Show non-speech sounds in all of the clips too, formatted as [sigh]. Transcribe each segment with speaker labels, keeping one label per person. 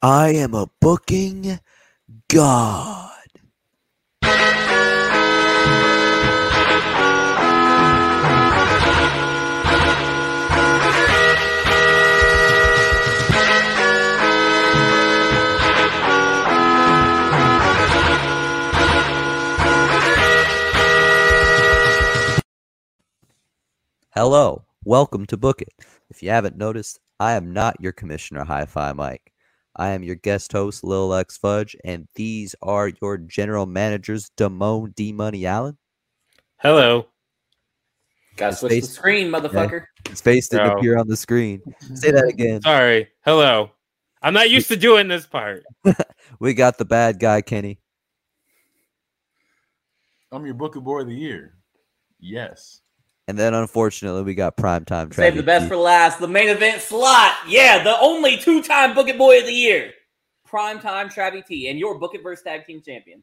Speaker 1: I am a booking god. Hello, welcome to Book It. If you haven't noticed, I am not your commissioner, Hi Fi Mike. I am your guest host, Lil X Fudge, and these are your general managers, Damone D Money Allen.
Speaker 2: Hello.
Speaker 3: Gotta
Speaker 1: His
Speaker 3: switch the
Speaker 1: face-
Speaker 3: screen, motherfucker.
Speaker 1: His face didn't
Speaker 2: No.
Speaker 1: appear on the
Speaker 3: [laughs]
Speaker 1: screen. Say that again.
Speaker 2: Sorry. Hello. I'm not
Speaker 1: [laughs]
Speaker 2: used to doing this part.
Speaker 1: We got the bad guy, Kenny.
Speaker 4: I'm your Booker Boy of the Year. Yes. [laughs]
Speaker 1: And then unfortunately, we got primetime Travis.
Speaker 3: Save the best for last. The main event slot. Yeah, the only two time Book It Boy of the Year. Primetime Travie T and your Book It verse tag team champion.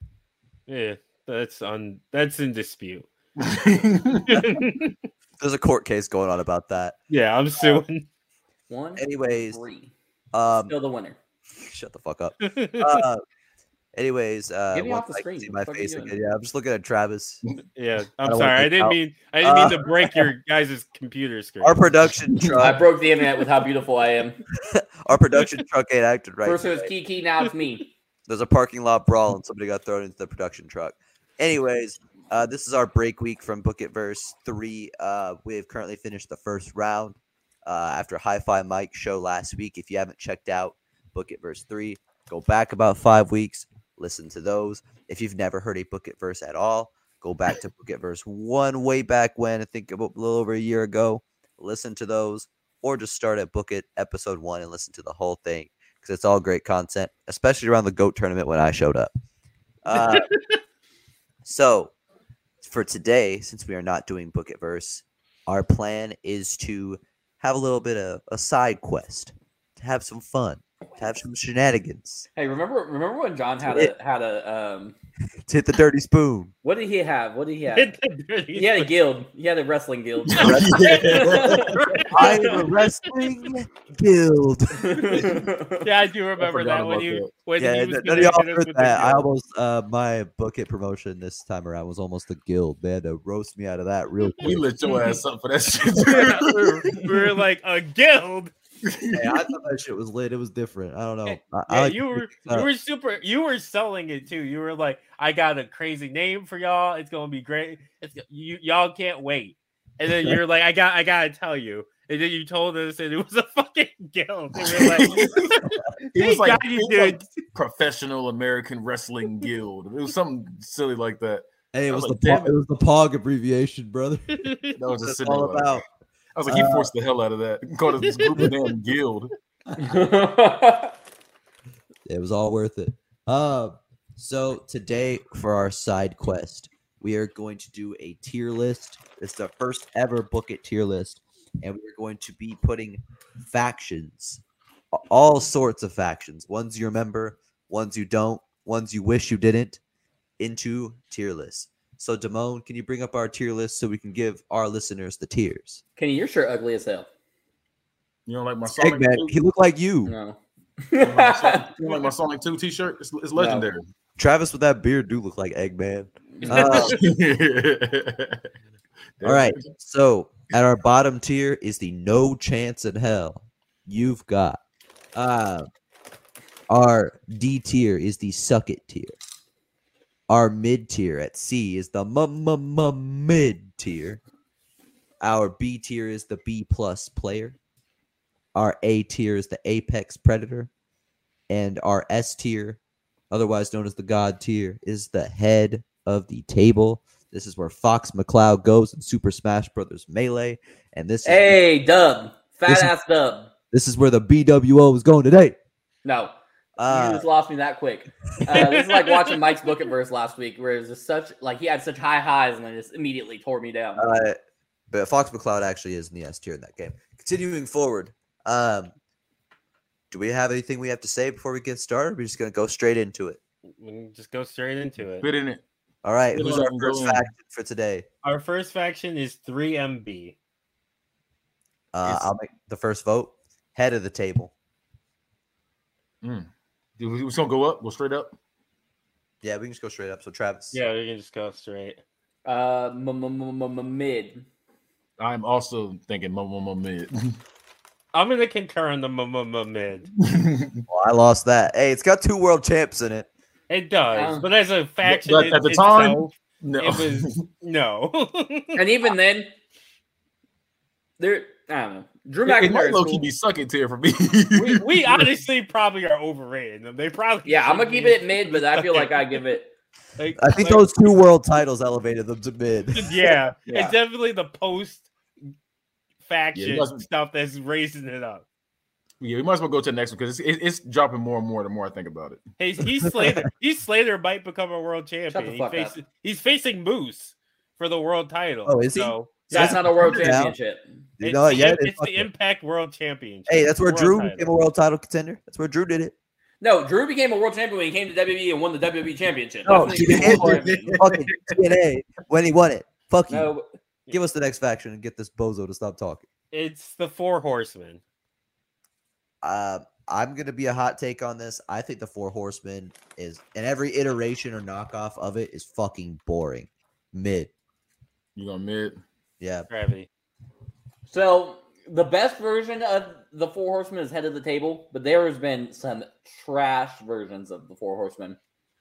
Speaker 2: Yeah, that's on that's in dispute. [laughs]
Speaker 1: There's a court case going on about that.
Speaker 2: yeah, I'm suing.
Speaker 3: One,
Speaker 1: Anyways,
Speaker 3: three.
Speaker 1: um,
Speaker 3: Still the winner.
Speaker 1: shut the fuck
Speaker 3: [laughs]
Speaker 1: up. Uh, anyways, uh,
Speaker 3: Get me
Speaker 1: once
Speaker 3: off the
Speaker 1: I can
Speaker 3: screen.
Speaker 1: see
Speaker 3: What
Speaker 1: my
Speaker 3: the fuck are you
Speaker 1: face
Speaker 3: doing?
Speaker 1: again. Yeah, I'm just looking at
Speaker 3: [laughs]
Speaker 1: Travis.
Speaker 2: [laughs] yeah,
Speaker 1: I
Speaker 2: I'm
Speaker 1: don't
Speaker 2: sorry.
Speaker 1: like
Speaker 2: I
Speaker 1: it.
Speaker 2: didn't
Speaker 1: I'll-
Speaker 2: mean I didn't mean
Speaker 1: Uh,
Speaker 2: to
Speaker 1: [laughs]
Speaker 2: break your guys' computer screen. [laughs]
Speaker 1: Our
Speaker 3: [laughs]
Speaker 1: production
Speaker 3: I
Speaker 1: truck,
Speaker 3: broke the internet with how beautiful I am.
Speaker 1: our production truck ain't acting [laughs] right.
Speaker 3: First it was
Speaker 1: today.
Speaker 3: Kiki, now
Speaker 1: [laughs]
Speaker 3: it's me.
Speaker 1: There's a parking lot brawl and somebody got thrown into the production truck. Anyways, uh, this is our break week from Book It Verse 3. Uh, we have currently finished the first round uh, after Hi Fi Mike show last week. If you haven't checked out Book It Verse 3, go back about five weeks, listen to those. If you've never heard a Book It Verse at all, go back to Book It Verse 1 way back when, I think about a little over a year ago. Listen to those, or just start at Book It episode 1 and listen to the whole thing because it's all great content, especially around the GOAT tournament when I showed up. Uh, so, for today, since we are not doing Book It Verse, our plan is to have a little bit of a side quest, to have some fun, to have some shenanigans,
Speaker 3: Hey, remember remember when John had a had a um
Speaker 1: to hit the dirty
Speaker 2: [laughs]
Speaker 1: spoon.
Speaker 3: what did he have? What did he have?
Speaker 2: Hit the dirty
Speaker 3: He had a guild. He had a wrestling
Speaker 1: [laughs]
Speaker 3: guild.
Speaker 1: I am a wrestling guild.
Speaker 2: yeah, I do remember
Speaker 4: forgot
Speaker 2: that when
Speaker 4: about
Speaker 2: you
Speaker 4: that.
Speaker 2: when
Speaker 1: yeah,
Speaker 2: he
Speaker 1: none
Speaker 2: was
Speaker 1: of
Speaker 2: gonna
Speaker 1: y'all
Speaker 2: hit us
Speaker 1: heard
Speaker 2: with the
Speaker 1: that. I
Speaker 2: guild.
Speaker 1: almost uh, my Book It promotion this time around was almost a guild. They had to roast me out of that real
Speaker 4: we
Speaker 1: quick.
Speaker 4: lit your ass up for that
Speaker 2: [laughs] Yeah, [laughs] we were,
Speaker 4: shit.
Speaker 1: [laughs]
Speaker 2: we were like a guild.
Speaker 1: Hey, I thought that shit was lit. It was different. I don't know. I, I
Speaker 2: Yeah,
Speaker 1: like
Speaker 2: you
Speaker 1: to
Speaker 2: were
Speaker 1: mix it
Speaker 2: you
Speaker 1: up.
Speaker 2: were super you were selling it too. You were like, I got a crazy name for y'all. It's gonna be great. It's you y'all can't wait. And then you're like, I got I gotta tell you. And then you told us and it was a [laughs] fucking guild. And we're
Speaker 5: [laughs]
Speaker 2: like,
Speaker 4: He was
Speaker 2: "Thank
Speaker 4: like,
Speaker 2: God
Speaker 4: he
Speaker 2: you
Speaker 4: was
Speaker 2: did.
Speaker 4: like professional American Wrestling Guild. It was something silly like that.
Speaker 1: Hey, it
Speaker 4: I'm
Speaker 1: was
Speaker 4: like,
Speaker 1: the
Speaker 4: damn
Speaker 1: pog, it was the pog abbreviation, brother.
Speaker 4: That was just
Speaker 1: That's
Speaker 4: sitting
Speaker 1: all
Speaker 4: there like-
Speaker 1: about.
Speaker 4: I was like, he forced the hell out of that. Called it this group of damn guild.
Speaker 1: It was all worth it. Uh, so today for our side quest, we are going to do a tier list. It's the first ever book it tier list, and we're going to be putting factions, a- all sorts of factions, ones you remember, ones you don't, ones you wish you didn't, into tier lists. So, Damone, can you bring up our tier list so we can give our listeners the tiers?
Speaker 3: [laughs] Kenny, you're sure ugly as hell.
Speaker 4: You know, like my Sonic
Speaker 1: Eggman,
Speaker 4: 2?
Speaker 1: he looked like you. [laughs]
Speaker 3: No.
Speaker 4: You know, like my
Speaker 1: Uh,
Speaker 4: Sonic- you know, like my Sonic 2 t shirt? It's, it's legendary.
Speaker 1: Travis with that beard do look like Eggman.
Speaker 4: [laughs]
Speaker 3: Uh,
Speaker 1: All right. So at our bottom tier is the no chance in hell. You've got. Uh, our D tier is the suck it tier. Our mid tier at C is the m- m- m- mid tier. Our B tier is the B plus player. Our A tier is the apex predator. And our S tier, otherwise known as the god tier, is the head of the table. This is where Fox McCloud goes in Super Smash Brothers Melee, and this is,
Speaker 3: hey, Dub. Fat
Speaker 1: This-
Speaker 3: ass Dub.
Speaker 1: this is where the BWO is going today.
Speaker 3: No. you
Speaker 1: Uh,
Speaker 3: just lost me that quick. Uh, this is like watching Mike's Book at Verse last week, where it was just such, like, he had such high highs and then just immediately tore me down.
Speaker 1: Uh, but Fox McCloud actually is in the S tier in that game. Continuing forward, um, do we have anything we have to say before we get started? We're just gonna go straight into it.
Speaker 2: Just go straight into it.
Speaker 4: Fit in it.
Speaker 1: All right,
Speaker 4: Good
Speaker 1: who's
Speaker 4: luck
Speaker 1: our
Speaker 4: and go
Speaker 1: first
Speaker 4: in.
Speaker 1: faction for today?
Speaker 2: Our first faction is 3MB.
Speaker 1: Uh,
Speaker 4: Yes.
Speaker 1: I'll make the first vote. Head of the table.
Speaker 4: Mm.
Speaker 5: It was it was gonna go up, go straight up.
Speaker 1: Yeah, we can just go straight up. So Travis,
Speaker 2: Yeah, you can just go straight.
Speaker 3: Uh, m- m- m- m- mid.
Speaker 5: I'm also thinking mum mum mum
Speaker 3: [laughs]
Speaker 5: mid.
Speaker 2: I'm gonna concur on the m- m- m- mid.
Speaker 1: Well, I lost that. Hey, it's got two world champs in it.
Speaker 2: It does,
Speaker 3: Um,
Speaker 2: but as a faction,
Speaker 5: but
Speaker 2: in
Speaker 5: at the time,
Speaker 2: itself,
Speaker 5: no, [laughs]
Speaker 2: it was [laughs] no.
Speaker 3: And even then, there. I don't know. Drew
Speaker 5: It- it
Speaker 3: McIntyre.
Speaker 5: might
Speaker 3: is
Speaker 5: low
Speaker 3: cool.
Speaker 5: key be sucking tier for me.
Speaker 2: we, we honestly probably are overrating them. They probably
Speaker 3: yeah, I'm
Speaker 2: should
Speaker 3: gonna keep
Speaker 2: be.
Speaker 3: it mid, but I feel like I give
Speaker 5: [laughs]
Speaker 3: it.
Speaker 2: Like-
Speaker 1: I think
Speaker 2: like-
Speaker 1: those two world titles elevated them to mid.
Speaker 2: Yeah,
Speaker 3: Yeah.
Speaker 2: it's definitely the post faction
Speaker 5: doesn't-
Speaker 2: stuff that's raising it up.
Speaker 5: [laughs] yeah, we might as well go to the next one because it's, it, it's dropping more and more the more I think about it.
Speaker 2: Hey, he's Slater.
Speaker 1: [laughs]
Speaker 2: he Slater might become a world champion. He
Speaker 3: fuck up.
Speaker 2: faces, he's facing Moose for the world title.
Speaker 1: Oh, is he?
Speaker 2: So,
Speaker 3: That's not a world
Speaker 1: Yeah.
Speaker 3: championship.
Speaker 1: You
Speaker 2: it's
Speaker 1: know,
Speaker 2: the,
Speaker 1: yeah,
Speaker 2: Im-
Speaker 1: they
Speaker 2: it's
Speaker 1: fucked
Speaker 2: the
Speaker 1: it.
Speaker 2: Impact World Championship.
Speaker 1: Hey, that's where
Speaker 2: World
Speaker 1: Drew
Speaker 2: title.
Speaker 1: became a world title contender. That's where Drew did it.
Speaker 3: No, Drew became a world champion when he came to WWE and won the WWE championship.
Speaker 1: No,
Speaker 5: Oh,
Speaker 3: That's
Speaker 1: he
Speaker 3: when he became a world
Speaker 1: did.
Speaker 3: champion.
Speaker 1: Fucking TNA when he won it. Fuck you.
Speaker 3: no,
Speaker 1: Give us the next faction and get this bozo to stop talking.
Speaker 2: It's the Four Horsemen.
Speaker 1: Uh, I'm gonna be a hot take on this. I think the Four Horsemen is, and every iteration or knockoff of it is fucking boring. Mid,
Speaker 5: You gonna mid?
Speaker 1: yeah.
Speaker 2: Gravity.
Speaker 3: So the best version of the Four Horsemen is head of the table, but there has been some trash versions of the Four Horsemen.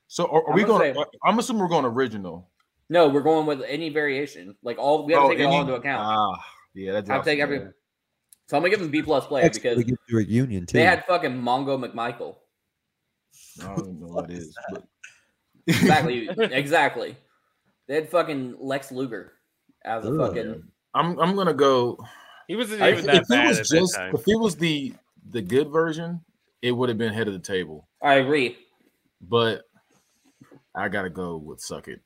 Speaker 5: So are, are
Speaker 3: I'm
Speaker 5: we
Speaker 3: gonna
Speaker 5: going? to I'm assuming we're going original.
Speaker 3: No, we're going with any variation. Like all we have to
Speaker 5: Oh,
Speaker 3: take it
Speaker 5: any-
Speaker 3: all into account.
Speaker 5: Ah, yeah, that
Speaker 3: I'll
Speaker 5: drops
Speaker 3: take
Speaker 5: it,
Speaker 3: every.
Speaker 5: man.
Speaker 3: So I'm gonna give them B plus play
Speaker 1: Next,
Speaker 3: because
Speaker 1: we get to reunion too.
Speaker 3: they had fucking Mongo McMichael.
Speaker 5: I
Speaker 3: [laughs]
Speaker 5: don't even know what it is. but-
Speaker 2: [laughs]
Speaker 3: Exactly, exactly. They had fucking Lex Luger as a
Speaker 1: Ooh.
Speaker 3: fucking.
Speaker 5: I'm I'm gonna go.
Speaker 2: He wasn't
Speaker 5: If,
Speaker 2: even that
Speaker 5: if it
Speaker 2: bad
Speaker 5: was
Speaker 2: at
Speaker 5: just
Speaker 2: that time.
Speaker 5: if it was the the good version, it would have been head of the table.
Speaker 3: I agree.
Speaker 5: But I gotta go with suck it.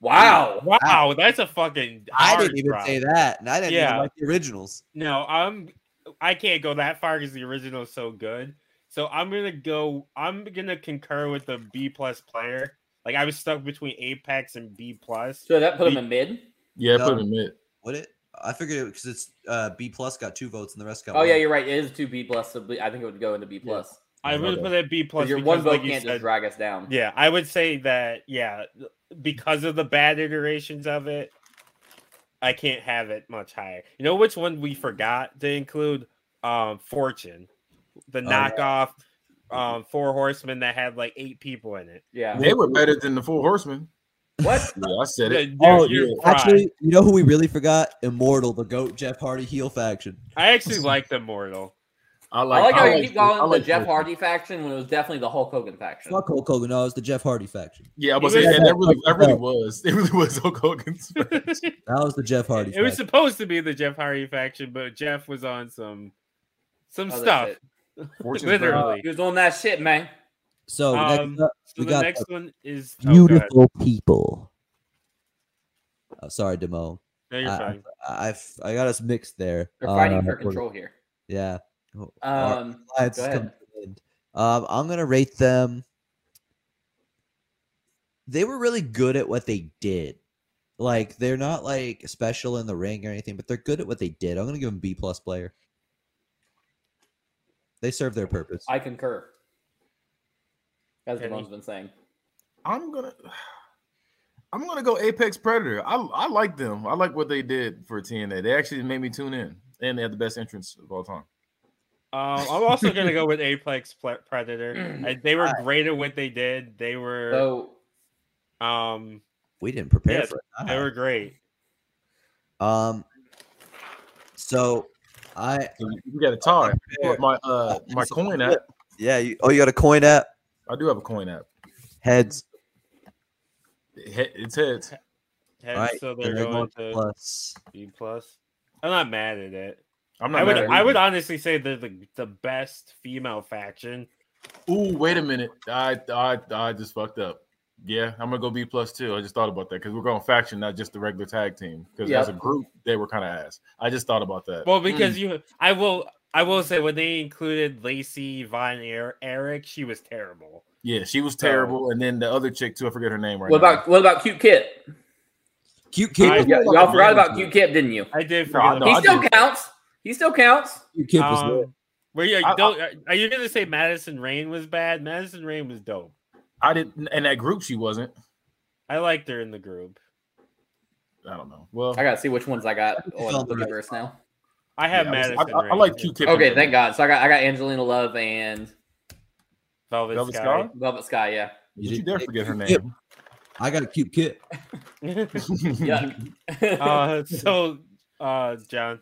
Speaker 3: Wow.
Speaker 2: Wow, that's a fucking.
Speaker 1: I
Speaker 2: hard
Speaker 1: didn't even
Speaker 2: drop.
Speaker 1: say that, and I didn't
Speaker 2: Yeah.
Speaker 1: even like the originals.
Speaker 2: No, I'm. I can't go that far because the original is so good. So I'm gonna go. I'm gonna concur with the B plus player. Like I was stuck between Apex and B plus.
Speaker 3: So that put him in mid.
Speaker 5: Yeah,
Speaker 1: No.
Speaker 5: put him in mid.
Speaker 1: Would it? I figured it because it's uh, B plus got two votes and the rest got.
Speaker 3: Oh
Speaker 1: one.
Speaker 3: yeah, you're right. It is two B plus. So I think it would go into B plus.
Speaker 2: I would
Speaker 5: Okay.
Speaker 2: put it at B plus.
Speaker 3: Because your
Speaker 2: because,
Speaker 3: one vote
Speaker 2: like you
Speaker 3: can't
Speaker 2: said-
Speaker 3: just drag us down.
Speaker 2: Yeah, I would say that. Yeah, because of the bad iterations of it, I can't have it much higher. You know which one we forgot to include? Um, Fortune, the
Speaker 1: yeah.
Speaker 2: knockoff, um, Four Horsemen that had like eight people in it.
Speaker 3: Yeah.
Speaker 5: They were better than the four horsemen.
Speaker 3: What?
Speaker 5: Yeah, I said it.
Speaker 2: You're-
Speaker 1: Oh,
Speaker 2: you're
Speaker 5: yeah.
Speaker 2: fried.
Speaker 1: Actually, you know who we really forgot? Immortal, the goat Jeff Hardy heel faction.
Speaker 2: I actually like the mortal.
Speaker 3: [laughs]
Speaker 5: I
Speaker 3: I
Speaker 5: like.
Speaker 3: like how
Speaker 5: I
Speaker 3: you
Speaker 5: like-
Speaker 3: keep calling
Speaker 5: I
Speaker 3: it
Speaker 5: like
Speaker 3: the Jeff
Speaker 5: Hulk.
Speaker 3: Hardy faction when it was definitely the Hulk Hogan faction.
Speaker 1: Fuck Hulk Hogan. No, it's the Jeff Hardy faction.
Speaker 5: Yeah, I was
Speaker 2: He
Speaker 5: saying
Speaker 2: was-
Speaker 5: that really, that [laughs] really was. It really was Hulk [laughs] Hogan's.
Speaker 2: it
Speaker 1: That was the Jeff Hardy.
Speaker 2: was
Speaker 1: faction.
Speaker 2: supposed to be the Jeff Hardy faction, but Jeff was on some some
Speaker 3: Other
Speaker 2: stuff.
Speaker 3: shit.
Speaker 5: Fortune's better.
Speaker 2: Literally.
Speaker 3: He was on that shit, man.
Speaker 1: so
Speaker 2: um,
Speaker 1: next up,
Speaker 2: So
Speaker 1: we
Speaker 2: the
Speaker 1: got
Speaker 2: next one is oh, go ahead.
Speaker 1: beautiful people. Oh, sorry, Demo.
Speaker 2: No, you're
Speaker 1: I-
Speaker 2: fine.
Speaker 1: I f- I got us mixed there.
Speaker 3: They're fighting
Speaker 1: Uh,
Speaker 3: for
Speaker 1: we're-
Speaker 3: control here.
Speaker 1: Yeah. Oh, our
Speaker 3: Um,
Speaker 1: alliance
Speaker 3: go
Speaker 1: is
Speaker 3: ahead.
Speaker 1: coming to an end. Um, I'm gonna rate them. They were really good at what they did. Like they're not like special in the ring or anything, but they're good at what they did. I'm gonna give them B plus player. They serve their purpose.
Speaker 3: I concur. As
Speaker 2: Kenny.
Speaker 3: Damon's been saying.
Speaker 5: I'm gonna. I'm gonna go Apex Predator. I, I like them. I like what they did for TNA. They actually made me tune in, and they had the best entrance of all time.
Speaker 2: Um, I'm also gonna go with Apex Ple- Predator. I- they were
Speaker 1: Alright.
Speaker 2: great at what they did. They were
Speaker 3: So
Speaker 2: um
Speaker 1: We didn't prepare
Speaker 2: Yes,
Speaker 1: for
Speaker 2: they
Speaker 1: it.
Speaker 2: were great.
Speaker 1: nah. Um. So, I
Speaker 5: So We got a tie. Where's My uh, my coin app.
Speaker 1: yeah. You, oh, you got a coin app
Speaker 5: I do have a coin app.
Speaker 1: heads.
Speaker 5: It he- It's heads.
Speaker 2: Heads,
Speaker 1: Alright,
Speaker 2: So
Speaker 1: and
Speaker 2: they're going to
Speaker 1: plus.
Speaker 2: B plus. I'm not mad at it.
Speaker 5: I'm not.
Speaker 2: I would
Speaker 5: mad at
Speaker 2: I
Speaker 5: you.
Speaker 2: would honestly say they're the, the best female faction.
Speaker 5: Ooh, wait a minute. I I I just fucked up. Yeah, I'm gonna go B plus two. I just thought about that because we're going faction, not just the regular tag team. Because as a
Speaker 3: Yep. Mm.
Speaker 5: group, they were kind of ass. I just thought about that.
Speaker 4: Mm.
Speaker 2: Well, because you, I will, I will say when they included Lacey Von Er- Eric, she was terrible.
Speaker 5: yeah, she was terrible, and then the other chick too. I forget her name right
Speaker 3: what
Speaker 5: now.
Speaker 3: about what about Cute Kit?
Speaker 1: Cute
Speaker 2: I-
Speaker 1: kid.
Speaker 3: Y'all,
Speaker 5: like
Speaker 3: y'all
Speaker 5: a
Speaker 3: forgot
Speaker 5: man
Speaker 3: about
Speaker 5: to
Speaker 3: Cute
Speaker 5: it.
Speaker 3: Kid, didn't you?
Speaker 2: I did
Speaker 5: No,
Speaker 2: forget.
Speaker 5: no,
Speaker 2: about
Speaker 3: he
Speaker 2: that.
Speaker 5: I did.
Speaker 3: still counts. He still counts.
Speaker 1: Cute kid was lit.
Speaker 2: Um, Were you
Speaker 4: I-
Speaker 2: don't? are you gonna say Madison Rain was bad? Madison Rain was dope.
Speaker 4: I didn't, and that group she wasn't.
Speaker 2: I liked her in the group.
Speaker 4: I don't know. Well,
Speaker 3: I gotta see which ones I got on
Speaker 1: Sounds
Speaker 3: the
Speaker 1: right.
Speaker 3: universe now.
Speaker 2: I have
Speaker 4: yeah, I was-
Speaker 2: Madison.
Speaker 4: I, I- I
Speaker 2: Rain
Speaker 4: like
Speaker 2: in
Speaker 4: Q Kip.
Speaker 3: Okay, thank God. So I got I got Angelina Love and
Speaker 2: Velvet,
Speaker 4: Velvet
Speaker 2: Sky.
Speaker 3: Velvet Sky. Yeah,
Speaker 4: Did you dare forget her
Speaker 6: Yep.
Speaker 4: name?
Speaker 6: I got to keep Kit.
Speaker 5: [laughs]
Speaker 3: yeah.
Speaker 2: [laughs]
Speaker 3: [laughs]
Speaker 2: uh, so, uh, John,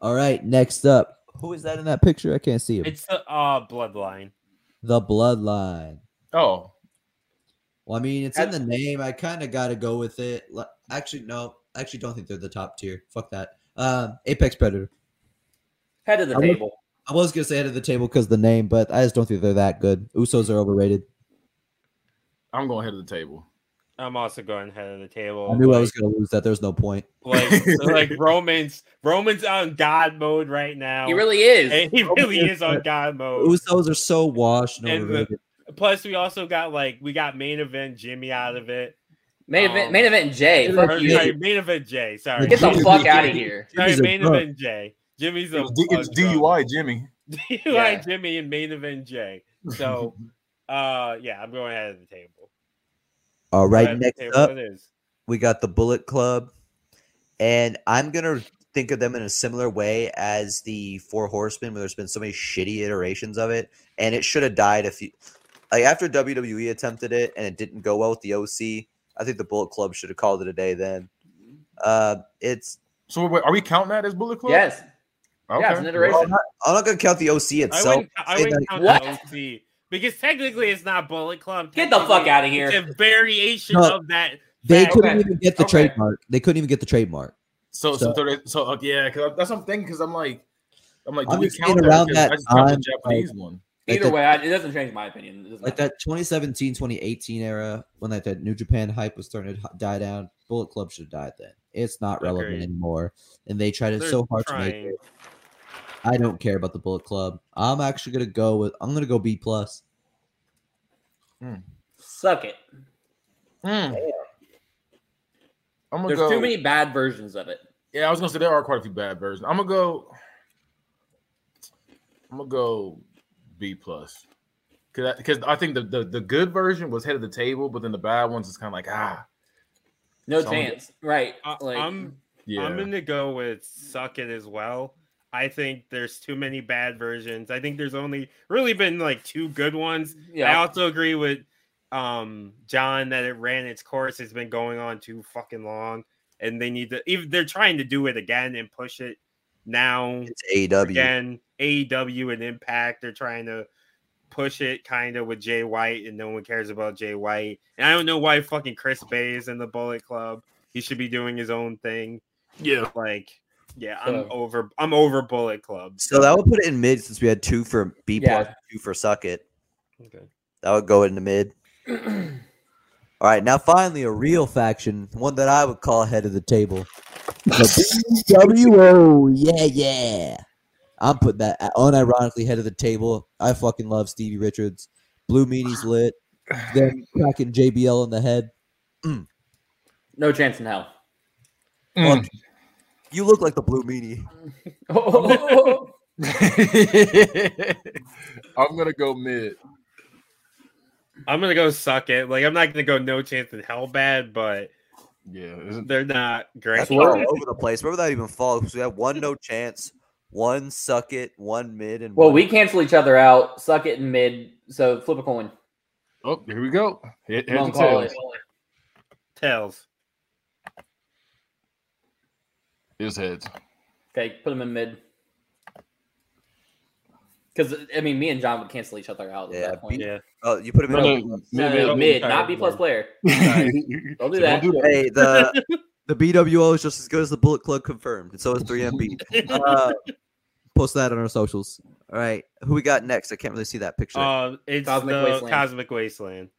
Speaker 6: All right, next up. Who is that in that picture? I can't see him.
Speaker 2: it's the uh, Bloodline.
Speaker 6: the Bloodline.
Speaker 4: oh,
Speaker 6: Well, I mean, it's in
Speaker 3: That's-
Speaker 6: the name. I kind of got to go with it. Li- Actually, no. I actually don't think they're the top tier. Fuck that. Um, Apex Predator.
Speaker 3: Head of the
Speaker 6: I would-
Speaker 3: table.
Speaker 6: I was gonna say head of the table because the name, but I just don't think they're that good. Usos are overrated.
Speaker 4: I'm going head of the table.
Speaker 2: I'm also going head of the table.
Speaker 6: I knew I
Speaker 2: like-
Speaker 6: was gonna lose that. There's no point.
Speaker 2: like
Speaker 4: [laughs]
Speaker 2: so, like Romans. Romans on God mode right now.
Speaker 3: He really is.
Speaker 2: And he really is on God mode.
Speaker 6: Usos are so washed. And
Speaker 2: Oh. And the-
Speaker 6: overrated.
Speaker 2: Plus, we also got like we got main event Jimmy out of it.
Speaker 3: main
Speaker 2: um,
Speaker 3: event. Main event. Jay.
Speaker 6: Main
Speaker 3: Fuck
Speaker 2: Or,
Speaker 6: event
Speaker 3: you.
Speaker 2: sorry, main event Jay. Sorry,
Speaker 3: Get the
Speaker 6: Jimmy's
Speaker 2: [laughs]
Speaker 3: fuck
Speaker 6: a-
Speaker 3: out of here.
Speaker 2: sorry,
Speaker 6: Jimmy's a
Speaker 2: main
Speaker 6: drunk.
Speaker 2: event Jay. Jimmy's a,
Speaker 4: It was D- It's
Speaker 2: a [laughs] drunk.
Speaker 4: DUI, Jimmy.
Speaker 2: DUI
Speaker 3: Yeah.
Speaker 2: Jimmy and main event Jay. So, uh, yeah, I'm going ahead of the table.
Speaker 6: All
Speaker 2: Head
Speaker 6: right,
Speaker 2: of the
Speaker 6: next
Speaker 2: table
Speaker 6: up,
Speaker 2: it is.
Speaker 1: we got the Bullet Club, and I'm gonna think of them in a similar way as the Four Horsemen, where there's been so many shitty iterations of it, and it should have died if you like after WWE attempted it and it didn't go well with the OC. I think the Bullet Club should have called it a day then. Uh, it's
Speaker 4: So wait, are we counting that as Bullet Club?
Speaker 3: Yes.
Speaker 4: Okay.
Speaker 3: Yeah, it's an iteration.
Speaker 1: I'm not gonna count the OC
Speaker 2: I
Speaker 1: itself.
Speaker 2: wouldn't, I
Speaker 1: say
Speaker 2: wouldn't
Speaker 1: that-
Speaker 2: count
Speaker 3: What?
Speaker 2: the OC because technically it's not Bullet Club.
Speaker 3: Get the fuck
Speaker 2: Technically,
Speaker 3: out of here.
Speaker 2: It's a variation
Speaker 6: No.
Speaker 2: of that.
Speaker 6: they
Speaker 2: fact.
Speaker 6: couldn't
Speaker 3: Okay.
Speaker 6: even get the
Speaker 3: Okay.
Speaker 6: trademark. They couldn't even get the trademark.
Speaker 4: So so
Speaker 6: So-
Speaker 4: so, so uh, yeah, because that's what I'm thinking. Because I'm like, I'm like, do
Speaker 6: I'm
Speaker 4: we
Speaker 6: just
Speaker 4: count
Speaker 6: saying
Speaker 4: that?
Speaker 6: around
Speaker 4: 'Cause
Speaker 6: that
Speaker 4: I just counted
Speaker 6: time,
Speaker 4: the Japanese one.
Speaker 6: Like
Speaker 3: Either
Speaker 6: that-
Speaker 3: way, I, it doesn't change my opinion. It doesn't
Speaker 6: Like
Speaker 3: matter.
Speaker 6: that 2017, 2018 era when like that New Japan hype was starting to h- die down. Bullet Club should have died then. It's not relevant
Speaker 2: Agreed.
Speaker 6: anymore, and they tried it
Speaker 2: They're
Speaker 6: so hard to make
Speaker 2: trying.
Speaker 6: it. I don't care about the Bullet Club. I'm actually gonna go with. I'm gonna go B plus.
Speaker 3: Suck it.
Speaker 4: Mm. I'm gonna
Speaker 3: There's
Speaker 4: go.
Speaker 3: too many bad versions of it.
Speaker 4: Yeah, I was gonna say there are quite a few bad versions. I'm gonna go. I'm gonna go B plus. Because I, 'cause I think the, the the good version was head of the table, but then the bad ones is kind of like ah
Speaker 3: No
Speaker 4: So I'm-
Speaker 3: chance. Right.
Speaker 2: I-
Speaker 3: Like,
Speaker 2: I'm
Speaker 4: yeah.
Speaker 2: I'm gonna go with suck it as well. I think there's too many bad versions. I think there's only really been like two good ones. I
Speaker 3: yeah.
Speaker 2: also agree with um John that it ran its course. It's been going on too fucking long, and they need to. If they're trying to do it again and push it now
Speaker 1: It's AEW.
Speaker 2: again, AEW and Impact, they're trying to push it kind of with Jay White, and no one cares about Jay White. And I don't know why fucking Chris Bay is in the Bullet Club. He should be doing his own thing
Speaker 4: yeah.
Speaker 2: like yeah
Speaker 3: So-
Speaker 2: i'm over i'm over bullet club
Speaker 1: So that would put it in mid since we had two for B plus,
Speaker 3: Yeah.
Speaker 1: two for Suck It.
Speaker 2: okay
Speaker 1: That would go into mid. All right, now finally a real faction, one that I would call head of the table. The BWO, yeah, yeah. I'm putting that unironically head of the table. I fucking love Stevie Richards. Blue Meanie's lit. Then cracking JBL in the head.
Speaker 3: no chance in hell. [laughs]
Speaker 4: Mm.
Speaker 1: You look like the Blue Meanie.
Speaker 4: [laughs] I'm gonna go mid.
Speaker 2: i'm gonna go suck it like i'm not gonna go no chance in hell bad but
Speaker 4: Yeah, isn't
Speaker 2: they're not great
Speaker 1: That's all over the place. Where would that even fall? Because we had one no chance, one suck it, one mid, and
Speaker 3: well,
Speaker 1: one
Speaker 3: we cancel each other out. Suck it in mid. So flip a coin.
Speaker 4: oh here we go. Here- here's
Speaker 3: Don't
Speaker 4: the
Speaker 3: call
Speaker 4: tails.
Speaker 3: it.
Speaker 2: tails
Speaker 4: Here's heads.
Speaker 3: Okay, put them in mid. Because I mean, me and John would cancel each other out at
Speaker 1: Yeah,
Speaker 3: that point.
Speaker 1: beat-
Speaker 2: yeah
Speaker 1: Oh, you put him
Speaker 4: No,
Speaker 1: in.
Speaker 4: no,
Speaker 3: No,
Speaker 4: mid-
Speaker 3: no,
Speaker 2: mid-
Speaker 3: mid,
Speaker 2: okay,
Speaker 3: not B plus
Speaker 2: mid.
Speaker 3: player.
Speaker 5: [laughs]
Speaker 3: Don't do
Speaker 4: So
Speaker 3: that.
Speaker 4: Don't do that.
Speaker 1: Hey,
Speaker 3: [laughs]
Speaker 1: the the BWO is just as good as the Bullet Club confirmed, and so is
Speaker 3: [laughs]
Speaker 1: 3MB. Uh, post that on our socials. All right, who we got next? I can't really see that picture.
Speaker 2: um it's
Speaker 3: Cosmic
Speaker 2: the
Speaker 3: Wasteland.
Speaker 2: cosmic wasteland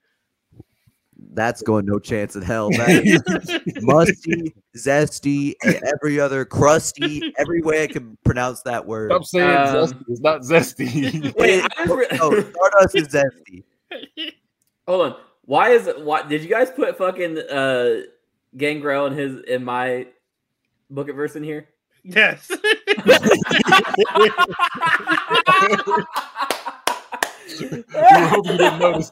Speaker 1: That's going no chance in hell. That is
Speaker 3: [laughs]
Speaker 1: musty, zesty, and every other crusty, every way I can pronounce that word.
Speaker 4: Stop saying
Speaker 3: Um,
Speaker 4: zesty. It's not zesty.
Speaker 3: Wait,
Speaker 1: It-
Speaker 3: I just re-
Speaker 1: oh,
Speaker 3: [laughs]
Speaker 1: Stardust is zesty.
Speaker 3: hold on. Why is it? Why did you guys put fucking uh, Gangrel in his in my bucket verse in here?
Speaker 2: yes
Speaker 5: We were hoping [laughs] you didn't notice.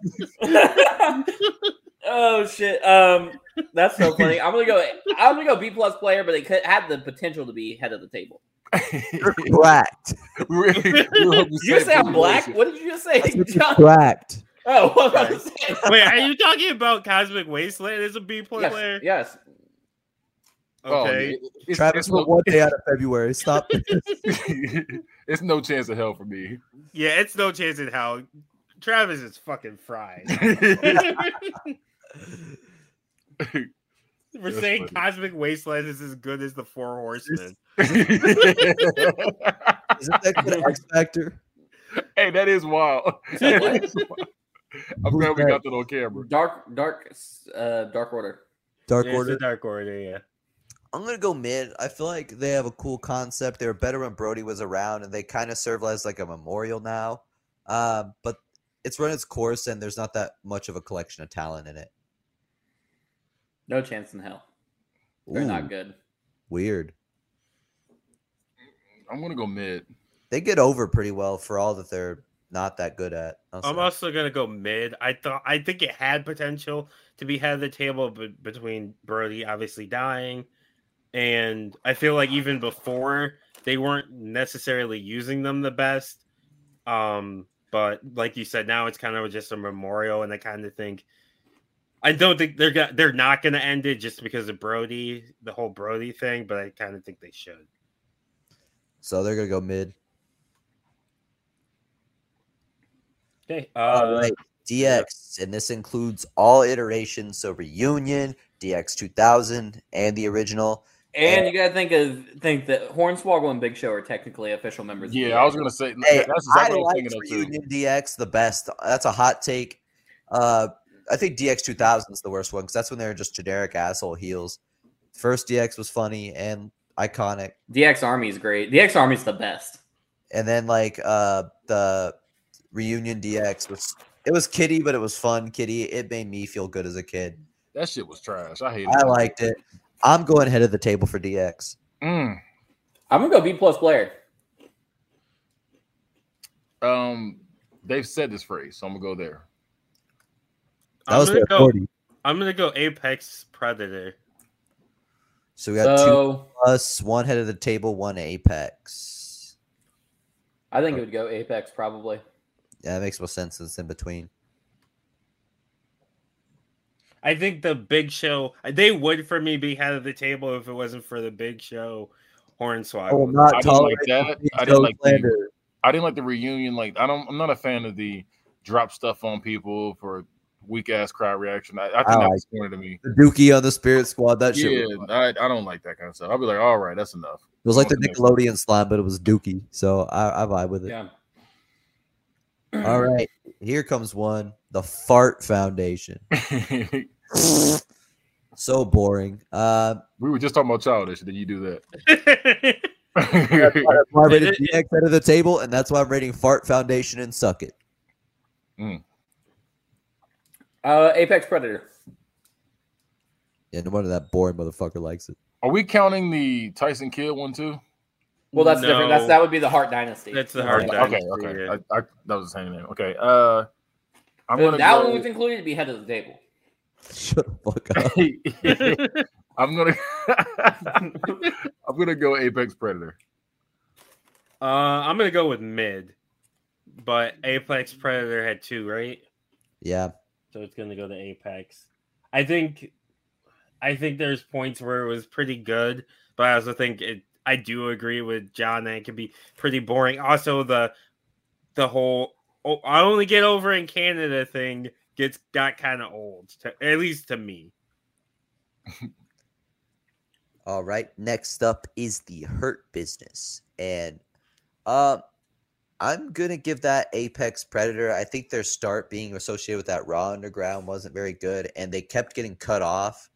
Speaker 3: oh shit. Um, that's so funny. I'm gonna go. I'm gonna go B plus player, but it could had the potential to be head of the table.
Speaker 1: You're cracked.
Speaker 5: we were, we were hoping
Speaker 3: Did you
Speaker 5: said
Speaker 3: say I'm
Speaker 5: Pete
Speaker 3: black?
Speaker 5: Wilson.
Speaker 3: What did you just
Speaker 1: [laughs]
Speaker 3: say?
Speaker 1: That's what you
Speaker 3: [laughs] John?
Speaker 1: cracked.
Speaker 3: Oh, what was I saying?
Speaker 2: [laughs] Wait, are you talking about Cosmic Wasteland as a B play player?
Speaker 3: Yes, yes.
Speaker 5: Oh,
Speaker 2: Okay.
Speaker 5: it- it's,
Speaker 1: Travis
Speaker 5: it's no-
Speaker 1: went one
Speaker 2: [laughs]
Speaker 1: day out of February. Stop.
Speaker 5: [laughs] it's no chance of hell for me.
Speaker 2: yeah, it's no chance in hell. Travis is fucking fried. We're
Speaker 5: That's
Speaker 2: saying
Speaker 5: funny.
Speaker 2: Cosmic Wasteland is as good as the Four Horsemen.
Speaker 5: hey,
Speaker 1: Isn't that good X Factor?
Speaker 5: that is wild. [laughs]
Speaker 3: What?
Speaker 5: I'm glad we
Speaker 1: that?
Speaker 5: got that on camera.
Speaker 3: Dark, dark, uh, dark order.
Speaker 1: Dark
Speaker 2: Yeah, it's
Speaker 1: Order.
Speaker 2: the Dark Order, yeah.
Speaker 1: I'm gonna go mid. I feel like they have a cool concept. They were better when Brody was around, and they kind of serve as like a memorial now. Um, but it's run its course, and there's not that much of a collection of talent in it.
Speaker 3: No chance in hell. They're
Speaker 1: Ooh,
Speaker 3: not good.
Speaker 1: Weird.
Speaker 5: I'm gonna go mid.
Speaker 1: They get over pretty well for all that they're not that good at. I'll say.
Speaker 2: I'm also gonna go mid. I thought I think it had potential to be head of the table, but between Brody obviously dying, and I feel like even before they weren't necessarily using them the best. Um, but like you said, now it's kind of just a memorial, and I kind of think I don't think they're gonna they're not gonna end it just because of Brody, the whole Brody thing. But I kind of think they should.
Speaker 1: so they're gonna go mid.
Speaker 2: Okay.
Speaker 3: Oh,
Speaker 1: All right, DX, and this includes all iterations, so Reunion, DX 2000, and the original.
Speaker 3: And you gotta think of think that Hornswoggle and Big Show are technically official members. of the
Speaker 5: Yeah, I was gonna say
Speaker 1: Hey,
Speaker 5: that's
Speaker 1: I
Speaker 5: exactly what I
Speaker 1: like
Speaker 5: was thinking of
Speaker 1: Reunion DX the best. That's a hot take. Uh, I think DX 2000 is the worst one because that's when they were just generic asshole heels. First DX was funny and iconic,
Speaker 3: DX Army is great. DX Army is the best.
Speaker 1: and then like uh, the Reunion DX was it was kitty, but it was fun kitty. It made me feel good as a kid.
Speaker 5: too. That shit was trash. I hate it.
Speaker 1: I liked it. I'm going head of the table for DX.
Speaker 5: Mm.
Speaker 3: I'm gonna go B plus player.
Speaker 5: Um, they've said this phrase, so I'm gonna go there.
Speaker 1: That
Speaker 2: I'm
Speaker 1: was
Speaker 2: gonna
Speaker 1: their
Speaker 2: go.
Speaker 1: 40.
Speaker 2: I'm gonna go Apex Predator.
Speaker 1: So we got two
Speaker 3: So
Speaker 1: plus one head of the table, one apex.
Speaker 3: I think it would go Apex probably.
Speaker 1: Yeah, that makes more sense. It's in between.
Speaker 2: I think the Big Show they would for me be head of the table if it wasn't for the Big Show Hornswoggle.
Speaker 1: not
Speaker 5: I didn't like that. I didn't like the,
Speaker 1: slander.
Speaker 5: I didn't like the reunion. Like I don't. I'm not a fan of the drop stuff on people for weak ass crowd reaction. I, I think
Speaker 1: I
Speaker 5: that
Speaker 1: like
Speaker 5: was corny to me.
Speaker 1: the Dookie on the Spirit Squad. That shit
Speaker 5: Yeah,
Speaker 1: was, fun.
Speaker 5: I, I don't like that kind of stuff. I'll be like, all right, that's
Speaker 1: [laughs]
Speaker 5: enough.
Speaker 1: it was like the
Speaker 5: Okay.
Speaker 1: Nickelodeon slime, but it was Dookie. So I, I vibe with it.
Speaker 3: Yeah.
Speaker 1: [clears throat] All right, here comes one: the Fart Foundation.
Speaker 5: we
Speaker 1: so boring.
Speaker 5: [laughs]
Speaker 1: Uh,
Speaker 5: were just talking about childish, and then you do that.
Speaker 1: that's [laughs] why that's why I rated
Speaker 2: It- it-
Speaker 1: DX head of the table, and that's why I'm rating Fart Foundation and Suck It.
Speaker 3: Uh, Apex Predator.
Speaker 1: Yeah, no wonder that boring motherfucker likes it. [laughs]
Speaker 5: Are we counting the Tyson Kidd one too?
Speaker 3: Well, that's
Speaker 2: No.
Speaker 3: different. That's that would be the Heart Dynasty.
Speaker 2: That's the
Speaker 5: Okay,
Speaker 2: Heart
Speaker 5: okay,
Speaker 2: Dynasty,
Speaker 5: okay.
Speaker 2: yeah.
Speaker 5: I, I, that was the same name. Okay, uh, I'm gonna
Speaker 3: that
Speaker 5: go.
Speaker 3: one was included to be head of the table.
Speaker 1: Shut the fuck
Speaker 5: [laughs]
Speaker 1: up.
Speaker 5: I'm gonna. [laughs] I'm gonna go Apex Predator.
Speaker 2: [laughs] uh, I'm gonna go with mid, but Apex Predator had two, right?
Speaker 1: Yeah,
Speaker 2: So it's gonna go to Apex. I think, I think there's points where it was pretty good, but I also think it. I do agree with John that it can be pretty boring. Also, the the whole oh, I only get over in Canada thing gets got kind of old, to, at least to me.
Speaker 1: All right. Next up is the Hurt Business, and um, I'm gonna give that Apex Predator. I think their start being associated with that Raw Underground wasn't very good, and they kept getting cut off,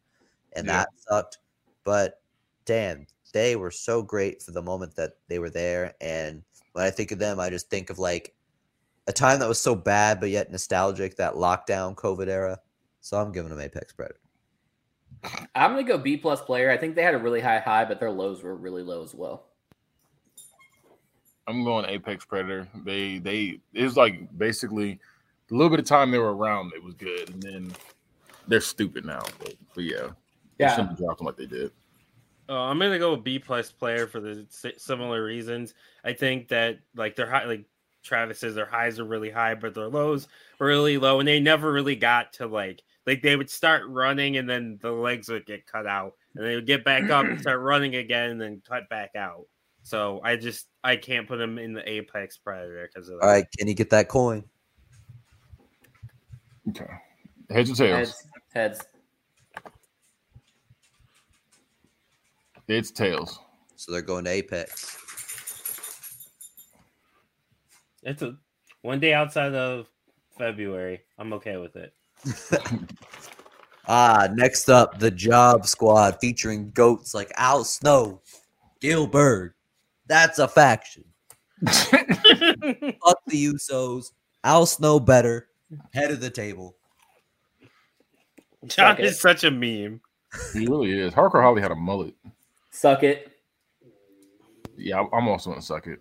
Speaker 1: and
Speaker 5: Yeah.
Speaker 1: that sucked. But damn, they were so great for the moment that they were there. And when I think of them, I just think of like a time that was so bad but yet nostalgic. That lockdown COVID era. So I'm giving them Apex Predator.
Speaker 3: I'm gonna go B plus player. I think they had a really high high, but their lows were really low as well.
Speaker 5: I'm going Apex Predator. They they it was like basically a little bit of time they were around, it was good, and then they're stupid now. But, but yeah, they
Speaker 3: Yeah.
Speaker 5: shouldn't be dropping like they did.
Speaker 2: Uh, I'm gonna go with B plus player for the si- similar reasons. I think that like their high, like Travis says, their highs are really high, but their lows were really low, and they never really got to like like they would start running, and then the legs would get cut out, and they would get back up and start running again, and then cut back out. So I just I can't put them in the apex predator because of that.
Speaker 1: All right, can you get that coin?
Speaker 5: Okay, heads or tails?
Speaker 3: Heads. Heads. [laughs]
Speaker 5: It's tails.
Speaker 1: So they're going to Apex.
Speaker 2: It's a one day outside of February. I'm okay with it.
Speaker 1: Ah, next up, the Job Squad featuring goats like Al Snow, Gilbert. That's a faction. Fuck the Usos. Al Snow better. Head of the table.
Speaker 2: John
Speaker 3: Suck it.
Speaker 2: is such a meme.
Speaker 5: He really is. Hardcore Holly had a mullet.
Speaker 3: Suck it.
Speaker 5: Yeah, I'm- I'm also gonna suck it.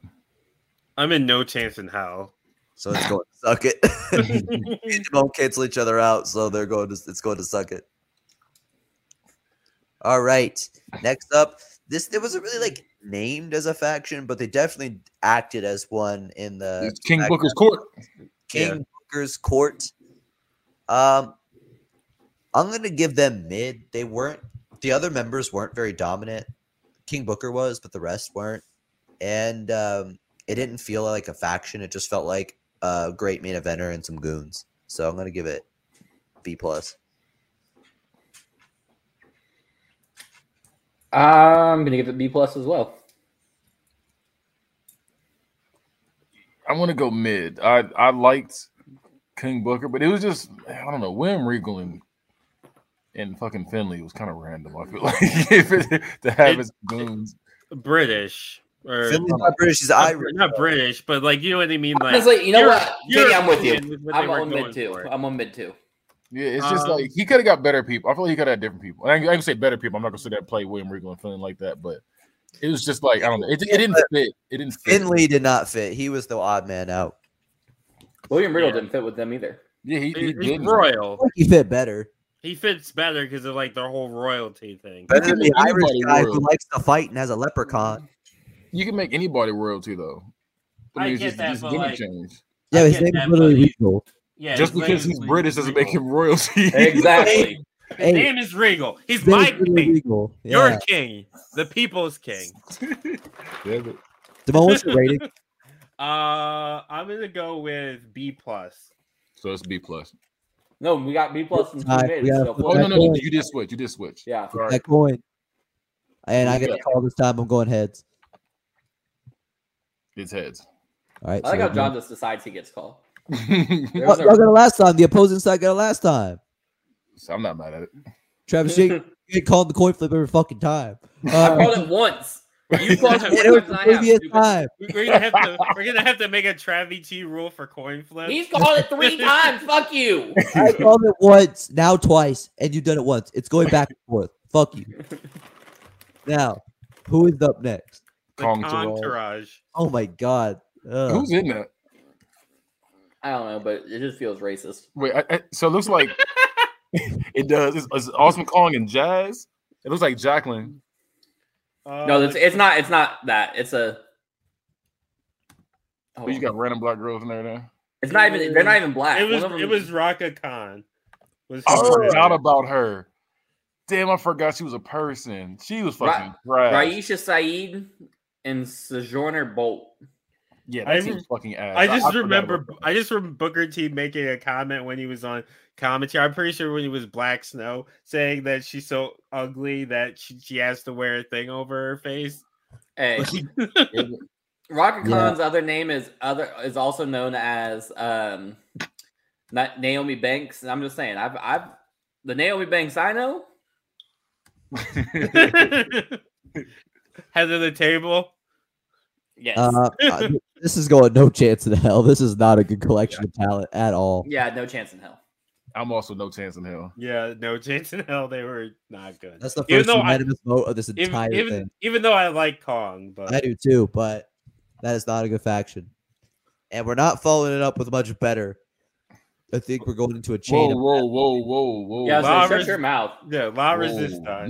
Speaker 2: I'm in no chance in hell.
Speaker 1: So it's going to suck it. they [laughs] won't cancel each other out, so they're going to it's going to suck it. All right. Next up, this it wasn't really like named as a faction, but they definitely acted as one in the
Speaker 5: It's King
Speaker 1: back-
Speaker 5: Booker's court.
Speaker 1: King
Speaker 2: Yeah.
Speaker 1: Booker's Court. Um, I'm gonna give them mid. They weren't the other members weren't very dominant. King Booker was, but the rest weren't. And um, it didn't feel like a faction. It just felt like a great main eventer and some goons. So I'm gonna give it B plus.
Speaker 3: I'm gonna give it B plus as well.
Speaker 5: I'm gonna go mid. I I liked King Booker, but it was just I don't know. William Regal and and fucking Finley was kind of random. I feel [laughs] like if it, to have
Speaker 2: It-
Speaker 5: his goons.
Speaker 2: British or
Speaker 1: Finley's not British. He's
Speaker 2: not,
Speaker 1: Irish.
Speaker 2: not British, but like you know what I mean. Like,
Speaker 3: Honestly, you know
Speaker 2: You're-
Speaker 3: what?
Speaker 2: you're-
Speaker 3: Katie, I'm with you.
Speaker 2: is what they
Speaker 3: I'm
Speaker 2: were
Speaker 3: on
Speaker 2: going
Speaker 3: mid two.
Speaker 2: for.
Speaker 3: I'm on mid two.
Speaker 5: Yeah, it's just
Speaker 2: Um,
Speaker 5: like he could have got better people. I feel like he could have different people. And I, ain't- I can say better people. I'm not gonna sit there and play William Regal and Finley like that, but it was just like I don't know. It, it didn't fit. It didn't fit.
Speaker 1: Finley did not fit. He was the odd man out.
Speaker 3: William Riddle
Speaker 2: Yeah.
Speaker 3: didn't fit with them [laughs] either.
Speaker 5: Yeah, he, he
Speaker 2: He- he's
Speaker 5: didn't.
Speaker 2: royal.
Speaker 1: He fit better.
Speaker 2: He fits better because of like their whole royalty thing.
Speaker 1: Better than the
Speaker 5: Anybody
Speaker 1: Irish guy who
Speaker 5: would.
Speaker 1: likes to fight and has a leprechaun.
Speaker 5: You can make anybody royalty though.
Speaker 2: I
Speaker 5: it's
Speaker 2: get that,
Speaker 5: it's
Speaker 2: but,
Speaker 5: gimmick
Speaker 2: like,
Speaker 5: change.
Speaker 2: Yeah, his name is literally
Speaker 7: Regal.
Speaker 2: Yeah,
Speaker 5: just
Speaker 2: his
Speaker 5: because
Speaker 2: name
Speaker 5: he's
Speaker 2: is
Speaker 5: British doesn't make
Speaker 2: Regal.
Speaker 5: him royalty.
Speaker 3: Exactly.
Speaker 2: His
Speaker 7: Hey.
Speaker 2: name is Regal. He's my king.
Speaker 7: Regal.
Speaker 2: Your king, the people's king.
Speaker 5: [laughs] Yeah, but-
Speaker 7: Damone, what's your rating?
Speaker 2: Uh, I'm gonna go with B plus.
Speaker 5: So it's B plus.
Speaker 3: no, we got B plus and two
Speaker 7: Alright,
Speaker 3: mids.
Speaker 7: we gotta
Speaker 3: so
Speaker 7: put
Speaker 5: Oh
Speaker 3: full-
Speaker 5: no, no, no!
Speaker 7: boy.
Speaker 5: You did switch. You did switch.
Speaker 3: Yeah.
Speaker 5: Sorry.
Speaker 7: That coin. And I
Speaker 5: Yeah.
Speaker 7: get a call this time. I'm going heads.
Speaker 2: [laughs]
Speaker 5: It's heads.
Speaker 7: All right.
Speaker 3: I like how
Speaker 7: we're
Speaker 3: John just decides he gets called.
Speaker 5: so
Speaker 3: There
Speaker 7: Y'all y'all
Speaker 3: was
Speaker 1: [laughs]
Speaker 3: a-
Speaker 7: got it last time. The opposing side got it last time.
Speaker 5: I'm not mad at it.
Speaker 7: Travis
Speaker 3: [laughs]
Speaker 7: Shake, you get called the coin flip every fucking time. Uh,
Speaker 3: I called it once. [laughs] You called
Speaker 2: Yeah,
Speaker 7: and
Speaker 3: it
Speaker 7: it was the
Speaker 3: more times than I have.
Speaker 7: previous
Speaker 3: stupid.
Speaker 7: time.
Speaker 2: We- We're gonna have to. we're gonna have to make a Travi T rule for coin flip.
Speaker 3: He's called it [laughs] three times. Fuck you.
Speaker 7: I called it once, now twice, and you've done it once. It's going back and forth. Fuck you.
Speaker 3: [laughs]
Speaker 7: Now, who is up next?
Speaker 2: The
Speaker 5: Kong Terrell.
Speaker 2: entourage.
Speaker 7: Oh my god. Ugh.
Speaker 5: Who's in that?
Speaker 3: [laughs] I don't know, but it just feels racist.
Speaker 5: Wait, I, I- so it
Speaker 2: [laughs]
Speaker 5: looks like [laughs] it does. It's, it's Awesome Kong and Jazz. It looks like Jacqueline.
Speaker 2: Uh,
Speaker 3: no, it's, it's not. It's not that. It's a. Oh,
Speaker 5: Oh, you got random black girls in there now.
Speaker 3: It's not even. They're not even black.
Speaker 2: it
Speaker 3: One
Speaker 2: was
Speaker 3: of them-
Speaker 2: it was Raka Khan. Was
Speaker 5: I
Speaker 2: who did
Speaker 5: forgot
Speaker 2: it.
Speaker 5: about her. Damn, I forgot she was a person. She was
Speaker 3: Ra-
Speaker 5: fucking trash.
Speaker 3: Raisha Saeed and Sojourner Bolt.
Speaker 5: Yeah,
Speaker 2: I
Speaker 5: that team's
Speaker 2: rem-
Speaker 5: fucking ass.
Speaker 2: I just
Speaker 5: forgot
Speaker 2: remember
Speaker 5: about that.
Speaker 2: I just remember Booker T making a comment when he was on commentary. I'm pretty sure when he was Black Snow saying that she's so ugly that she, she has to wear a thing over her face.
Speaker 3: [laughs] Hey,
Speaker 2: [laughs]
Speaker 3: Rocket Khan's other name is other is also known as um, not Naomi Banks. And I'm just saying, I've I've the Naomi Banks I know.
Speaker 2: Head of the table.
Speaker 3: Yes.
Speaker 7: Uh, uh, this is going no chance in hell. This is not a good collection of talent at all.
Speaker 3: yeah, no chance in hell.
Speaker 5: I'm also no chance in hell.
Speaker 2: Yeah, no chance in hell. They were not good.
Speaker 7: That's the
Speaker 2: Even
Speaker 7: first
Speaker 2: though I-
Speaker 7: unanimous vote of this entire
Speaker 2: Even, even,
Speaker 7: thing.
Speaker 2: even though I like Kong, but
Speaker 7: I do too, but
Speaker 8: That is not a good faction. And we're not following it up with much better. I think we're going into a
Speaker 5: Whoa,
Speaker 8: chain. of-
Speaker 5: whoa, whoa, whoa, whoa.
Speaker 3: Yeah,
Speaker 2: Wow,
Speaker 3: so shut
Speaker 2: Riz-
Speaker 3: your mouth.
Speaker 2: Yeah,
Speaker 7: Oh,
Speaker 2: La
Speaker 5: Whoa.
Speaker 2: Resistance.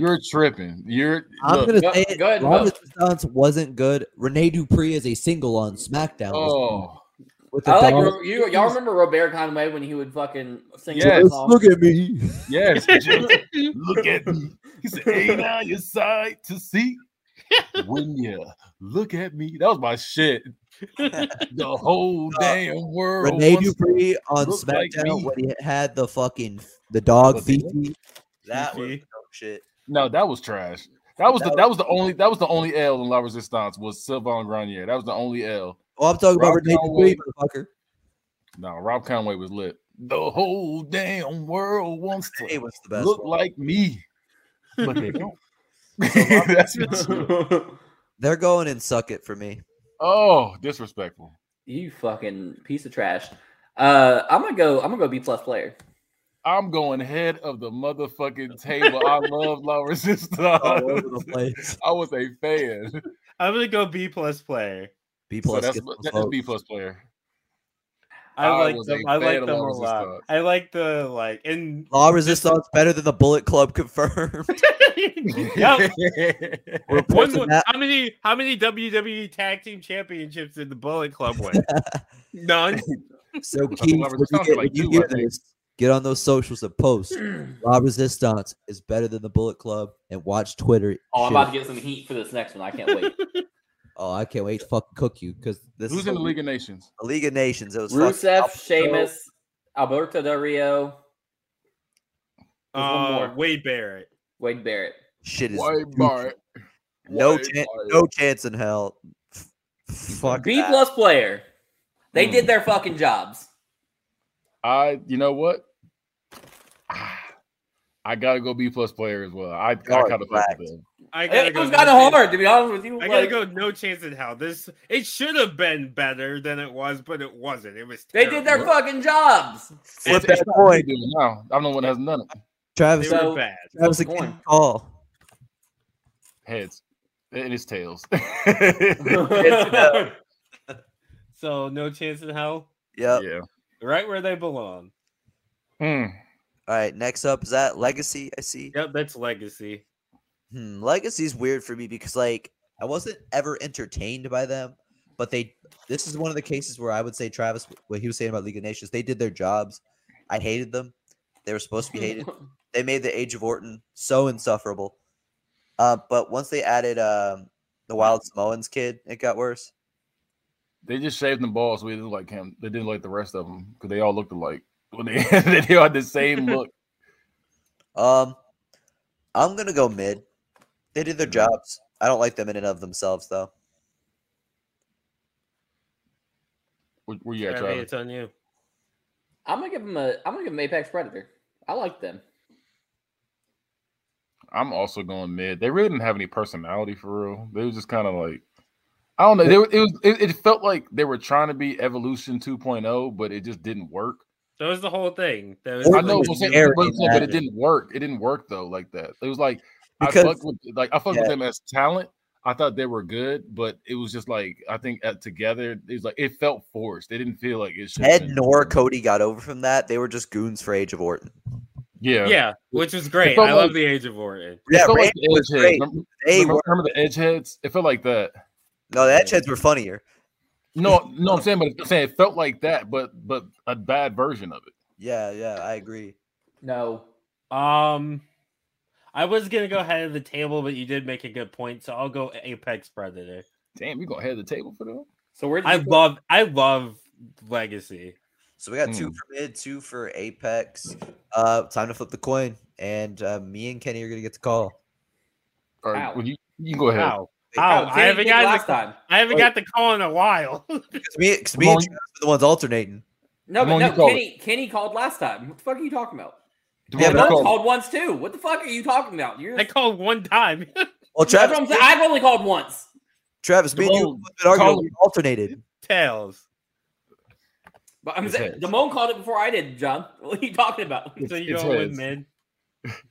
Speaker 7: [laughs]
Speaker 5: [laughs] You're tripping. You're
Speaker 8: I'm
Speaker 5: look,
Speaker 8: going to
Speaker 3: Go-
Speaker 8: say it.
Speaker 3: go ahead and
Speaker 8: Raw
Speaker 3: vote.
Speaker 8: Resistance wasn't good. Renee Dupree is a single on SmackDown.
Speaker 5: oh
Speaker 8: with the
Speaker 3: I like
Speaker 8: dog.
Speaker 3: Ro- you. Y'all remember Robert Conway when he would fucking sing
Speaker 5: Yes.
Speaker 3: that song?
Speaker 8: Look at me.
Speaker 5: yes. Jim,
Speaker 2: [laughs]
Speaker 5: look at me. He said, Ain't I your sight to see? When you look at me. That was my
Speaker 2: [laughs]
Speaker 5: shit. The whole damn world.
Speaker 8: Renee
Speaker 5: wants to
Speaker 8: Dupree on
Speaker 5: look like
Speaker 8: SmackDown
Speaker 5: me.
Speaker 8: when he had the fucking the dog
Speaker 5: Look at
Speaker 8: Fifi.
Speaker 1: That was
Speaker 2: Fifi.
Speaker 1: dope shit.
Speaker 5: No, that was trash. That was
Speaker 1: That
Speaker 5: the, that was the only that was the only L in La Resistance was Sylvain Grenier. That was the only L.
Speaker 8: Oh, I'm talking about
Speaker 5: Rob
Speaker 8: Renee
Speaker 5: Conway.
Speaker 8: Dupree, motherfucker.
Speaker 5: No, Rob Conway was lit. The whole damn world wants
Speaker 1: Renee
Speaker 5: to
Speaker 1: was the best.
Speaker 5: look
Speaker 1: one.
Speaker 5: like me, but [laughs] they don't. [laughs] That's what's-
Speaker 8: They're going in.
Speaker 1: and suck it for me.
Speaker 5: oh, disrespectful.
Speaker 3: you fucking piece of trash. Uh, I'm gonna go. I'm gonna go B plus
Speaker 8: [clears throat]
Speaker 3: player.
Speaker 5: I'm going head of the motherfucking table. I love La Resistance. [laughs]
Speaker 8: all over the place.
Speaker 5: I was a fan.
Speaker 2: I'm gonna go B plus player.
Speaker 8: B
Speaker 5: So
Speaker 8: plus.
Speaker 5: that's,
Speaker 8: gets the
Speaker 5: that's
Speaker 8: vote.
Speaker 5: B plus player.
Speaker 2: I,
Speaker 5: I
Speaker 2: like
Speaker 5: was
Speaker 2: them.
Speaker 5: a
Speaker 2: I like
Speaker 5: fan of
Speaker 2: them a
Speaker 5: La
Speaker 2: lot.
Speaker 5: Resistance.
Speaker 2: I like the like
Speaker 3: [laughs]
Speaker 2: and
Speaker 8: Law resistance better than the Bullet Club
Speaker 5: [laughs]
Speaker 8: confirmed.
Speaker 3: [laughs]
Speaker 2: Yup.
Speaker 8: We're
Speaker 2: One,
Speaker 8: posting
Speaker 2: one,
Speaker 8: that.
Speaker 2: how many how many WWE tag team championships did the Bullet Club
Speaker 3: [laughs]
Speaker 2: win? None.
Speaker 8: So
Speaker 5: Talking
Speaker 8: Keith,
Speaker 5: about
Speaker 8: when you
Speaker 5: resistance,
Speaker 8: get,
Speaker 5: like
Speaker 8: when you
Speaker 5: you, I
Speaker 8: hear
Speaker 5: think. Hmm.
Speaker 8: this, get on those socials and post. Law resistance is better than the Bullet Club, and watch Twitter.
Speaker 3: Oh, I'm
Speaker 8: shit.
Speaker 3: about to get some heat for this next one. I can't
Speaker 8: [laughs]
Speaker 3: wait.
Speaker 8: Oh, I can't wait to fucking cook you because this
Speaker 5: Who's
Speaker 8: is
Speaker 5: in
Speaker 8: a
Speaker 5: the League of Nations?
Speaker 1: A League of Nations. It was fucking
Speaker 3: Rusev,
Speaker 1: up-
Speaker 3: Sheamus, Alberto Del Rio, There's
Speaker 2: Uh,
Speaker 3: one more.
Speaker 2: Wade Barrett.
Speaker 3: Wade Barrett.
Speaker 1: Shit is
Speaker 5: Why
Speaker 1: dookie.
Speaker 5: Bart?
Speaker 1: no
Speaker 5: Why
Speaker 1: chance.
Speaker 5: Bart?
Speaker 1: No chance in hell. F- Fuck
Speaker 3: B
Speaker 1: that. Hmm.
Speaker 3: plus player. They
Speaker 5: Mm.
Speaker 3: did their fucking jobs.
Speaker 5: I you know what? [sighs] Ah, I gotta go B plus player as well. I, I
Speaker 1: Y'all are
Speaker 5: kind of
Speaker 1: whacked.
Speaker 2: I gotta
Speaker 3: It
Speaker 2: go.
Speaker 3: was
Speaker 2: no
Speaker 3: kind of
Speaker 2: chance-
Speaker 3: hard to be honest with you.
Speaker 2: I gotta
Speaker 3: Like,
Speaker 2: go. No chance in hell. This it should have been better than it was, but it wasn't. It was.
Speaker 3: They did their
Speaker 2: terrible.
Speaker 3: fucking jobs.
Speaker 1: Flip
Speaker 5: Flip
Speaker 1: that
Speaker 5: that
Speaker 1: coin.
Speaker 5: now. I'm the one that has none.
Speaker 8: Travis.
Speaker 2: They
Speaker 3: So-
Speaker 2: were bad.
Speaker 8: Travis, a
Speaker 3: Going.
Speaker 8: call.
Speaker 5: [laughs] Heads. And it's tails.
Speaker 3: [laughs]
Speaker 5: [laughs]
Speaker 2: [laughs] So no chance in hell.
Speaker 1: Yep.
Speaker 5: Yeah.
Speaker 2: Right where they belong.
Speaker 5: Mm.
Speaker 1: All right. Next up is that Legacy. I see.
Speaker 2: Yep, that's legacy.
Speaker 1: Hmm, Legacy's weird for me because like I wasn't ever entertained by them, but they this is one of the cases where I would say Travis what he was saying about League of Nations, they did their jobs. I hated them. They were supposed to [laughs] be
Speaker 3: [laughs]
Speaker 1: hated. They made the Age of Orton so insufferable. Uh, but once they added um, the Wild Samoans kid, it got worse.
Speaker 5: They just shaved them balls so we didn't like him. They didn't like the rest of them because they all looked alike. [laughs] When they, they all had the same look.
Speaker 1: Um, I'm gonna go mid. They did their jobs. I don't like them in and of themselves though.
Speaker 5: Where, where you at,
Speaker 2: Travis,
Speaker 5: Travis?
Speaker 2: it's on you.
Speaker 3: I'm gonna give them a. I'm gonna give them Apex Predator. I like them.
Speaker 5: I'm also going mid. They really didn't have any personality for real. They was just kind of like, I don't know. They, were- it was it, it felt like they were trying to be Evolution 2.0, but it just didn't work.
Speaker 2: That was the whole thing. That was
Speaker 8: I
Speaker 5: I
Speaker 8: It
Speaker 5: know,
Speaker 8: was
Speaker 5: what I'm saying,
Speaker 8: very
Speaker 5: but, but
Speaker 8: bad.
Speaker 5: it didn't work. It didn't work though, like that. It was like
Speaker 1: Because-
Speaker 5: I fucked with, like I fucked
Speaker 1: Yeah.
Speaker 5: with them as talent. I thought they were good, but it was just like I think at, together it was like it felt forced. They didn't feel like it should.
Speaker 1: Ed nor Cody got over from that. They were just goons for Age of Orton.
Speaker 5: Yeah.
Speaker 2: yeah, which was great.
Speaker 5: felt
Speaker 2: I love
Speaker 5: like-
Speaker 2: the Age of Orton.
Speaker 5: It
Speaker 1: Yeah,
Speaker 5: felt like
Speaker 1: Randy
Speaker 5: the
Speaker 1: was
Speaker 5: edgeheads.
Speaker 1: great.
Speaker 5: Remember,
Speaker 1: They
Speaker 5: remember-
Speaker 1: were
Speaker 5: remember the edge heads? It felt like that.
Speaker 1: no, the Edgeheads were funnier.
Speaker 5: No, no, I'm saying, but I'm saying it felt like that, but but a bad version of it.
Speaker 1: Yeah, yeah, I agree.
Speaker 3: No.
Speaker 2: Um, I was gonna go ahead of the table, but you did make a good point, so I'll go Apex Predator.
Speaker 5: Damn, you gonna head the table for them?
Speaker 3: So where did
Speaker 2: I
Speaker 3: you-
Speaker 2: love, I love Legacy.
Speaker 1: So we got two
Speaker 5: Mm.
Speaker 1: for mid, two for Apex. Uh, time to flip the coin, and uh, me and Kenny are gonna get the call.
Speaker 5: Or
Speaker 3: Ow.
Speaker 5: when you you go ahead.
Speaker 2: How?
Speaker 3: Oh,
Speaker 2: How? I
Speaker 3: Kenny
Speaker 2: haven't
Speaker 3: picked
Speaker 2: gotten
Speaker 3: last
Speaker 2: the,
Speaker 3: time.
Speaker 2: I haven't got the call in a while. [laughs]
Speaker 1: 'Cause me, 'cause me and
Speaker 5: Come on.
Speaker 1: Travis are the ones alternating.
Speaker 3: No,
Speaker 5: Come
Speaker 3: but
Speaker 5: on,
Speaker 3: no,
Speaker 5: you call
Speaker 3: Kenny. Kenny called last time. What the fuck are you talking about?
Speaker 1: Yeah, but-
Speaker 5: Dwayne
Speaker 3: Both
Speaker 5: Cole.
Speaker 3: called once too. What the fuck are you talking about? You're
Speaker 2: I called one time.
Speaker 1: Well,
Speaker 2: [laughs]
Speaker 3: That's what
Speaker 1: Travis,
Speaker 3: I'm saying. I've only called once.
Speaker 1: Travis, me and you
Speaker 5: Damone,
Speaker 1: have been arguing.
Speaker 5: call
Speaker 1: we alternated.
Speaker 2: Tails.
Speaker 3: But I'm
Speaker 5: It's
Speaker 3: saying
Speaker 5: heads.
Speaker 3: Damone called it before I did, John. [laughs] What are you
Speaker 1: [laughs]
Speaker 3: talking about? [laughs]
Speaker 2: So you
Speaker 5: it's
Speaker 2: go with
Speaker 5: his.
Speaker 2: mid.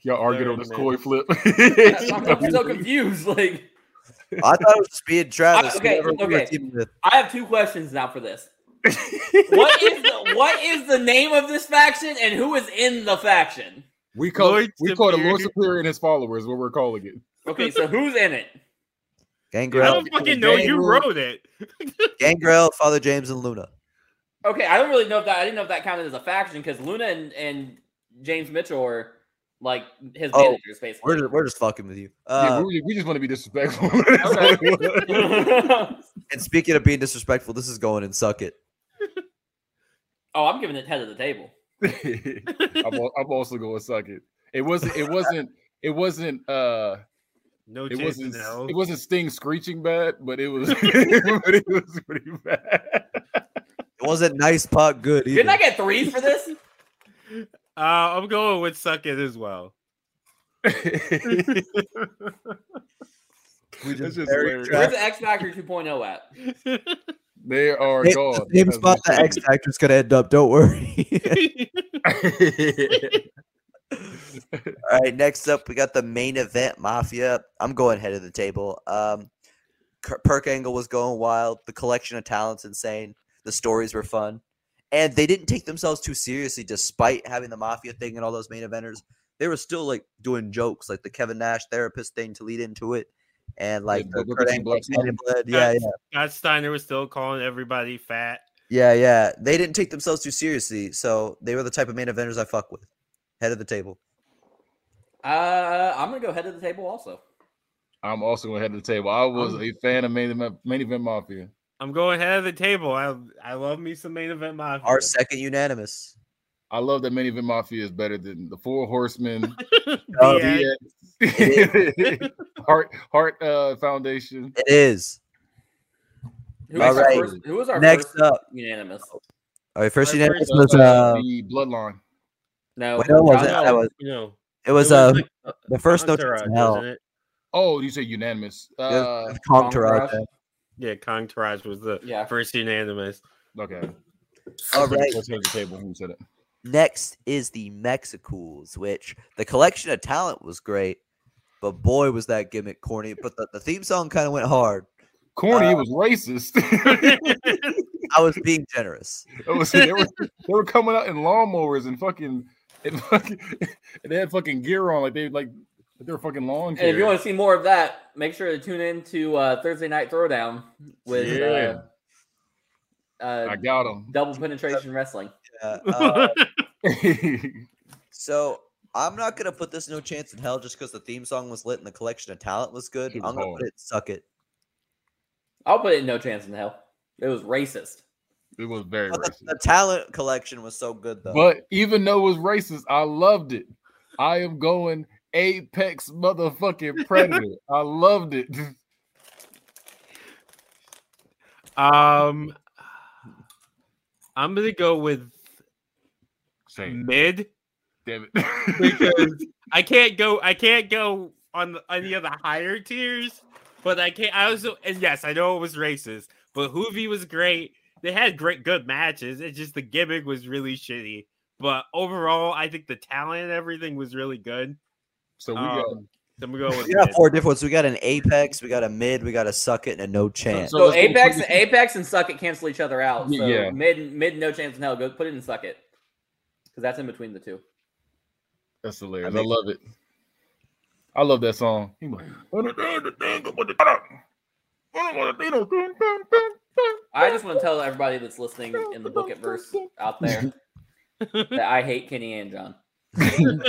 Speaker 5: Y'all argued on
Speaker 2: Third
Speaker 5: this coin flip. [laughs]
Speaker 3: I'm, I'm so confused. Like
Speaker 1: Oh, I thought it was just being Travis.
Speaker 3: Okay,
Speaker 1: whoever we were
Speaker 3: okay.
Speaker 1: teaming with.
Speaker 3: I have two questions now for this. what is the what is the name of this faction and who is in the faction?
Speaker 5: We call
Speaker 2: Lord
Speaker 5: we call it Lord
Speaker 2: Superior.
Speaker 5: Superior and his followers. What we're calling it.
Speaker 3: Okay, so who's in it?
Speaker 2: I
Speaker 1: Gangrel,
Speaker 2: don't fucking know. You wrote it.
Speaker 1: Gangrel, Father James, and Luna.
Speaker 3: Okay, I don't really know if that I didn't know if that counted as a faction because Luna and, and James Mitchell are like his
Speaker 1: Oh,
Speaker 3: managers basically.
Speaker 1: We're just, we're just fucking with you.
Speaker 5: Yeah,
Speaker 1: Uh,
Speaker 5: we, we just want to be disrespectful. [laughs]
Speaker 1: [laughs] and speaking of being disrespectful, this is going and suck it.
Speaker 3: [laughs] oh, I'm giving it head of the table.
Speaker 5: I'm, al- I'm also going to suck it. It wasn't. It wasn't. It wasn't. Uh,
Speaker 2: No
Speaker 5: it
Speaker 2: chance in
Speaker 5: wasn't.
Speaker 2: hell.
Speaker 5: It wasn't Sting screeching bad, but it was. [laughs] but it was pretty bad.
Speaker 1: It wasn't nice pot good either.
Speaker 3: Didn't I get threes
Speaker 1: [laughs]
Speaker 3: for this?
Speaker 2: Uh, I'm going with suck it as well. [laughs]
Speaker 1: We
Speaker 5: That's
Speaker 1: just
Speaker 5: just
Speaker 1: buried
Speaker 5: hilarious.
Speaker 1: Travis.
Speaker 3: Where's the X Factor 2.0 at?
Speaker 5: They are
Speaker 1: Hey, [laughs]
Speaker 5: gone.
Speaker 1: Same spot
Speaker 5: [laughs]
Speaker 1: the X actor's gonna end up. Don't worry. [laughs] All right, next up we got the main event Mafia. I'm going head of the table. Um, K- Perk Angle was going wild. The collection of talents insane. The stories were fun, and they didn't take themselves too seriously despite having the Mafia thing and all those main eventers. They were still like doing jokes, like the Kevin Nash therapist thing to lead into it, and like
Speaker 5: Yeah,
Speaker 1: the
Speaker 5: Booker
Speaker 1: Kurt
Speaker 5: T.
Speaker 1: Angle
Speaker 5: Black
Speaker 1: Man in blood. Yeah,
Speaker 2: Uh,
Speaker 1: yeah.
Speaker 2: Scott Steiner was still calling everybody fat.
Speaker 1: Yeah, yeah. They didn't take themselves too seriously, so they were the type of main eventers I fuck with. Head of the table.
Speaker 3: Uh, I'm gonna go head of the table also.
Speaker 5: I'm also going to head to the table. I was
Speaker 2: I'm-
Speaker 5: a fan of main event, main event mafia.
Speaker 2: I'm going head of the table. I I love me some main event mafia.
Speaker 1: Our second unanimous.
Speaker 5: I love that main event mafia is better than the Four Horsemen,
Speaker 1: Oh,
Speaker 2: Yeah.
Speaker 5: DX, [laughs] Heart Heart uh, Foundation.
Speaker 1: It is.
Speaker 3: Who
Speaker 1: All
Speaker 3: was
Speaker 1: right.
Speaker 3: our first, who was our
Speaker 1: Next
Speaker 3: first
Speaker 1: up.
Speaker 3: unanimous?
Speaker 1: All right, first
Speaker 2: My
Speaker 1: unanimous
Speaker 2: first-
Speaker 1: was
Speaker 5: uh,
Speaker 1: uh,
Speaker 5: the Bloodline.
Speaker 3: No,
Speaker 1: Wait, no, was it?
Speaker 3: John
Speaker 1: That
Speaker 3: Jones.
Speaker 1: was-
Speaker 2: you know,
Speaker 1: it was
Speaker 2: it
Speaker 1: uh,
Speaker 2: was like
Speaker 1: the first no
Speaker 2: Entourage,
Speaker 1: chance in hell.
Speaker 2: wasn't it?
Speaker 5: Oh, you said unanimous. Uh,
Speaker 1: Kong
Speaker 3: Entourage.
Speaker 1: Taraja.
Speaker 2: Yeah, Kong Taraj was the
Speaker 3: Yeah.
Speaker 2: first unanimous.
Speaker 5: okay.
Speaker 1: All
Speaker 5: Let's-
Speaker 1: right,
Speaker 5: let's head to the table. Who said it?
Speaker 1: next is the Mexicools, which the collection of talent was great, but boy was that gimmick corny. But the, the theme song kind of went hard.
Speaker 5: Corny.
Speaker 1: Uh,
Speaker 5: it was racist. [laughs]
Speaker 1: I was being generous.
Speaker 5: It was- they, were, they were coming out in lawnmowers and fucking, and fucking and they had fucking gear on like they like they were fucking lawn
Speaker 3: And if you
Speaker 5: care.
Speaker 3: want to see more of that, make sure to tune in to uh, Thursday Night Throwdown with uh, uh,
Speaker 5: I got them.
Speaker 3: double penetration wrestling.
Speaker 1: Yeah, uh, So I'm not gonna put this no chance in hell just because the theme song was lit and the collection of talent was good.
Speaker 5: It was
Speaker 1: I'm gonna
Speaker 5: hard.
Speaker 1: put it suck it.
Speaker 3: I'll put it in no chance in hell. It was racist.
Speaker 5: it was very
Speaker 1: But the,
Speaker 5: racist.
Speaker 1: the talent collection was so good though.
Speaker 5: But even though it was racist, I loved it. I am going apex motherfucking predator. I loved it.
Speaker 2: [laughs] um, I'm gonna go with
Speaker 5: Shame.
Speaker 2: mid
Speaker 5: Damn it.
Speaker 2: because [laughs] I can't go. I can't go on the, any of the higher tiers. But I can't. I also and yes, I know it was racist, but Hoovy was great. They had great, good matches. It's just the gimmick was really shitty. But overall, I think the talent and everything was really good.
Speaker 5: so we got
Speaker 2: Um, so I'm going with
Speaker 1: we got
Speaker 2: mid.
Speaker 1: four different ones. We got an apex, we got a mid, we got a suck it, and a no chance.
Speaker 5: So
Speaker 3: So,
Speaker 5: let's go-
Speaker 3: Apex, Apex, and Suck It cancel each other out. So
Speaker 5: Yeah.
Speaker 3: mid, mid, no chance in hell. Go put it in Suck It because that's in between the two.
Speaker 5: that's hilarious.
Speaker 1: I
Speaker 5: I,
Speaker 1: mean-
Speaker 5: love it. I love that song. He went,
Speaker 3: I just want to tell everybody that's listening in the book it verse out
Speaker 5: [laughs]
Speaker 3: there that I hate Kenny and John and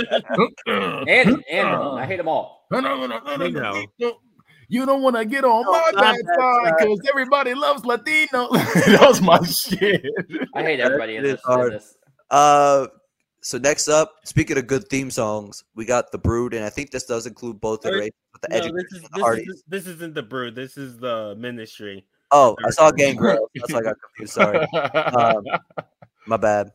Speaker 3: and Ramon. I hate them all.
Speaker 2: know.
Speaker 5: You don't want to get on my bad side because everybody loves Latino. [laughs] that was my shit.
Speaker 3: I hate everybody
Speaker 1: It
Speaker 3: in
Speaker 1: is
Speaker 3: this. In
Speaker 1: hard.
Speaker 3: this.
Speaker 1: Uh so next up, speaking of good theme songs, we got the brood, and I think this does include both the
Speaker 2: Or-
Speaker 1: race but the
Speaker 2: No,
Speaker 1: edge.
Speaker 2: this, is,
Speaker 1: the
Speaker 2: this,
Speaker 1: Hardys.
Speaker 2: is, this isn't the brood. This is the ministry.
Speaker 1: Oh, I saw
Speaker 2: or-
Speaker 1: Gangrel. That's why I got confused.
Speaker 5: [laughs]
Speaker 1: Sorry. Um, my bad.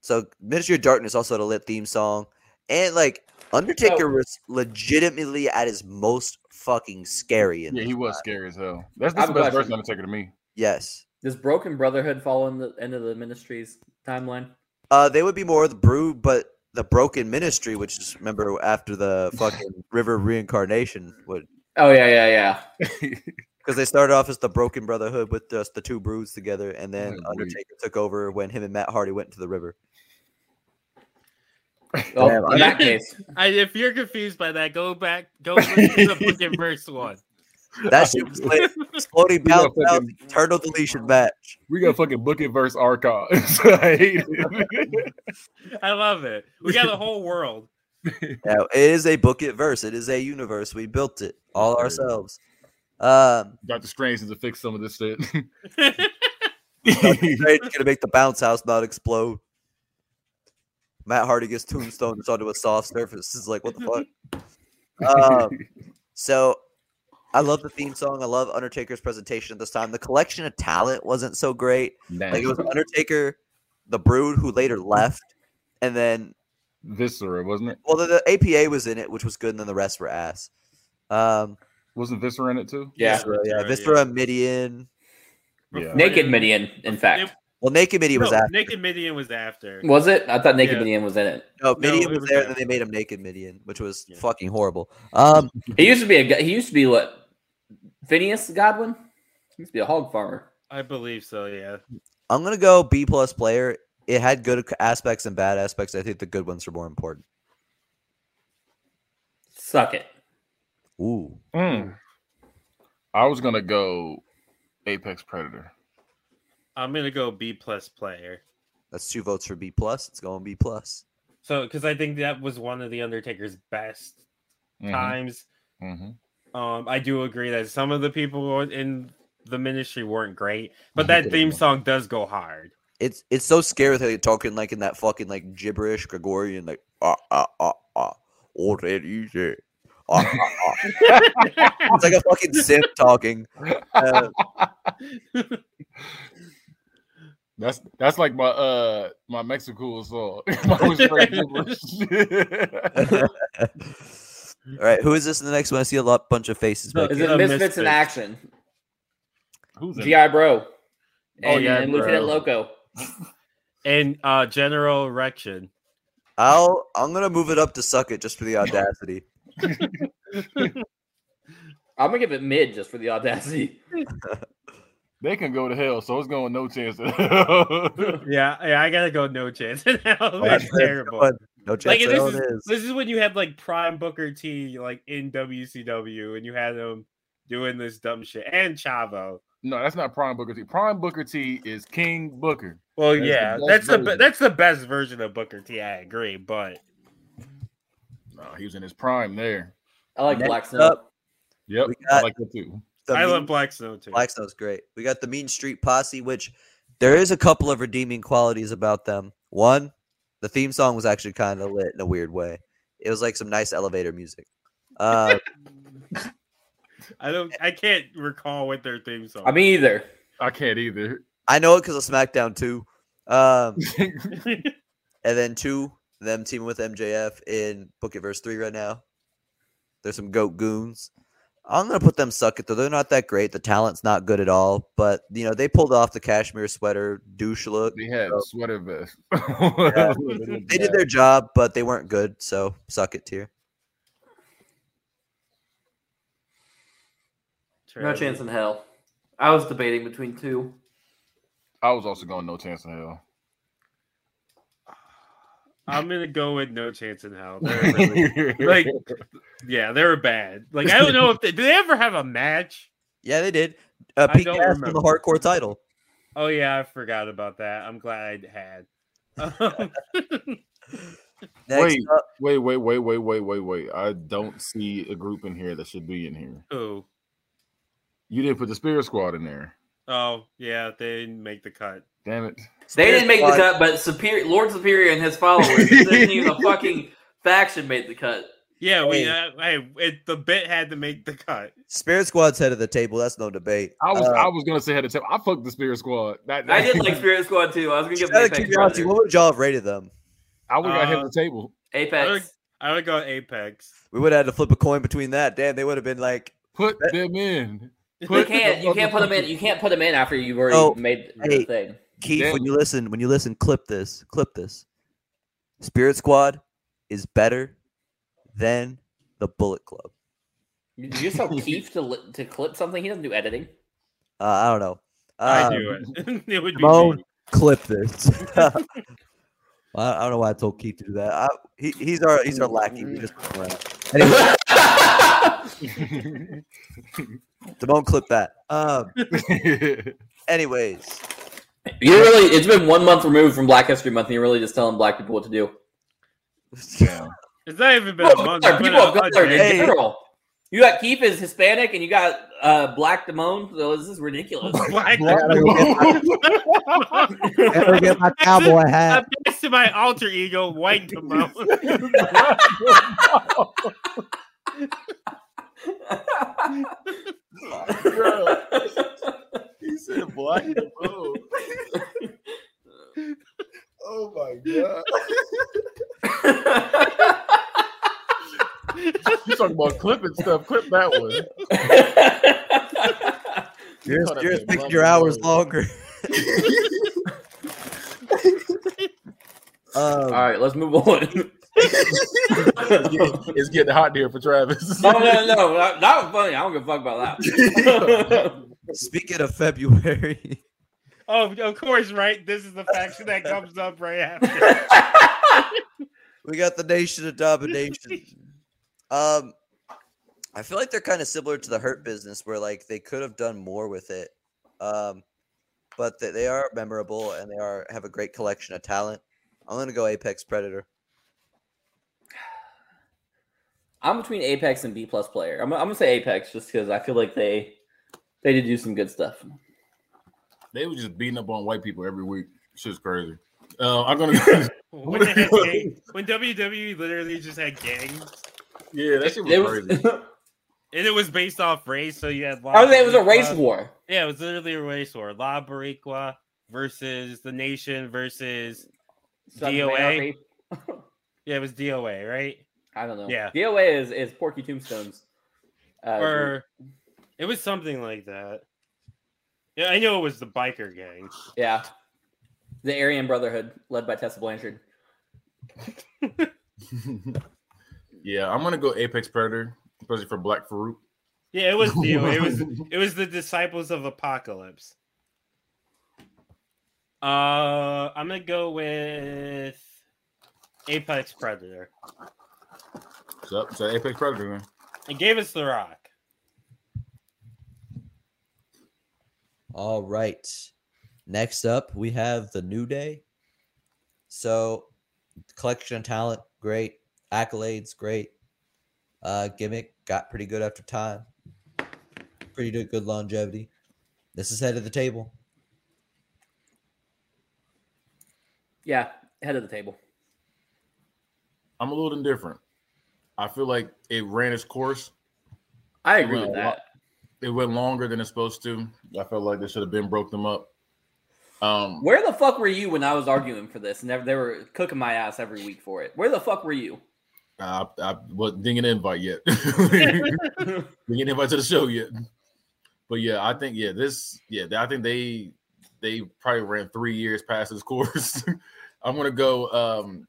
Speaker 1: So Ministry of Darkness also had a lit theme song, and like Undertaker
Speaker 5: Oh.
Speaker 1: was legitimately at his most fucking scary. In
Speaker 5: yeah,
Speaker 1: this
Speaker 5: he was
Speaker 1: time.
Speaker 5: scary as hell. That's,
Speaker 3: I have
Speaker 5: that's the
Speaker 3: a
Speaker 5: best
Speaker 3: question.
Speaker 5: version Undertaker to me.
Speaker 1: Yes,
Speaker 3: Does Broken Brotherhood fall in the end of the ministry's timeline?
Speaker 1: uh, they would be more of the Brood, but
Speaker 5: [laughs]
Speaker 1: the Broken Ministry, which is remember after the fucking River reincarnation, would
Speaker 3: Oh yeah, yeah, yeah.
Speaker 1: because they started off as the Broken Brotherhood with just the two brews together, and then
Speaker 5: Holy
Speaker 1: Undertaker took over when him and Matt Hardy went into the
Speaker 5: [laughs]
Speaker 1: river.
Speaker 3: Well,
Speaker 1: Damn,
Speaker 3: in
Speaker 1: I-
Speaker 3: that [laughs] case,
Speaker 2: I, if you're confused by that, go back, go listen
Speaker 1: [laughs]
Speaker 2: to the fucking first one.
Speaker 1: That shit was like exploding
Speaker 5: got
Speaker 1: mouth, mouth,
Speaker 5: fucking-
Speaker 1: eternal deletion match.
Speaker 5: We got fucking book it verse archives. [laughs] I hate it.
Speaker 2: I love it. We got a whole world.
Speaker 1: Now, it is a book it verse. It is a universe. We built it all ourselves. Um,
Speaker 5: Doctor Strange needs to fix some of this shit.
Speaker 2: [laughs]
Speaker 5: [laughs]
Speaker 1: Strange is gonna make the bounce house not explode. Matt Hardy gets tombstone onto a soft surface. It's like what the fuck. Um, so I love the theme song. I love Undertaker's presentation at this time. The collection of talent wasn't so great. Like it was Undertaker, the Brood, who later left, and then
Speaker 5: Viscera, wasn't it?
Speaker 1: well, the, the APA was in it, which was good, and then the rest were ass. Um,
Speaker 5: Wasn't Viscera in it too?
Speaker 3: yeah.
Speaker 1: Viscera, yeah,
Speaker 2: Viscera,
Speaker 1: Viscera, Midian.
Speaker 5: Yeah.
Speaker 3: Naked Midian, in fact.
Speaker 1: Well, Naked Midian was
Speaker 2: No,
Speaker 1: after.
Speaker 2: Naked Midian was after.
Speaker 3: Was it? I thought Naked
Speaker 2: Yeah.
Speaker 3: Midian was in it.
Speaker 1: no, Midian
Speaker 2: it
Speaker 1: was
Speaker 2: was
Speaker 1: there, and then
Speaker 2: after.
Speaker 1: they made him Naked Midian, which was
Speaker 2: Yeah.
Speaker 1: fucking horrible. Um,
Speaker 3: He used to be a gu- he used to be what Phineas Godwin? He used to be a hog farmer.
Speaker 2: I believe so. Yeah.
Speaker 1: I'm gonna go B plus player. It had good aspects and bad aspects. I think the good ones are more important.
Speaker 3: Suck it.
Speaker 1: Ooh,
Speaker 5: Mm. I was gonna go Apex Predator.
Speaker 2: I'm gonna go B plus player.
Speaker 1: that's two votes for B plus. It's going B plus.
Speaker 2: So, because I think that was one of the Undertaker's best times.
Speaker 5: Mm-hmm.
Speaker 2: Um, I do agree that some of the people in the ministry weren't great, but
Speaker 1: Mhm.
Speaker 2: that theme song does go hard.
Speaker 1: It's it's so scary that you're talking like in that fucking like gibberish Gregorian like ah ah ah ah all that easy. Ah, ah, ah.
Speaker 2: [laughs]
Speaker 1: It's like a fucking simp talking. Uh, [laughs]
Speaker 5: That's that's like my uh my Mexico song. [laughs] I was
Speaker 1: [laughs]
Speaker 5: very gibberish.
Speaker 1: all right, who is this in the next one? I see a lot bunch of faces.
Speaker 2: No,
Speaker 1: But
Speaker 3: Is
Speaker 2: Uh,
Speaker 3: it Misfits in
Speaker 2: Misfits.
Speaker 3: Action?
Speaker 5: [laughs] Who's in
Speaker 3: GI Bro. And,
Speaker 2: Oh, yeah,
Speaker 3: and
Speaker 2: bro.
Speaker 3: Lieutenant Loco.
Speaker 2: and uh, General Erection.
Speaker 1: I'll I'm gonna move it up to suck it just
Speaker 2: [laughs]
Speaker 1: for the audacity.
Speaker 3: I'm gonna give it mid just for the audacity.
Speaker 5: They can go to hell, so it's going no chance.
Speaker 1: [laughs]
Speaker 5: At hell.
Speaker 2: Yeah, yeah, I gotta go. No chance. in hell.
Speaker 1: that's
Speaker 2: That's terrible.
Speaker 1: one. No chance
Speaker 2: Like
Speaker 1: at
Speaker 2: this
Speaker 1: all
Speaker 2: is,
Speaker 1: it is.
Speaker 2: this is when you had like Prime Booker T like in WCW, and you had him doing this dumb shit, and Chavo.
Speaker 5: [laughs] no, that's not Prime Booker T. Prime Booker T is King Booker.
Speaker 2: Well,
Speaker 5: That's the
Speaker 2: yeah,
Speaker 5: best
Speaker 2: that's the be-
Speaker 5: version.
Speaker 2: that's the best version of Booker T. I agree, but
Speaker 5: No, he was in his prime there.
Speaker 3: I like
Speaker 1: Next
Speaker 3: Black Snow.
Speaker 1: up,
Speaker 5: Yep,
Speaker 1: We
Speaker 5: I
Speaker 1: got-
Speaker 5: like that too.
Speaker 1: the
Speaker 2: I
Speaker 1: mean-
Speaker 2: love Black Snow too.
Speaker 1: Black Snow's great. We got the Mean Street Posse, which there is a couple of redeeming qualities about them. One, the theme song was actually kind of lit in a weird way. It was like some nice elevator music.
Speaker 2: [laughs]
Speaker 1: Uh,
Speaker 2: I don't, I can't recall what their theme song.
Speaker 3: I mean either.
Speaker 5: I can't either.
Speaker 1: I know it because of SmackDown 2.
Speaker 2: [laughs]
Speaker 1: Um,
Speaker 2: mean,
Speaker 1: and then two, them teaming with MJF in Book It Verse 3 right now. There's some goat goons. I'm gonna put them suck it though. They're not that great. The talent's not good at all. But you know, they pulled off the cashmere sweater douche look.
Speaker 5: They had
Speaker 1: Oh.
Speaker 5: sweater [laughs] vest.
Speaker 1: They did their job, but they weren't good. So suck it, tier.
Speaker 3: No chance in hell. I was debating between two.
Speaker 5: I was also going no chance in hell.
Speaker 1: [laughs]
Speaker 2: I'm gonna go with no chance in hell.
Speaker 5: [laughs]
Speaker 2: They're really- like, yeah, they were bad. Like, I don't know if they do they ever have a match.
Speaker 1: Yeah, they did. Uh,
Speaker 2: I
Speaker 1: Pete
Speaker 2: don't
Speaker 1: Gas won the
Speaker 2: remember.
Speaker 1: hardcore title.
Speaker 2: Oh yeah, I forgot about that. I'm glad I had. [laughs] Um,
Speaker 1: Next
Speaker 5: Wait.
Speaker 1: up,
Speaker 5: wait, wait, wait, wait, wait, wait, wait. I don't see a group in here that should be in here.
Speaker 2: oh,
Speaker 5: You didn't put the Spirit Squad in there.
Speaker 2: oh yeah, they didn't make the cut.
Speaker 5: Damn it.
Speaker 3: They
Speaker 1: Spirit
Speaker 3: didn't make the
Speaker 1: Squad-
Speaker 3: cut, but Superior Lord Superior and his followers. it isn't even [laughs] a fucking faction made the cut.
Speaker 2: Yeah, we.
Speaker 1: Hey.
Speaker 2: Uh, hey, it, the bit had to make the cut.
Speaker 1: Spirit Squad's head of the table. That's no debate.
Speaker 5: I was
Speaker 1: Uh,
Speaker 5: I was gonna say head of tip. I fucked the Spirit Squad. That,
Speaker 3: I did [laughs] like Spirit Squad too. I was gonna give
Speaker 1: just
Speaker 3: them
Speaker 1: out of
Speaker 3: Apex.
Speaker 1: curiosity, what
Speaker 3: Predator.
Speaker 1: would y'all have rated them?
Speaker 5: I would have had
Speaker 2: Uh,
Speaker 5: the table.
Speaker 3: Apex.
Speaker 2: I would go Apex.
Speaker 1: We would have had to flip a coin between that. Damn, they would have been like,
Speaker 5: Put them in.
Speaker 3: You
Speaker 5: Put
Speaker 3: can't. You can't put them in. You can't put them in after you've already
Speaker 1: Oh,
Speaker 3: made
Speaker 1: hey.
Speaker 3: the thing.
Speaker 1: Keith,
Speaker 5: Damn.
Speaker 1: when you listen, when you listen, clip this, clip this. Spirit Squad is better than the Bullet Club.
Speaker 3: You you just tell Keith to li- to clip something. He doesn't do [laughs] editing.
Speaker 1: Uh, I don't know.
Speaker 2: I
Speaker 1: Uh,
Speaker 5: Um,
Speaker 2: do it. [laughs] it would be
Speaker 1: Ramon,
Speaker 2: me.
Speaker 1: clip this.
Speaker 5: [laughs]
Speaker 1: [laughs] I I don't know why I told Keith to do that. I, he, he's our he's our lackey. We just put him around. Anyway,
Speaker 5: [laughs]
Speaker 1: Damone, clip that. Um, anyways,
Speaker 3: You really, it's been one month removed from Black History Month, and you're really just telling black people what to do.
Speaker 1: [laughs]
Speaker 5: [laughs]
Speaker 4: Damn.
Speaker 2: It's not even been
Speaker 3: People
Speaker 2: a
Speaker 3: of
Speaker 2: month.
Speaker 3: color,
Speaker 2: it's been
Speaker 3: people of
Speaker 2: a- a
Speaker 3: color
Speaker 2: day.
Speaker 1: Hey.
Speaker 3: in general. You got Keith is Hispanic, and you got uh, Black Damone. So this is [laughs] ridiculous.
Speaker 2: Black- [laughs]
Speaker 6: Ever get my cowboy
Speaker 2: I
Speaker 6: hat?
Speaker 2: passed to my alter ego, White Damone.
Speaker 5: he said black and blue. Oh my god! You talking about clipping stuff? Clip that one.
Speaker 1: you're
Speaker 5: Caught
Speaker 1: just,
Speaker 5: up
Speaker 1: you're
Speaker 5: in
Speaker 1: just making
Speaker 5: love
Speaker 1: your
Speaker 5: and
Speaker 1: hours
Speaker 5: worry. [laughs]
Speaker 1: longer. [laughs]
Speaker 3: All
Speaker 1: um,
Speaker 3: right, let's move on.
Speaker 5: [laughs] It's getting- it's getting hot here for Travis.
Speaker 3: [laughs] Oh, No, no, no, that, that was funny. I don't give a fuck about [laughs] that.
Speaker 1: speaking of February,
Speaker 2: [laughs]
Speaker 1: [laughs]
Speaker 2: Oh, of course, right? This is the faction that comes up right after.
Speaker 1: we got the Nation of Domination. Um, I feel like they're kind of similar to the Hurt Business, where like they could have done more with it, um, but they, they are memorable and they are have a great collection of talent. I'm gonna go Apex Predator.
Speaker 3: I'm between Apex and B plus player. I'm, I'm gonna say Apex just because I feel like they they did do some good stuff.
Speaker 5: They were just beating up on white people every week. Shit's crazy. Uh,
Speaker 2: [laughs]
Speaker 5: I'm gonna. yeah,
Speaker 2: When, they
Speaker 5: [laughs]
Speaker 2: had gang- when WWE literally just had gangs,
Speaker 5: that shit
Speaker 3: It was,
Speaker 5: was crazy.
Speaker 2: and it was based off race, so you had. La
Speaker 3: [laughs] I would say it was uh, a
Speaker 2: Boricua.
Speaker 3: race war.
Speaker 2: Yeah, it was literally a race war. La Boricua versus the Nation versus DOA. yeah, it was DOA, right?
Speaker 3: I don't know.
Speaker 2: Yeah.
Speaker 3: DOA is is Porky Tombstones. Uh,
Speaker 2: or it was something like that. Yeah, I know it was the biker gang.
Speaker 3: yeah, the Aryan Brotherhood led by Tessa Blanchard.
Speaker 5: [laughs] yeah, I'm gonna go Apex Predator, especially for
Speaker 2: [laughs]
Speaker 5: Black Farouk.
Speaker 2: Yeah, it was Theo. It was it was the disciples of apocalypse. Uh, I'm gonna go with Apex Predator.
Speaker 5: So, so Apex Predator, man.
Speaker 2: It gave us the rock.
Speaker 1: All right. Next up, we have the New Day. So, collection of talent, great. Accolades, great. Uh, gimmick got pretty good after time. Pretty good, good longevity. This is head of the table.
Speaker 3: Yeah, head of the table.
Speaker 5: I'm a little indifferent. I feel like it ran its course.
Speaker 3: I agree with
Speaker 5: Well,
Speaker 3: that.
Speaker 5: It went longer than it's supposed to. I felt like they should have been broke them up. Um,
Speaker 3: Where the fuck were you when I was arguing for this? And they- they were cooking my ass every week for it. Where the fuck were you?
Speaker 5: I, I was didn't get an invite yet. [laughs] didn't get an invite to the show yet. But yeah, I think yeah, this yeah, I think they they probably ran three years past this course. [laughs] I'm gonna go. um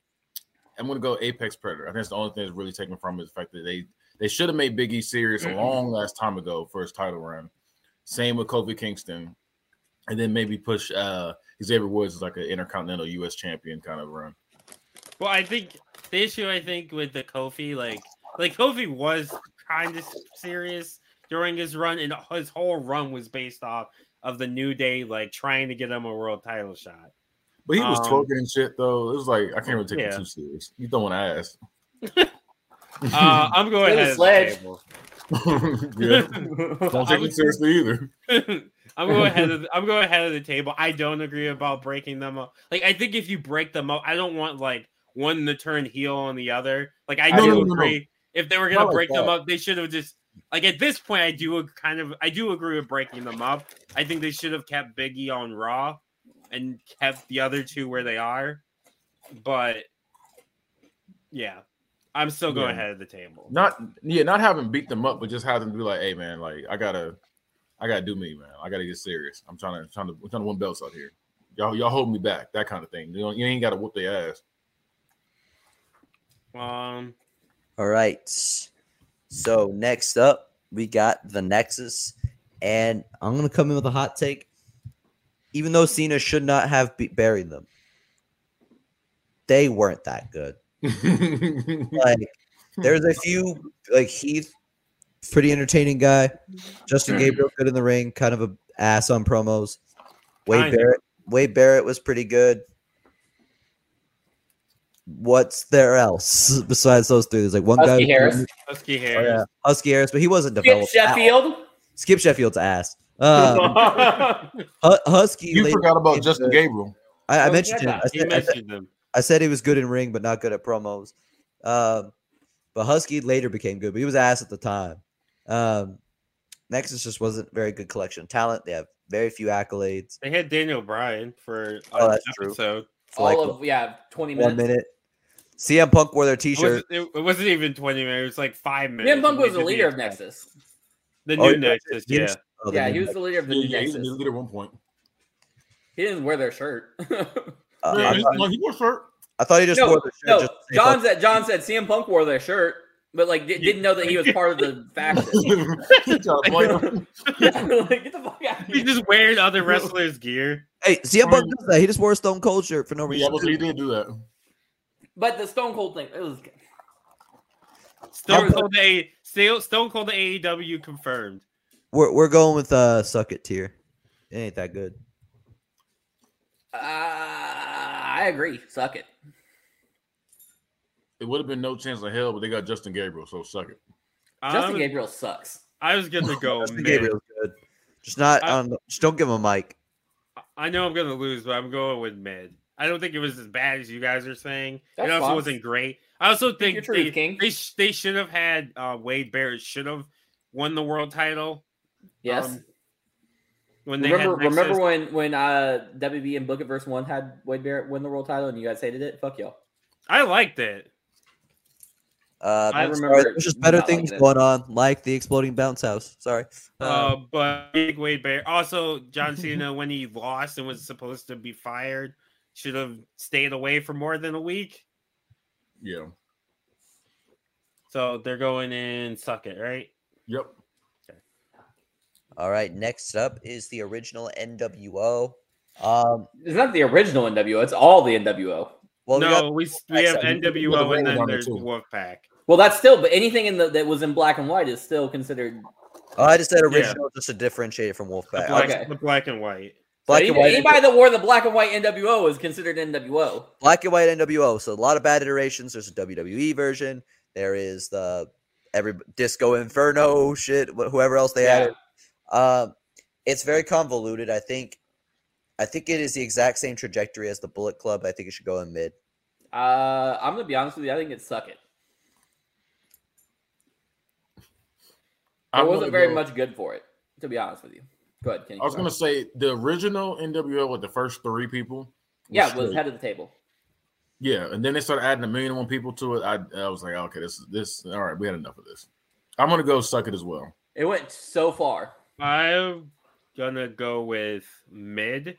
Speaker 5: I'm gonna go Apex Predator. I think that's the only thing that's really taken from it is the fact that they they should have made Biggie serious a long last time ago for his title run. Same with Kofi Kingston, and then maybe push uh Xavier Woods as like an intercontinental U.S. champion kind of run.
Speaker 2: Well, I think the issue I think with the Kofi, like like Kofi was kind of serious during his run, and his whole run was based off of the New Day, like trying to get him a world title shot.
Speaker 5: But he was
Speaker 2: Um,
Speaker 5: twerking and shit though. It was like I can't really take
Speaker 2: Yeah.
Speaker 5: it too serious. You don't want to ask. [laughs]
Speaker 2: Uh, I'm going
Speaker 3: Really
Speaker 2: ahead of
Speaker 3: sledge.
Speaker 2: the table.
Speaker 5: yeah. [laughs] Don't
Speaker 2: I
Speaker 5: take
Speaker 2: would-
Speaker 5: it seriously either.
Speaker 2: I'm going ahead. Of the, I'm going ahead of the table. I don't agree about breaking them up. Like I think if you break them up, I don't want like one to turn heel on the other. Like I
Speaker 5: No,
Speaker 2: do
Speaker 5: no, no, no.
Speaker 2: agree. If they were gonna
Speaker 5: Not like
Speaker 2: break them
Speaker 5: that.
Speaker 2: up, they should have just like at this point. I do ag- kind of. I do agree with breaking them up. I think they should have kept Biggie on Raw and kept the other two where they are. But yeah, I'm still going
Speaker 5: Yeah.
Speaker 2: ahead of the table.
Speaker 5: Not yeah, not having beat them up, but just have them be like, hey man, like I gotta I gotta do me, man. I gotta get serious. I'm trying to trying to I'm trying to win belts out here. Y'all y'all hold me back, that kind of thing. You, don't, you ain't gotta whoop their ass.
Speaker 2: Um.
Speaker 1: All right. So, next up, we got the Nexus, and I'm gonna come in with a hot take. Even though Cena should not have be- buried them, they weren't that good. Like there's a few like Heath, pretty entertaining guy.
Speaker 3: Mm.
Speaker 1: Justin Gabriel good in the ring, kind of a ass on promos. Wade
Speaker 2: Kinda.
Speaker 1: Barrett, Wade Barrett was pretty good. What's there else besides those three? There's like one
Speaker 3: Husky
Speaker 1: guy,
Speaker 3: Harris.
Speaker 2: Husky
Speaker 1: Oh,
Speaker 2: Harris. [laughs]
Speaker 1: yeah. Husky Harris, but he wasn't
Speaker 3: Skip
Speaker 1: developed. at all.
Speaker 3: Sheffield.
Speaker 1: Skip Sheffield's ass.
Speaker 3: [laughs]
Speaker 1: Um, Hu- Husky.
Speaker 4: You
Speaker 1: later
Speaker 4: forgot about
Speaker 1: became
Speaker 4: Justin
Speaker 1: good.
Speaker 4: Gabriel.
Speaker 1: I, I
Speaker 3: Oh,
Speaker 1: mentioned
Speaker 3: yeah.
Speaker 1: him. I
Speaker 2: he
Speaker 1: said, I said-
Speaker 2: mentioned them.
Speaker 1: I said he was good in ring, but not good at promos. Um, but Husky later became good, but he was ass at the time. Um, Nexus just wasn't a very good collection of talent. They have very few accolades.
Speaker 2: They had Daniel Bryan for
Speaker 1: Oh,
Speaker 2: an
Speaker 1: that's true.
Speaker 2: episode.
Speaker 1: It's
Speaker 3: All
Speaker 1: like
Speaker 3: of yeah, twenty
Speaker 1: one
Speaker 3: minutes.
Speaker 1: minute. CM Punk wore their
Speaker 2: It
Speaker 1: T-shirt.
Speaker 2: wasn't, it, it wasn't even 20 minutes. It was like five minutes.
Speaker 3: CM Punk was
Speaker 2: They
Speaker 3: the
Speaker 2: did
Speaker 3: leader of
Speaker 2: exact-
Speaker 3: Nexus.
Speaker 2: The
Speaker 1: Oh,
Speaker 2: new
Speaker 1: he was-
Speaker 2: Nexus,
Speaker 1: he was-
Speaker 2: yeah.
Speaker 1: oh, they
Speaker 3: yeah,
Speaker 1: didn't
Speaker 3: he was
Speaker 1: have-
Speaker 3: the leader of the
Speaker 5: yeah,
Speaker 3: new
Speaker 5: yeah, he was the
Speaker 3: Nexus.
Speaker 5: leader at one point.
Speaker 3: He didn't wear their shirt. [laughs] no,
Speaker 1: uh,
Speaker 5: Yeah,
Speaker 1: I,
Speaker 5: he,
Speaker 1: thought,
Speaker 5: well, he wore a shirt. [laughs]
Speaker 1: I thought he just wore the shirt.
Speaker 3: no.
Speaker 1: just to say
Speaker 3: John
Speaker 1: Punk.
Speaker 3: said John said CM Punk wore their shirt, but like di- didn't know that he was part of the
Speaker 5: [laughs]
Speaker 3: faction. [laughs]
Speaker 5: He tried to play him.
Speaker 3: like, get the fuck out of
Speaker 2: He's
Speaker 3: here.
Speaker 2: just wearing other wrestlers' gear.
Speaker 1: Hey, CM Punk does that. He just wore a Stone Cold shirt for no
Speaker 5: yeah,
Speaker 1: reason.
Speaker 5: but he did do that.
Speaker 3: But the Stone Cold thing, it was
Speaker 2: Stone
Speaker 3: How-
Speaker 2: Cold, a, Stone Stone Cold to AEW confirmed.
Speaker 1: We're we're going with uh suck it tier. It ain't that good.
Speaker 3: uh, I agree. Suck it.
Speaker 5: It would have been no chance in hell, but they got Justin Gabriel, so suck it.
Speaker 3: Justin
Speaker 2: Um,
Speaker 3: Gabriel sucks.
Speaker 2: I
Speaker 1: [laughs]
Speaker 2: was gonna go.
Speaker 1: Justin
Speaker 2: mid.
Speaker 1: Gabriel's good. Just not
Speaker 2: Oh, I-
Speaker 1: on. Just don't give him a mic.
Speaker 2: I know I'm gonna lose, but I'm going with mid. I don't think it was as bad as you guys are saying.
Speaker 3: That's
Speaker 2: it also
Speaker 3: fine.
Speaker 2: wasn't great. I also
Speaker 3: your
Speaker 2: think
Speaker 3: truth,
Speaker 2: they,
Speaker 3: King.
Speaker 2: they, sh- they should have had uh, Wade Barrett should have won the world title
Speaker 3: Yes.
Speaker 2: um, when they
Speaker 3: remember,
Speaker 2: had
Speaker 3: remember
Speaker 2: Nexus.
Speaker 3: when when uh WB and Book It Verse One had Wade Barrett win the world title and you guys hated it? Fuck y'all.
Speaker 2: I liked it.
Speaker 1: Uh,
Speaker 3: I
Speaker 1: sorry,
Speaker 3: remember
Speaker 1: there's just
Speaker 3: it
Speaker 1: better
Speaker 3: not like
Speaker 1: things
Speaker 3: that.
Speaker 1: going on, like the exploding bounce house. Sorry.
Speaker 2: Uh,
Speaker 1: Uh,
Speaker 2: but I think Wade Barrett. Also, John Cena [laughs] when he lost and was supposed to be fired should have stayed away for more than a week.
Speaker 5: Yeah.
Speaker 2: So they're going in suck it, right?
Speaker 5: Yep.
Speaker 1: all right. Next up is the original NWO. Um.
Speaker 3: It's not the original NWO. It's all the NWO.
Speaker 1: Well, we
Speaker 2: no,
Speaker 1: got, uh,
Speaker 2: we, we,
Speaker 1: Wolfpack
Speaker 2: have
Speaker 1: side.
Speaker 5: Another
Speaker 2: NWO and
Speaker 5: Raiders
Speaker 2: then
Speaker 5: on there,
Speaker 2: there's
Speaker 5: too.
Speaker 2: Wolfpack.
Speaker 3: Well, that's still, but anything in the that was in black and white is still considered.
Speaker 1: oh, I just said
Speaker 2: Yeah.
Speaker 1: original just to differentiate it from
Speaker 2: The
Speaker 1: Wolfpack.
Speaker 2: black,
Speaker 1: Okay.
Speaker 2: the black and white.
Speaker 1: Black
Speaker 3: so
Speaker 1: and
Speaker 3: any-
Speaker 1: white.
Speaker 3: anybody that wore the black and white NWO is considered NWO.
Speaker 1: black and white NWO. So a lot of bad iterations. There's a WWE version. There is the every Disco Inferno shit. wh- Whoever else they added. Um, it's very convoluted. I think. I think it is the exact same trajectory as the Bullet Club. I think it should go in mid.
Speaker 3: Uh, I'm gonna be honest with you. I think it's suck it. I
Speaker 5: I'm
Speaker 3: wasn't
Speaker 5: gonna
Speaker 3: very
Speaker 5: go-
Speaker 3: much good for it, to be honest with you. Go ahead, Kenny.
Speaker 5: I was gonna say the original NWO with the first three people.
Speaker 3: yeah, it was
Speaker 5: straight.
Speaker 3: head of the table.
Speaker 5: Yeah, and then they started adding a million and one people to it. I, I was like, okay, this is this. All right, we had enough of this. I'm gonna go suck it as well.
Speaker 3: It went so far.
Speaker 2: I'm gonna go with mid.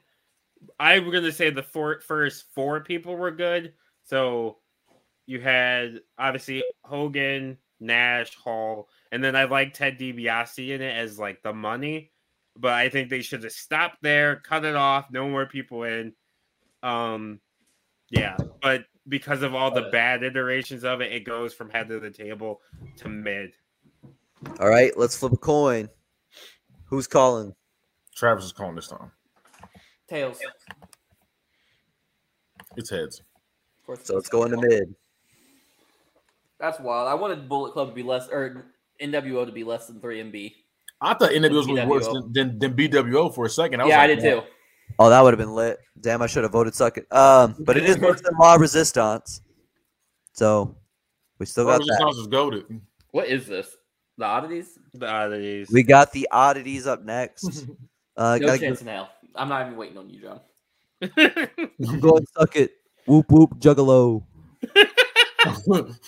Speaker 2: I'm gonna say the four, first four people were good. So you had obviously Hogan, Nash, Hall, and then I like Ted DiBiase in it as like the money, but I think they should have stopped there, cut it off, no more people in. Um, yeah, but because of all the bad iterations of it, it goes from head of the table to mid.
Speaker 1: All right, let's flip a coin. Who's calling?
Speaker 5: Travis is calling this time.
Speaker 3: Tails.
Speaker 5: It's heads.
Speaker 3: Of course,
Speaker 1: So it's going to mid.
Speaker 3: That's wild. I wanted Bullet Club to be less, or NWO to be less than three MB.
Speaker 5: I thought NWO was gonna be worse
Speaker 3: BWO.
Speaker 5: than, than, than BWO for a second. I was
Speaker 3: yeah, I
Speaker 5: like,
Speaker 3: did too.
Speaker 1: Oh, that would have been lit. Damn, I should have voted suck it. Um, but it is worse than La Resistance. So we still
Speaker 5: Travis
Speaker 1: got that.
Speaker 5: Jones is goaded. [laughs]
Speaker 3: What is this? The oddities?
Speaker 2: The oddities.
Speaker 1: We got the oddities up
Speaker 3: [laughs]
Speaker 1: next. Uh, gotta
Speaker 3: No chance
Speaker 1: give-
Speaker 3: in hell. I'm not even waiting on you, John.
Speaker 2: [laughs]
Speaker 1: I'm going suck it. Whoop whoop juggalo.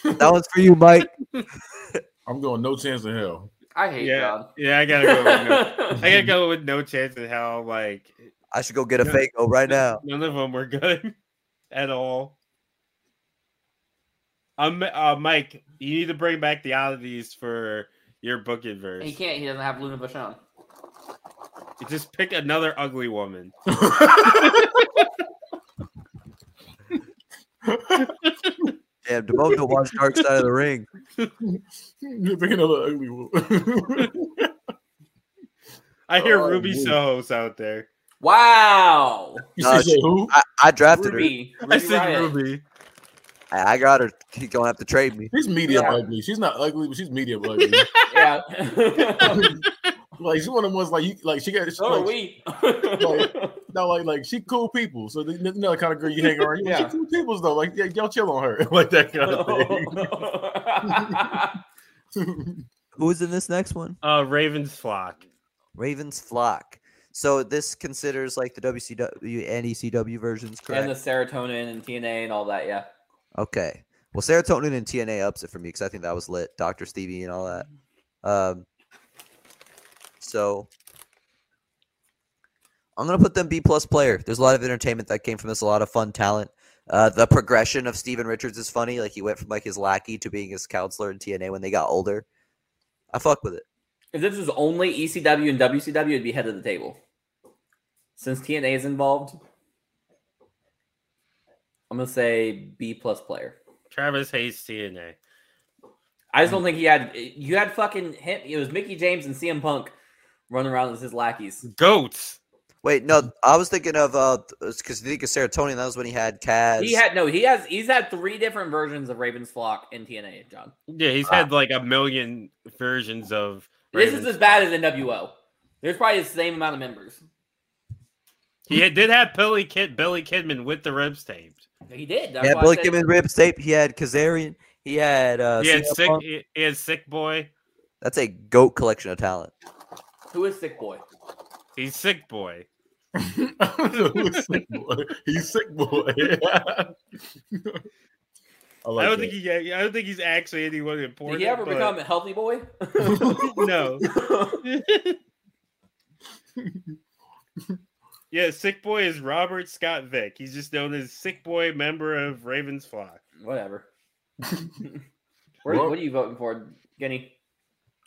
Speaker 1: That one's for you, Mike.
Speaker 5: I'm going no chance in hell. [laughs]
Speaker 3: I hate
Speaker 2: yeah,
Speaker 3: John.
Speaker 2: yeah, I [laughs] gotta go. With
Speaker 3: [laughs]
Speaker 2: no, I gotta go with no chance in hell. Like
Speaker 1: I should go get a
Speaker 2: Yeah.
Speaker 1: fake go right now.
Speaker 2: none of them were good [laughs] at all. Um, uh, Mike, you need to bring back the oddities for Your book it verse.
Speaker 3: He can't. He doesn't have Luna Vachon.
Speaker 2: Just pick another ugly woman.
Speaker 1: Damn, Demoto
Speaker 3: [laughs]
Speaker 1: don't watch Dark Side of the Ring.
Speaker 5: You're thinking of an ugly one.
Speaker 2: I hear
Speaker 5: Oh,
Speaker 2: Ruby
Speaker 5: dude.
Speaker 2: Soho's out there.
Speaker 3: Wow.
Speaker 5: [laughs] you
Speaker 1: No,
Speaker 5: say say who?
Speaker 1: I, I drafted
Speaker 3: Ruby.
Speaker 2: I
Speaker 3: Ruby
Speaker 2: said
Speaker 3: Riott.
Speaker 2: Ruby.
Speaker 1: her. I, I got her. He's gonna have to trade me.
Speaker 5: She's medium
Speaker 3: Yeah.
Speaker 5: ugly. She's not ugly, but she's
Speaker 3: [laughs]
Speaker 5: medium ugly.
Speaker 3: Yeah.
Speaker 5: like she's one of the ones like you, like she got.
Speaker 3: so are
Speaker 5: like,
Speaker 3: Oh, we.
Speaker 5: [laughs]
Speaker 3: [laughs]
Speaker 5: no, like like she cool people. So the, you know the kind of girl you hang around. Yeah,
Speaker 3: Yeah. Oh.
Speaker 5: she cool people's though. Like yeah, y'all chill on her, [laughs] like that kind [laughs] of thing.
Speaker 1: Who is in this next one?
Speaker 2: Uh, Raven's flock.
Speaker 1: Ravens flock. So this considers like the WCW and ECW versions, correct?
Speaker 3: [laughs] and the serotonin and TNA and all that. Yeah.
Speaker 1: Okay. Well, serotonin and TNA ups it for me because I think that was lit. Doctor Stevie and all that. Um. So I'm gonna put them B plus player. There's a lot of entertainment that came from this. A lot of fun talent. Uh, the progression of Steven Richards is funny. Like he went from like his lackey to being his counselor in TNA when they got older. I fuck with it.
Speaker 3: If this was only ECW and WCW, it'd be head of the table. Since TNA is involved, I'm gonna say B plus player.
Speaker 2: Travis hates TNA.
Speaker 3: I just don't think he had. You had fucking him. It was Mickey James and CM Punk running around as his lackeys.
Speaker 2: Goats.
Speaker 1: Wait,
Speaker 3: Mm-hmm.
Speaker 1: no, I was thinking of uh, because you think of serotonin. That was when he had Kaz.
Speaker 3: He had no. He has. He's had three different versions of Raven's flock in TNA. John,
Speaker 2: Yeah, he's had like a million versions of.
Speaker 3: Uh, this is
Speaker 2: Raven's
Speaker 3: as bad
Speaker 2: flock.
Speaker 3: as NWO. There's probably the same amount of members.
Speaker 2: he had- did have Billy Kid Billy Kidman with the ribs taped.
Speaker 3: He did. That's
Speaker 1: Yeah,
Speaker 3: why I
Speaker 1: Billy
Speaker 3: said-
Speaker 1: Kidman rib tape. He had Kazarian. He had uh,
Speaker 2: he had
Speaker 1: CM
Speaker 2: sick.
Speaker 1: Punk.
Speaker 2: He, he had sick boy.
Speaker 1: That's a goat collection of talent.
Speaker 3: Who is Sick Boy?
Speaker 2: He's sick boy.
Speaker 5: I don't know who's sick boy. He's sick boy. [laughs] I,
Speaker 2: I
Speaker 5: like
Speaker 2: don't
Speaker 5: that.
Speaker 2: think he. I don't think he's actually anyone important.
Speaker 3: Did he ever
Speaker 2: but-
Speaker 3: become a healthy boy?
Speaker 2: [laughs]
Speaker 3: [laughs]
Speaker 2: no. yeah, Sick Boy is Robert Scott Vick. He's just known as Sick Boy, member of Ravens Flock.
Speaker 3: Whatever. Where,
Speaker 5: Well-
Speaker 3: what are you voting for, Guinea?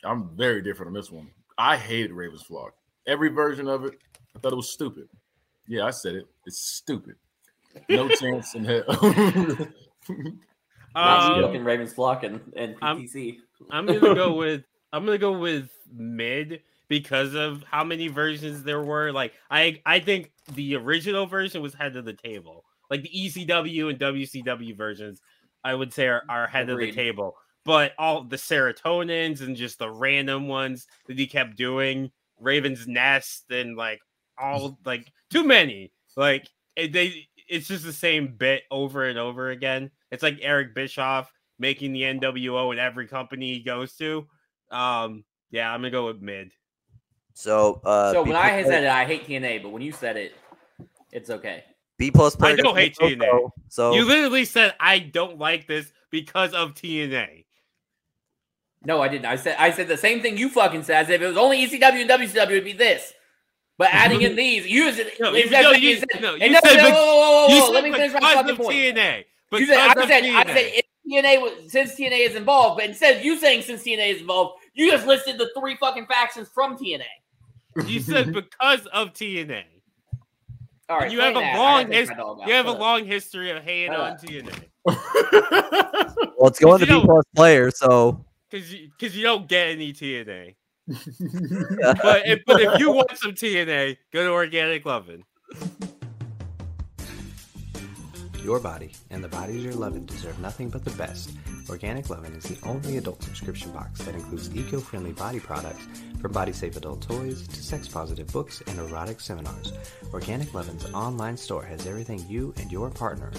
Speaker 5: I'm very different on this one. I hated Raven's Flock. Every version of it, I thought it was stupid. Yeah, I said it. It's stupid.
Speaker 3: [laughs]
Speaker 5: No chance in hell. [laughs]
Speaker 3: Not you
Speaker 2: Um,
Speaker 3: looking Ravens flock and, and
Speaker 2: I'm-
Speaker 3: PTC.
Speaker 2: I'm gonna go with I'm gonna go with mid because of how many versions there were. Like I I think the original version was head of the table. Like the ECW and WCW versions, I would say are, are head of
Speaker 3: Agreed.
Speaker 2: the table. But all the serotonins and just the random ones that he kept doing, Raven's Nest and like all like too many. Like it, they it's just the same bit over and over again. It's like Eric Bischoff making the NWO in every company he goes to. Um, yeah, I'm gonna go with mid.
Speaker 1: So, uh,
Speaker 3: so
Speaker 1: B
Speaker 3: when
Speaker 1: plus
Speaker 3: I had
Speaker 1: player-
Speaker 3: said it, I hate TNA, but when you said it, it's okay.
Speaker 1: B plus player,
Speaker 2: don't
Speaker 1: goes to
Speaker 2: hate
Speaker 1: Coco.
Speaker 2: TNA.
Speaker 1: So
Speaker 2: You literally said I don't like this because of TNA.
Speaker 3: No, I didn't. I said I said the same thing you fucking said. I said if it was only ECW and WCW, it'd be this. But
Speaker 2: [laughs]
Speaker 3: adding in these, you said
Speaker 2: No, you-
Speaker 3: exactly
Speaker 2: no,
Speaker 3: what you
Speaker 2: you-
Speaker 3: said.
Speaker 2: no,
Speaker 3: And
Speaker 2: you
Speaker 3: no,
Speaker 2: said
Speaker 3: no,
Speaker 2: bec-
Speaker 3: whoa, whoa, whoa, whoa,
Speaker 2: you
Speaker 3: whoa,
Speaker 2: said
Speaker 3: Let me finish my
Speaker 2: because
Speaker 3: fucking
Speaker 2: of
Speaker 3: point.
Speaker 2: TNA. Because
Speaker 3: You said, I
Speaker 2: of
Speaker 3: said,
Speaker 2: TNA.
Speaker 3: I said, if TNA was, since TNA is involved, but instead of you saying since TNA is involved, you just listed the three fucking factions from TNA.
Speaker 2: you
Speaker 3: [laughs]
Speaker 2: said because of TNA.
Speaker 3: All right,
Speaker 2: You have
Speaker 3: explain
Speaker 2: a
Speaker 3: that.
Speaker 2: long
Speaker 3: I gotta take my
Speaker 2: his-
Speaker 3: dog out.
Speaker 2: You have a
Speaker 3: Shut up.
Speaker 2: long history of hating
Speaker 3: Shut
Speaker 2: on
Speaker 3: up.
Speaker 2: TNA
Speaker 1: well, it's going to
Speaker 2: you
Speaker 1: B
Speaker 2: know-
Speaker 1: plus player. So
Speaker 2: because you because you don't get any
Speaker 3: [laughs]
Speaker 2: TNA. But if, but if you want some TNA, go to Organic Lovin'.
Speaker 9: Your body and the bodies you're loving deserve nothing but the best. Organic Lovin' is the only adult subscription box that includes eco-friendly body products from body-safe adult toys to sex-positive books and erotic seminars. Organic Lovin's online store has everything you and your partner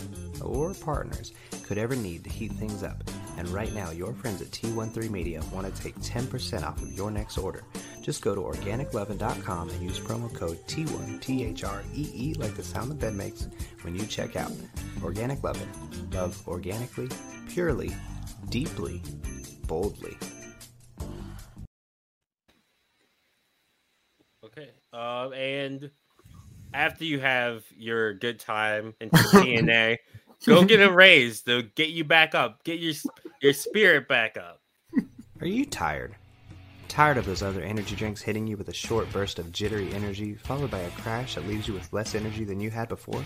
Speaker 9: or partners could ever need to heat things up. And right now, your friends at T13 Media want to take 10% off of your next order. Just go to organiclovin.com and use promo code T1, T-H-R-E-E, E like the sound the bed makes, when you check out. Organic Lovin. Love organically, purely, deeply, boldly.
Speaker 2: Okay. Um, and after you have your good time in TNA, go get a raise to get you back up, get your your spirit back up.
Speaker 9: Are you tired? Tired of those other energy drinks hitting you with a short burst of jittery energy, followed by a crash that leaves you with less energy than you had before?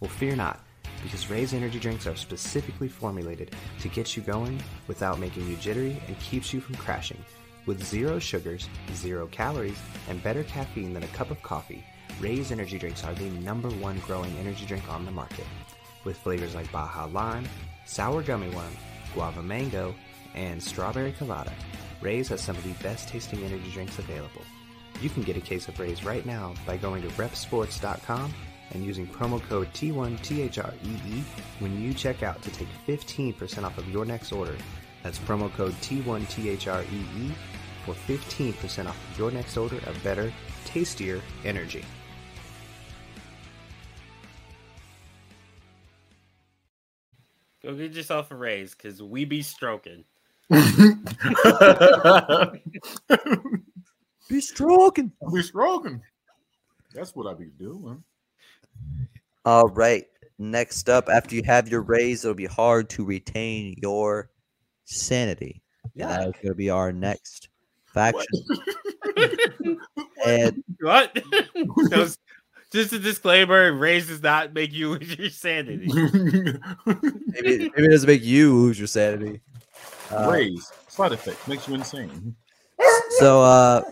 Speaker 9: Well, fear not, because Ray's energy drinks are specifically formulated to get you going without making you jittery and keeps you from crashing. With zero sugars, zero calories, and better caffeine than a cup of coffee, Ray's energy drinks are the number one growing energy drink on the market. With flavors like Baja Lime, Sour Gummy Worm, Guava Mango, and Strawberry Colada, Ray's has some of the best tasting energy drinks available. You can get a case of Ray's right now by going to repsports.com and using promo code T1THREE E when you check out to take 15% off of your next order. That's promo code T1THREE E for 15% off of your next order of better, tastier energy.
Speaker 2: Go get yourself a raise because we be stroking.
Speaker 6: Be stroking.
Speaker 5: we stroking. That's what I be doing.
Speaker 1: All right. Next up, after you have your raise, it'll be hard to retain your sanity. Yeah. That is going to be our next faction. [laughs] and
Speaker 2: [laughs] What? [laughs]
Speaker 5: [laughs]
Speaker 2: Those- just a disclaimer: raise does not make you [laughs] lose your
Speaker 5: [laughs]
Speaker 2: sanity.
Speaker 1: maybe, maybe it doesn't make you lose your sanity. Uh,
Speaker 5: Raise side effect makes you insane.
Speaker 1: So uh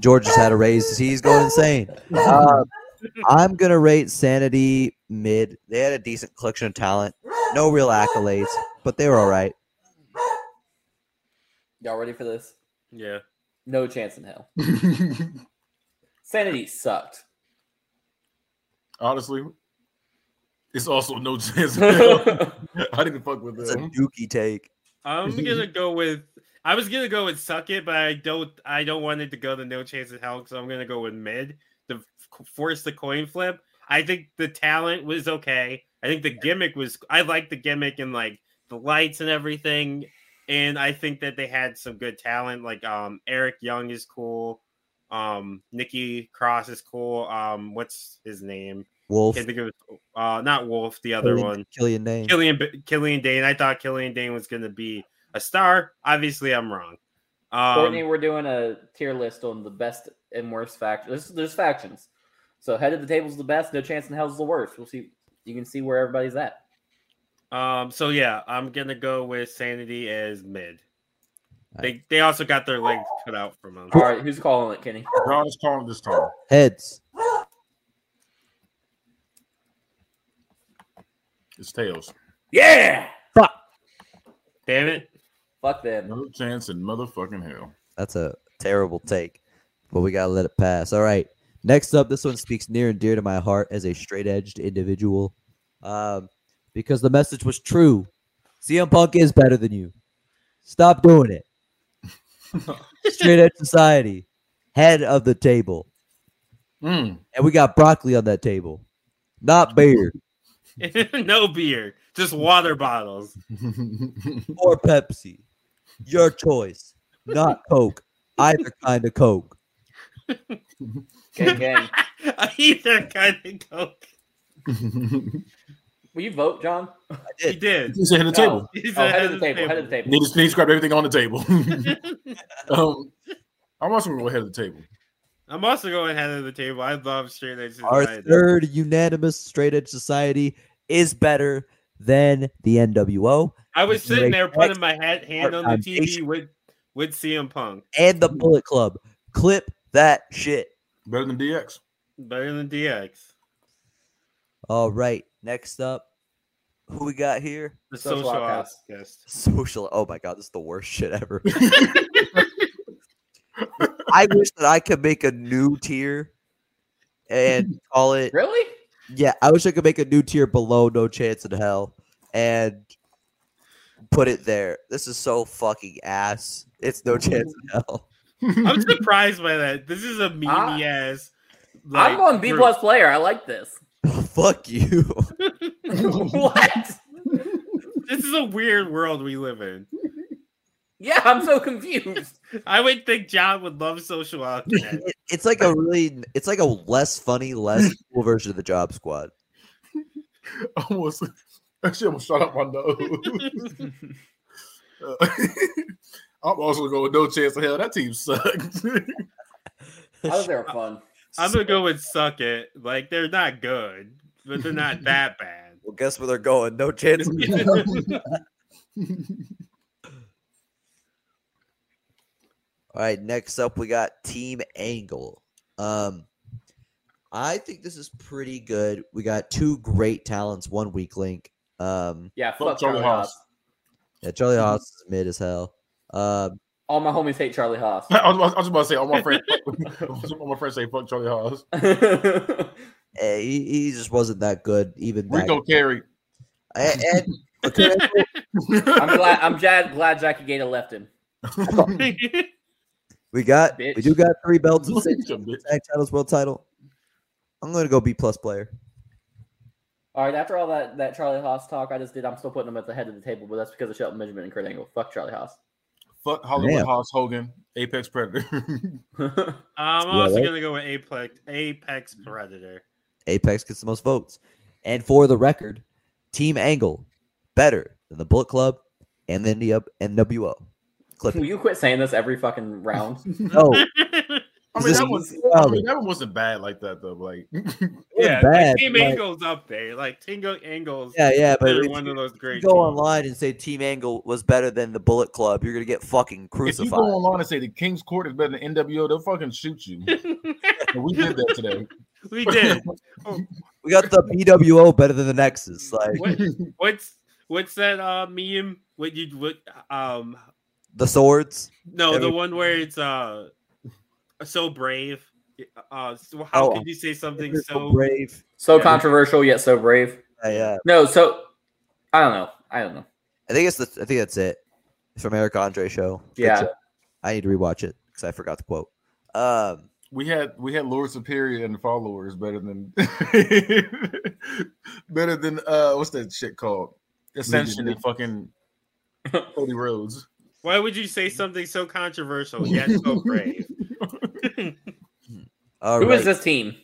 Speaker 1: George has had a raise. He's going insane. Uh, I'm gonna rate Sanity mid. They had a decent collection of talent. No real accolades, but they were all right.
Speaker 3: Y'all ready for this?
Speaker 2: yeah,
Speaker 3: No chance in hell. Sanity [laughs] sucked.
Speaker 5: Honestly, it's also
Speaker 3: [laughs]
Speaker 5: no chance. I
Speaker 2: Um,
Speaker 3: That's
Speaker 5: didn't fuck with
Speaker 1: It's a
Speaker 2: Mm-hmm.
Speaker 5: them.
Speaker 1: dookie take.
Speaker 2: I'm gonna go with. I was gonna go with suck it, but I don't. I don't want it to go to no chance in hell, so I'm gonna go with mid to f- force the coin flip. I think the talent was okay. I think the gimmick was. I like the gimmick and like the lights and everything. And I think that they had some good talent. Like um, Eric Young is cool. Um, Nikki Cross is cool. Um, what's his name?
Speaker 1: Wolf,
Speaker 2: Can't think of. his- Uh, not Wolf. The other one.
Speaker 1: Killian name.
Speaker 2: Killian Killian Dane. I thought Killian Dane was going to be a star. Obviously, I'm wrong.
Speaker 3: Courtney,
Speaker 2: Um,
Speaker 3: we're doing a tier list on the best and worst factions. There's, there's factions. So head of the table's the best. No chance in hell's the worst. We'll see. You can see where everybody's at.
Speaker 2: um, so yeah, I'm gonna go with Sanity as mid. They
Speaker 1: Alright.
Speaker 2: they also got their legs cut out from them.
Speaker 3: All right, who's calling it, Kenny?
Speaker 5: John is calling this time.
Speaker 6: Heads.
Speaker 5: It's tails.
Speaker 3: Yeah.
Speaker 2: Damn it!
Speaker 3: Fuck [laughs] them.
Speaker 5: No chance in motherfucking hell.
Speaker 1: That's a terrible take, but we gotta let it pass. All right. Next up, this one speaks near and dear to my heart as a straight edged individual, um, because the message was true. CM Punk is better than you. Stop doing it. straight edge society, head of the table,
Speaker 5: Mm.
Speaker 1: and we got broccoli on that table, not beer
Speaker 2: [laughs] no beer, just water bottles. [laughs]
Speaker 1: or Pepsi, your choice, not Coke, either kind of Coke.
Speaker 3: Gang, gang.
Speaker 2: Either kind of coke.
Speaker 3: Will you vote, John?
Speaker 2: He did.
Speaker 5: He's at the table.
Speaker 2: He's
Speaker 3: Oh,
Speaker 2: ahead
Speaker 3: head
Speaker 2: of the table.
Speaker 3: Head of the table.
Speaker 5: Need to, need to scrap everything on the table. [laughs] um, I'm also gonna go ahead of the table.
Speaker 2: I'm also going head of the table. I love straight edge.
Speaker 1: Our
Speaker 2: society.
Speaker 1: third unanimous straight edge society is better than the NWO
Speaker 2: I was
Speaker 1: Generation
Speaker 2: sitting there putting
Speaker 1: X,
Speaker 2: my hat, hand on the
Speaker 1: Part-Time
Speaker 2: TV
Speaker 1: Nation.
Speaker 2: with with CM Punk.
Speaker 1: and the Bullet Club. Clip that shit.
Speaker 5: Better than DX.
Speaker 2: Better than DX.
Speaker 1: All right. Next up, who we got here? [laughs]
Speaker 2: The
Speaker 3: Social
Speaker 2: social,
Speaker 3: outcast.
Speaker 2: outcast.
Speaker 1: Social. Oh my God, this is the worst shit ever. I wish that I could make a new tier and call it.
Speaker 3: Really?
Speaker 1: Yeah, I wish I could make a new tier below No Chance in Hell and put it there. This is so fucking ass. It's No Chance in Hell.
Speaker 2: [laughs]
Speaker 1: [laughs]
Speaker 2: I'm surprised by that. This
Speaker 1: Ah.
Speaker 2: is a meaty
Speaker 3: I-
Speaker 2: ass.
Speaker 3: I'm going B plus player. I
Speaker 2: [laughs]
Speaker 3: like this.
Speaker 1: Fuck [laughs] you.
Speaker 3: what?
Speaker 2: group. This is a weird world we live in.
Speaker 3: Yeah, I'm
Speaker 2: [laughs]
Speaker 3: so confused.
Speaker 2: I would think John would love social
Speaker 1: [laughs]
Speaker 2: outcast.
Speaker 1: It- it's like a really, it's like a less funny, [laughs] less cool version of the Job Squad.
Speaker 5: [laughs] almost [laughs] that shit almost shot up my nose. Uh, [laughs] I'm also gonna go with no chance in hell. That team sucked.
Speaker 3: thought they were fun.
Speaker 2: I'm [laughs] gonna go with suck it. Like they're not good, but they're
Speaker 1: [laughs]
Speaker 2: not that bad.
Speaker 1: Well, guess where they're going? No chance.
Speaker 2: [laughs]
Speaker 1: All right, next up we got Team Angle. Um, I think this is pretty good. We got two great talents, one weak link. Um,
Speaker 3: Yeah,
Speaker 5: Fuck
Speaker 3: fuck
Speaker 5: Charlie
Speaker 3: Charlie
Speaker 5: Haas.
Speaker 3: Haas.
Speaker 1: yeah, Charlie Haas is mid as hell. Um,
Speaker 3: All my homies hate
Speaker 2: [laughs]
Speaker 3: Charlie Haas.
Speaker 5: [laughs] I was, about- I was about to say all my friends, [laughs] all my friends say fuck Charlie Haas.
Speaker 3: [laughs]
Speaker 1: eh, he, he just wasn't that good, even back.
Speaker 5: Rico [laughs] Carey.
Speaker 1: [laughs] And, and because
Speaker 3: I'm glad. I'm glad, glad Jackie Gator left him.
Speaker 1: we got we
Speaker 3: Bitch.
Speaker 1: do got three belts and
Speaker 5: Look
Speaker 1: six
Speaker 5: at you, bitch.
Speaker 1: tag titles, world title. I'm gonna go B plus player.
Speaker 3: All right. After all that that Charlie Haas talk I just did, I'm still putting him at the head of the table, but that's because of Shelton Benjamin and Kurt Angle. Fuck Charlie Haas. [laughs]
Speaker 5: Fuck Hollywood
Speaker 1: Damn.
Speaker 5: Haas Hogan, Apex Predator. [laughs]
Speaker 2: I'm
Speaker 1: Yeah,
Speaker 2: also
Speaker 1: right?
Speaker 2: gonna go with Apex Apex Predator.
Speaker 1: Apex gets the most votes. And for the record, Team Angle better than the Bullet Club and then the up- NWO. Clip
Speaker 3: Will
Speaker 1: it.
Speaker 3: you quit saying this every fucking round?
Speaker 1: No, it
Speaker 2: [laughs]
Speaker 5: I mean,
Speaker 1: This
Speaker 5: that
Speaker 1: is
Speaker 5: one, I
Speaker 1: solid.
Speaker 5: mean, that one wasn't bad like that though. Like, [laughs]
Speaker 1: wasn't
Speaker 2: yeah,
Speaker 1: bad,
Speaker 2: like, Team
Speaker 1: but-
Speaker 2: Angle's up there. Like Tingo Angle's
Speaker 1: [laughs] yeah, yeah. But
Speaker 2: they're
Speaker 1: if
Speaker 2: one
Speaker 1: you
Speaker 2: of those great.
Speaker 1: go
Speaker 2: teams.
Speaker 1: online and say Team Angle was better than the Bullet Club, you're gonna get fucking
Speaker 5: if you
Speaker 1: crucified.
Speaker 5: go online and say the King's Court is better than NWO, they'll fucking shoot [laughs] you. And we did that today.
Speaker 2: we did.
Speaker 1: we got the BWO better than the Nexus. Like [laughs]
Speaker 2: What, what's what's that uh meme? What you what um
Speaker 1: the swords.
Speaker 2: no
Speaker 1: Yeah,
Speaker 2: the
Speaker 1: we-
Speaker 2: one where it's uh so brave. Uh, so how
Speaker 1: Oh,
Speaker 2: could you say something
Speaker 1: They're
Speaker 2: so?
Speaker 1: brave.
Speaker 3: so
Speaker 2: Yeah.
Speaker 3: controversial yet so brave.
Speaker 1: Yeah, Uh, yeah.
Speaker 3: No, so I don't know. I don't know.
Speaker 1: I think it's the, I think that's it. It's from Eric Andre show. Good
Speaker 3: Yeah.
Speaker 1: show. I need to rewatch it because I forgot the quote. Um,
Speaker 5: We had we had Lord Superior and followers better than [laughs] better than uh what's that shit called? Ascension and fucking Cody Rhodes.
Speaker 2: Why would you say something so controversial
Speaker 1: [laughs]
Speaker 2: yet so brave?
Speaker 1: all
Speaker 3: Who
Speaker 1: right.
Speaker 3: is this team?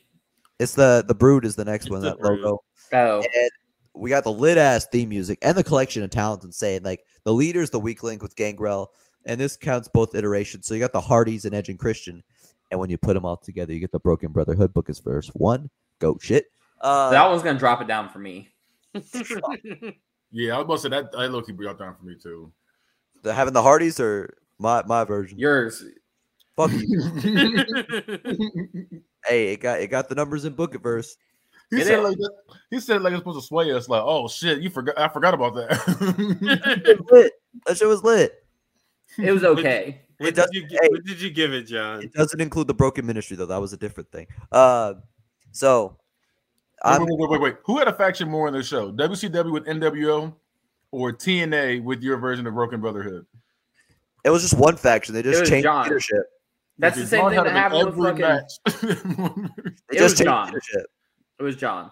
Speaker 1: It's the the Brood is the next
Speaker 2: It's
Speaker 1: one.
Speaker 2: the
Speaker 1: That
Speaker 2: Brood.
Speaker 1: logo.
Speaker 3: Oh,
Speaker 1: And we got the lit ass theme music and the collection of talents insane. Like the leader's the weak link with Gangrel, and this counts both iterations. So you got the Hardys and Edge and Christian, and when you put them all together, you get the Broken Brotherhood book is verse one. Go shit. Uh,
Speaker 3: that one's gonna drop it down for me.
Speaker 5: Yeah, I was about to say that I low key brought down for me too. [laughs]
Speaker 1: the- having the Hardys or my my version.
Speaker 3: Yours.
Speaker 1: Fuck
Speaker 3: [laughs]
Speaker 1: you. hey, it got it got the numbers in book
Speaker 3: [laughs]
Speaker 1: verse.
Speaker 5: He
Speaker 3: It
Speaker 5: said
Speaker 3: is.
Speaker 5: like that. He said like it's supposed to sway us. Like, oh shit, you forgot. I forgot
Speaker 3: [laughs]
Speaker 5: about that.
Speaker 1: Lit. That shit was lit.
Speaker 3: It was okay.
Speaker 2: What did
Speaker 1: doesn't-
Speaker 2: you gi-
Speaker 1: hey.
Speaker 2: what did you give it, John?
Speaker 1: It doesn't include the Broken Ministry though. That was a different thing. Uh, so.
Speaker 5: wait,
Speaker 1: I'm
Speaker 5: wait, wait, wait, wait. Who had a faction more in the show? WCW with NWO, or TNA with your version of Broken Brotherhood?
Speaker 1: It was just one faction. They just
Speaker 3: was
Speaker 1: changed
Speaker 3: John.
Speaker 1: leadership.
Speaker 3: That's
Speaker 5: Because
Speaker 3: the same
Speaker 5: John
Speaker 3: thing that
Speaker 5: had him
Speaker 3: happened with fucking.
Speaker 5: in every match.
Speaker 1: They
Speaker 3: It
Speaker 1: just
Speaker 3: was
Speaker 1: changed
Speaker 3: John.
Speaker 1: leadership.
Speaker 3: It was John.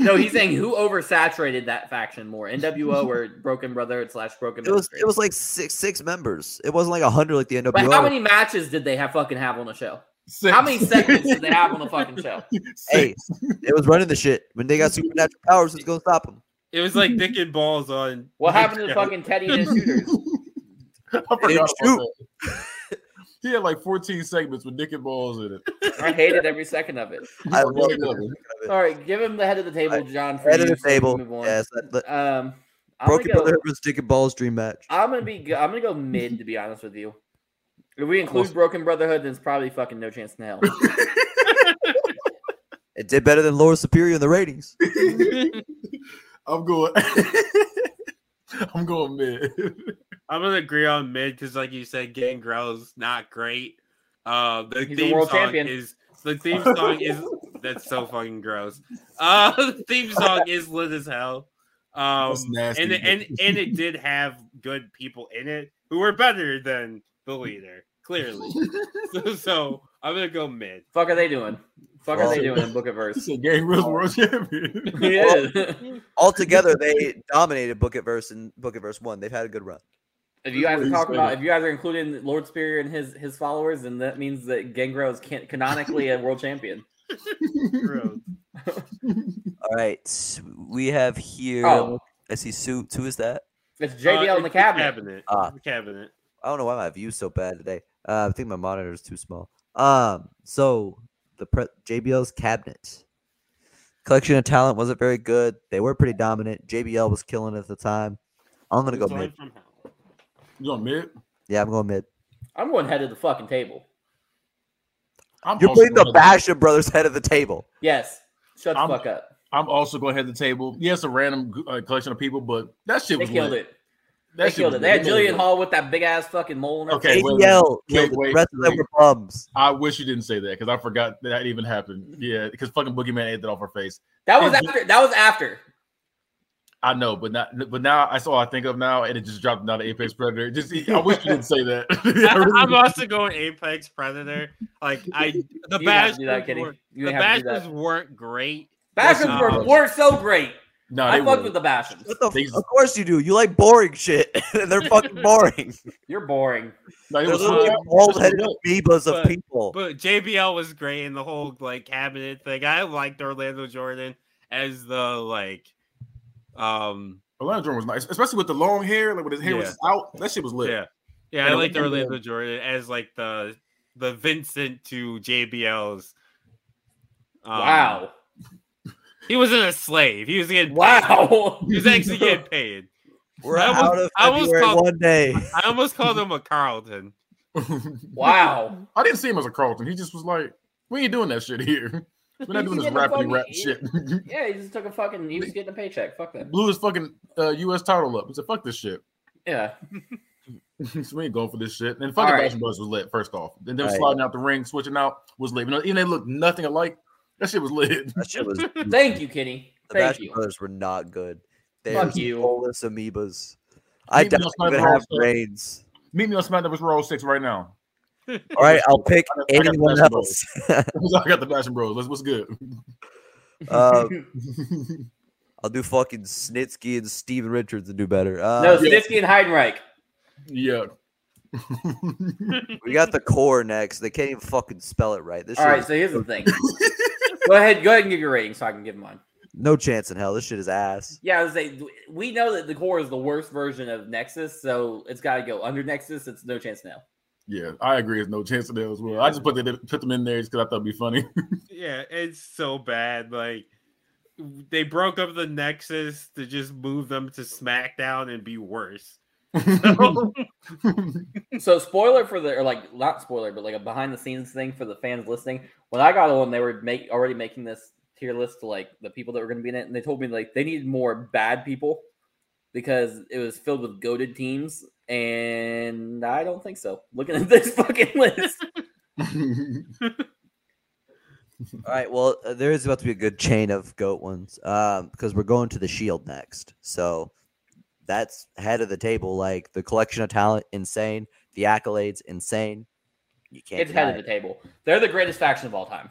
Speaker 3: No, he's saying who oversaturated that faction more, NWO
Speaker 1: [laughs]
Speaker 3: or Broken Brotherhood slash Broken.
Speaker 1: It was
Speaker 3: Ministry.
Speaker 1: it was like six six members. It wasn't like a hundred like the NWO.
Speaker 3: But how many matches did they have fucking have on the show?
Speaker 5: Six. [laughs]
Speaker 3: How many segments did they have on the fucking show?
Speaker 5: Six.
Speaker 1: hey, it was running the shit. When
Speaker 3: [laughs]
Speaker 1: they got supernatural powers, who's gonna stop them?
Speaker 2: It was like Nick and Balls on.
Speaker 3: What happened to the fucking Teddy and his shooters?
Speaker 5: [laughs] I forgot about
Speaker 1: didn't
Speaker 5: that. [laughs] He had like 14 segments with Nick and Balls in it.
Speaker 3: I hated every second of it.
Speaker 1: [laughs] I
Speaker 5: He's
Speaker 1: love
Speaker 5: like,
Speaker 1: it.
Speaker 5: "Look,
Speaker 3: All right, give him the head of the table,
Speaker 1: Alright,
Speaker 3: John. for
Speaker 1: Head of
Speaker 3: you
Speaker 1: the
Speaker 3: so we
Speaker 1: table.
Speaker 3: can move on.
Speaker 1: Yes, that, that-
Speaker 3: Um, I'm
Speaker 1: Broken
Speaker 3: gonna go.
Speaker 1: Brotherhood was Dick and Ball's dream match.
Speaker 3: I'm gonna be. go- I'm gonna go mid. To be honest with you, if we include Broken Brotherhood, then it's probably fucking no chance in hell.
Speaker 1: It did better than Laura Superior in the ratings.
Speaker 5: I'm going. [laughs] I'm going mid. [laughs]
Speaker 2: I'm gonna agree on mid because, like you said, Gangrel's not great. Uh, the
Speaker 3: He's a
Speaker 2: theme
Speaker 3: world
Speaker 2: song
Speaker 3: champion.
Speaker 2: is the theme song
Speaker 3: [laughs]
Speaker 2: is that's so fucking gross. Uh, [laughs] the theme song is lit as hell. Um,
Speaker 5: That's nasty,
Speaker 2: and
Speaker 5: but-
Speaker 2: and and it did have good people in it who were better than the leader, clearly.
Speaker 3: [laughs]
Speaker 2: so, so I'm gonna go mid.
Speaker 3: Fuck are they doing? Fuck are they
Speaker 5: Well-
Speaker 3: doing in Book of Verse?
Speaker 5: [laughs] It's a gang rules world champion. [laughs]
Speaker 3: yeah. [laughs]
Speaker 1: Altogether, they dominated Book It Verse and Book It Verse One. They've had a good run.
Speaker 3: If you guys are
Speaker 5: He's
Speaker 3: talking about,
Speaker 5: saying.
Speaker 3: if you guys are including Lord Superior and his his followers, then that means that Gangrel is can- canonically a world
Speaker 5: [laughs]
Speaker 3: champion. [laughs]
Speaker 2: Gross.
Speaker 1: All right, we have here.
Speaker 3: Oh,
Speaker 1: I see suits. Who is that?
Speaker 3: it's
Speaker 2: Uh,
Speaker 3: JBL in the
Speaker 2: it's
Speaker 3: cabinet.
Speaker 2: cabinet.
Speaker 1: Ah.
Speaker 2: The cabinet.
Speaker 1: I don't know why my view's so bad today. Uh, I think my monitor's too small. Um, so the pre- JBL's cabinet collection of talent wasn't very good. They were pretty dominant. JBL was killing at the time. I'm gonna go
Speaker 2: Design
Speaker 1: mid.
Speaker 2: from
Speaker 5: [laughs]
Speaker 2: hell.
Speaker 5: You on mid?
Speaker 1: Yeah, I'm going mid.
Speaker 3: I'm going head of the fucking table.
Speaker 5: I'm
Speaker 1: You're
Speaker 5: also
Speaker 1: putting the
Speaker 5: going head-
Speaker 1: Bastion brothers [laughs] head of the table.
Speaker 3: Yes. Shut the
Speaker 5: I'm-
Speaker 3: fuck up.
Speaker 5: I'm also going head to the table. Yes, a random uh, collection of people, but that shit
Speaker 3: They
Speaker 5: was
Speaker 3: killed
Speaker 5: lit.
Speaker 3: it.
Speaker 5: That
Speaker 3: They
Speaker 5: shit
Speaker 3: killed
Speaker 5: was
Speaker 3: it. They had
Speaker 5: lit. was
Speaker 3: Jillian
Speaker 5: lit.
Speaker 3: Hall with that big ass fucking mole. In her
Speaker 5: Okay,
Speaker 3: face.
Speaker 5: wait,
Speaker 1: JBL killed it.
Speaker 5: wait,
Speaker 1: The rest of them
Speaker 5: wait.
Speaker 1: were bums.
Speaker 5: I wish you didn't say that because I forgot that, that even happened. Yeah, because fucking Boogeyman ate that off her face.
Speaker 3: that was
Speaker 5: and-
Speaker 3: after. That was after.
Speaker 5: I know, but not. But now that's all I think of now, and it just dropped down to Apex Predator. Just I wish you didn't say that. [laughs] I really-
Speaker 2: I'm also going Apex Predator. Like
Speaker 3: [laughs]
Speaker 2: I, the
Speaker 3: you didn't have to do that,
Speaker 2: Bastards
Speaker 3: Kenny.
Speaker 2: were-
Speaker 3: You
Speaker 2: the
Speaker 3: didn't have to do
Speaker 2: Bastards
Speaker 3: that.
Speaker 2: weren't great.
Speaker 3: Bastards
Speaker 2: Nah.
Speaker 3: were, were so great.
Speaker 5: no,
Speaker 3: I
Speaker 5: they
Speaker 3: fucked
Speaker 5: were.
Speaker 3: with the Bastards.
Speaker 1: What the
Speaker 5: They-
Speaker 1: f- of course you do. You like boring shit. [laughs] They're fucking boring.
Speaker 3: You're boring.
Speaker 5: no, it
Speaker 1: They're
Speaker 5: was
Speaker 1: literally
Speaker 5: fun.
Speaker 1: bald-headed
Speaker 5: It was
Speaker 1: amoebas of
Speaker 2: But-
Speaker 1: people.
Speaker 2: But JBL was great in the whole like cabinet thing. I liked Orlando Jordan as the like, um,
Speaker 5: Orlando Jordan was nice, especially with the long hair, like when his hair was
Speaker 2: Yeah.
Speaker 5: just out. That shit was lit.
Speaker 2: yeah, yeah. I
Speaker 5: And
Speaker 2: liked
Speaker 5: Orlando-
Speaker 2: Orlando Jordan as like the the Vincent to JBL's. um,
Speaker 3: wow.
Speaker 2: he wasn't a slave. He was getting paid. [laughs]
Speaker 3: Wow. [laughs]
Speaker 2: He was actually getting paid.
Speaker 1: We're
Speaker 2: I almost-
Speaker 1: out of
Speaker 2: I almost
Speaker 1: February
Speaker 2: called-
Speaker 1: one day.
Speaker 2: [laughs] I almost called him a Carlton.
Speaker 3: wow.
Speaker 5: [laughs] I didn't see him as a Carlton. He just was like, "We ain't doing that shit here. [laughs] We're not
Speaker 3: He's
Speaker 5: doing this
Speaker 3: getting a
Speaker 5: rappity
Speaker 3: fucking-
Speaker 5: rap shit."
Speaker 3: Yeah, he just took a fucking. He was getting a paycheck. Fuck that.
Speaker 5: [laughs] Blew his fucking uh, U.S. title up. He said, "Fuck this shit. [laughs]
Speaker 3: Yeah.
Speaker 5: so we ain't going for this shit." And fucking
Speaker 3: All right.
Speaker 5: Bash Boys was lit first off. Then them
Speaker 1: All right.
Speaker 5: sliding out the ring, switching out was lit. You know, even they looked nothing alike. That shit was lit. [laughs]
Speaker 1: That shit was. The
Speaker 3: Thank you, Kenny. Thank
Speaker 1: Bashful
Speaker 3: you.
Speaker 1: Brothers were not good. They
Speaker 3: Fuck
Speaker 1: were
Speaker 3: you.
Speaker 1: soulless amoebas. I
Speaker 5: Maybe
Speaker 1: doubt
Speaker 5: that's
Speaker 1: they
Speaker 5: why
Speaker 1: even
Speaker 5: they're all
Speaker 1: have
Speaker 5: so-
Speaker 1: brains.
Speaker 5: Meet me on SmackDown vs. Raw six right now. [laughs]
Speaker 1: All right, I'll pick
Speaker 5: I got- I got
Speaker 1: anyone
Speaker 5: Bashful
Speaker 1: else.
Speaker 5: I got the Bash Bros. Let's what's good. [laughs]
Speaker 1: uh,
Speaker 3: [laughs]
Speaker 1: I'll do fucking Snitsky and Steven Richards and do better. Uh,
Speaker 3: no, Snitsky and Heidenreich.
Speaker 5: yeah. [laughs]
Speaker 1: we got the core next. They can't even fucking spell it right. This
Speaker 3: All
Speaker 1: shit
Speaker 3: right,
Speaker 1: is-
Speaker 3: so
Speaker 1: [laughs]
Speaker 3: here's the thing. go ahead, go ahead and give your rating so I can give mine.
Speaker 1: no chance in hell. This shit is ass.
Speaker 3: Yeah, I was say we know that the core is the worst version of Nexus, so it's got to go under Nexus. It's no chance now.
Speaker 5: Yeah, I agree. There's no chance of that as well. I just put that put them in there just because I thought it'd be funny. [laughs]
Speaker 2: Yeah, it's so bad. Like they broke up the Nexus to just move them to SmackDown and be
Speaker 3: [laughs]
Speaker 2: worse. So,
Speaker 3: So spoiler for the or like not spoiler, but like a behind the scenes thing for the fans listening. When I got on, they were make already making this tier list to like the people that were going to be in it, and they told me like they needed more bad people because it was filled with goaded teams, and I don't think so. Looking at this [laughs] fucking list,
Speaker 1: All right. Well, uh, there is about to be a good chain of goat ones um, because we're going to the Shield next. So that's head of the table. Like the collection of talent, insane. The accolades, insane. You can't.
Speaker 3: it's head
Speaker 1: deny
Speaker 3: of the
Speaker 1: it.
Speaker 3: table. They're the greatest faction of all time.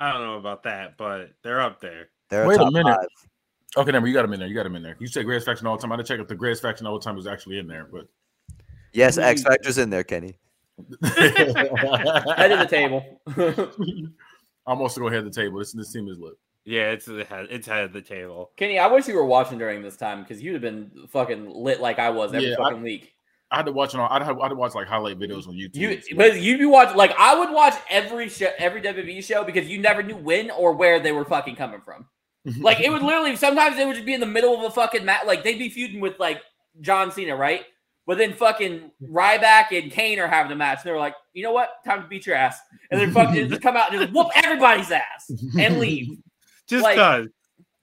Speaker 2: I don't know about that, but they're up there.
Speaker 1: They're
Speaker 5: Wait a
Speaker 1: top
Speaker 5: minute.
Speaker 1: five.
Speaker 5: okay, never. You got him in there. You got him in there. You said greatest faction all the time. I didn't check if the greatest faction all the time was actually in there, but [laughs]
Speaker 1: Yes,
Speaker 5: Mm.
Speaker 1: X Factor's in there, Kenny.
Speaker 3: Head of the table. [laughs]
Speaker 5: [laughs] I'm also going to head the table. This this team is lit.
Speaker 2: Yeah, it's the head. It's head of the table.
Speaker 3: Kenny, I wish you were watching during this time because you'd have been fucking lit like I was every
Speaker 5: Yeah, I-
Speaker 3: fucking week.
Speaker 5: I had to watch on. I'd have, I'd watch like highlight videos on YouTube.
Speaker 3: You, but you'd be watching like I would watch every show, every WWE show because you never knew when or where they were fucking coming from.
Speaker 5: [laughs]
Speaker 3: Like it would literally sometimes they would just be in the middle of a fucking match, like they'd be feuding with like John Cena, right? But then fucking Ryback and Kane are having a match, and they're like, you know what? Time to beat your ass, and then fucking just come out and just whoop everybody's ass and leave.
Speaker 2: Just
Speaker 3: Like-
Speaker 2: cause,